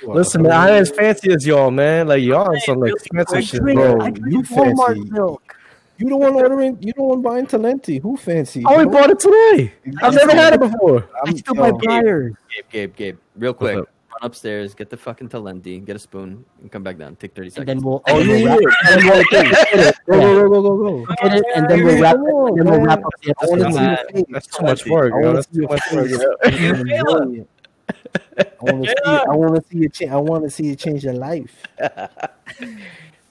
Listen, man, I ain't as fancy as y'all, man. Like y'all on some like fancy shit, Drink- bro. I you drink Walmart fancy. milk. You don't want ordering. You don't want buying Talenti. Who fancy? Oh, I only bro? bought it today. I've never had it before. I I'm- still yo, buy Breyers. Gabe, Gabe, Gabe, real quick. up? Run upstairs, get the fucking Talenti, get a spoon, and come back down. Take 30 And seconds. then we'll Oh, and we'll yeah, wrap- Go go go go go go. get it, and then we'll wrap it, and then we'll wrap up the I want to episode. see Come your face. That's too much work, I yo. want That's to see too your much work. face. I want to see. I want to see you change. I want to see you change your life.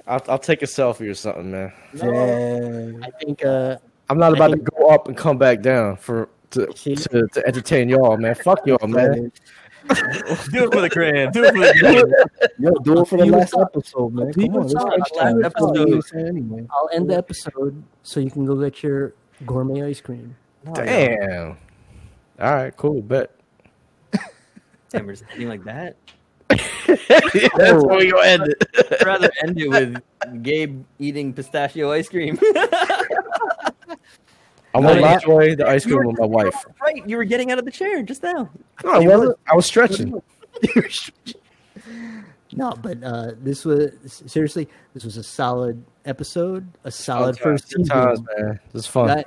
I'll, I'll take a selfie or something, man. Damn. I think uh, I'm not I about to think- go up and come back down for to, See? to, to entertain y'all, man. Fuck y'all, man. do it for the crayon. Do it for the Yo, do it for the You last suck. episode, man. You Come on, suck. let's Last time. episode. anyway. I'll end the episode so you can go get your gourmet ice cream. Damn. All right, cool, bet. Damn, we're just ending like that? That's where we gonna end it. I'd rather end it with Gabe eating pistachio ice cream. I want yeah. to enjoy the ice cream with my wife. right, you were getting out of the chair just now. No, I wasn't. I was stretching. No, but uh, this was seriously, this was a solid episode, a solid Good times, first good season. times, man. This is fun. Oh. Guy-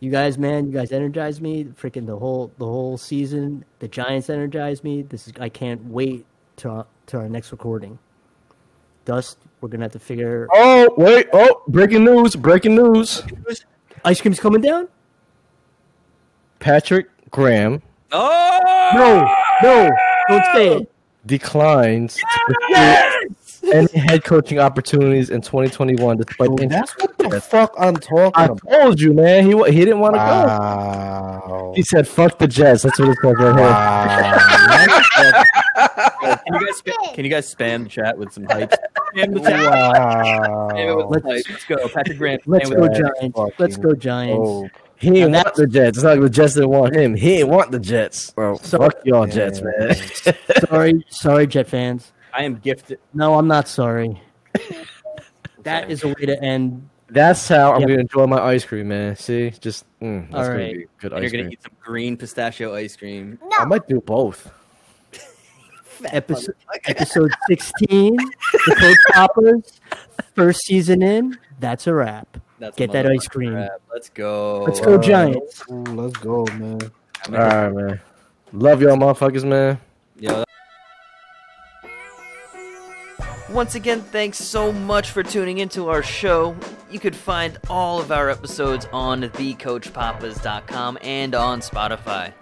you guys, man, you guys energized me. Freaking the whole the whole season. The Giants energized me. This is I can't wait to to our next recording. Dust, we're gonna have to figure. Oh wait! Oh, breaking news! Breaking news! Ice cream's coming down. Patrick Graham Oh No, no, don't say it. declines to pursue any head coaching opportunities in 2021, despite Yo, interest. that's what the fuck I'm talking I about. told you, man. He wa- he didn't want to go. Wow. He said, "Fuck the Jets." That's what it says right here. Wow. Can you guys spa- can you guys spam the chat with some hype? Spam the chat. Spam it with wow. some hype. Let's go, Patrick Grant. Let's spam go with- Giants. Let's go Giants. Oh, He didn't want the Jets. It's not like the Jets didn't want him. He didn't want the Jets. Bro, fuck y'all, Yeah. Jets, man. Sorry, sorry, Jet fans. I am gifted. No, I'm not sorry. That is a way to end. That's how I'm Yeah. gonna enjoy my ice cream, man. See, just mm, that's All gonna right. be good And ice you're gonna cream. eat some green pistachio ice cream. I might do both. episode, episode 16 the code poppers first season in that's a wrap That's Get that motherfucking ice cream. crap. Let's go. let's go wow. giants ooh, let's go, man. All right, man. Love y'all, motherfuckers, man. Yo, Once again, thanks so much for tuning into our show. You could find all of our episodes on thecoachpapas.com and on Spotify.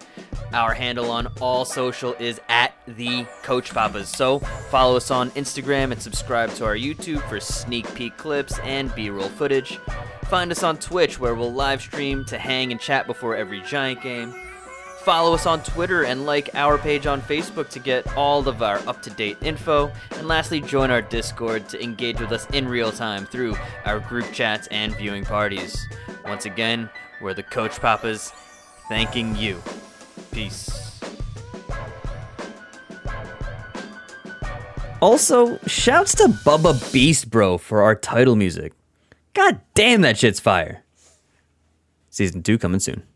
Our handle on all social is at the Coach Papas. So follow us on Instagram and subscribe to our YouTube for sneak peek clips and B-roll footage. Find us on Twitch where we'll live stream to hang and chat before every Giant game. Follow us on Twitter and like our page on Facebook to get all of our up to date info. And lastly, join our Discord to engage with us in real time through our group chats and viewing parties. Once again, we're the Coach Papas thanking you. Peace. Also, shouts to Bubba Beast Bro for our title music. God damn, that shit's fire. Season 2 coming soon.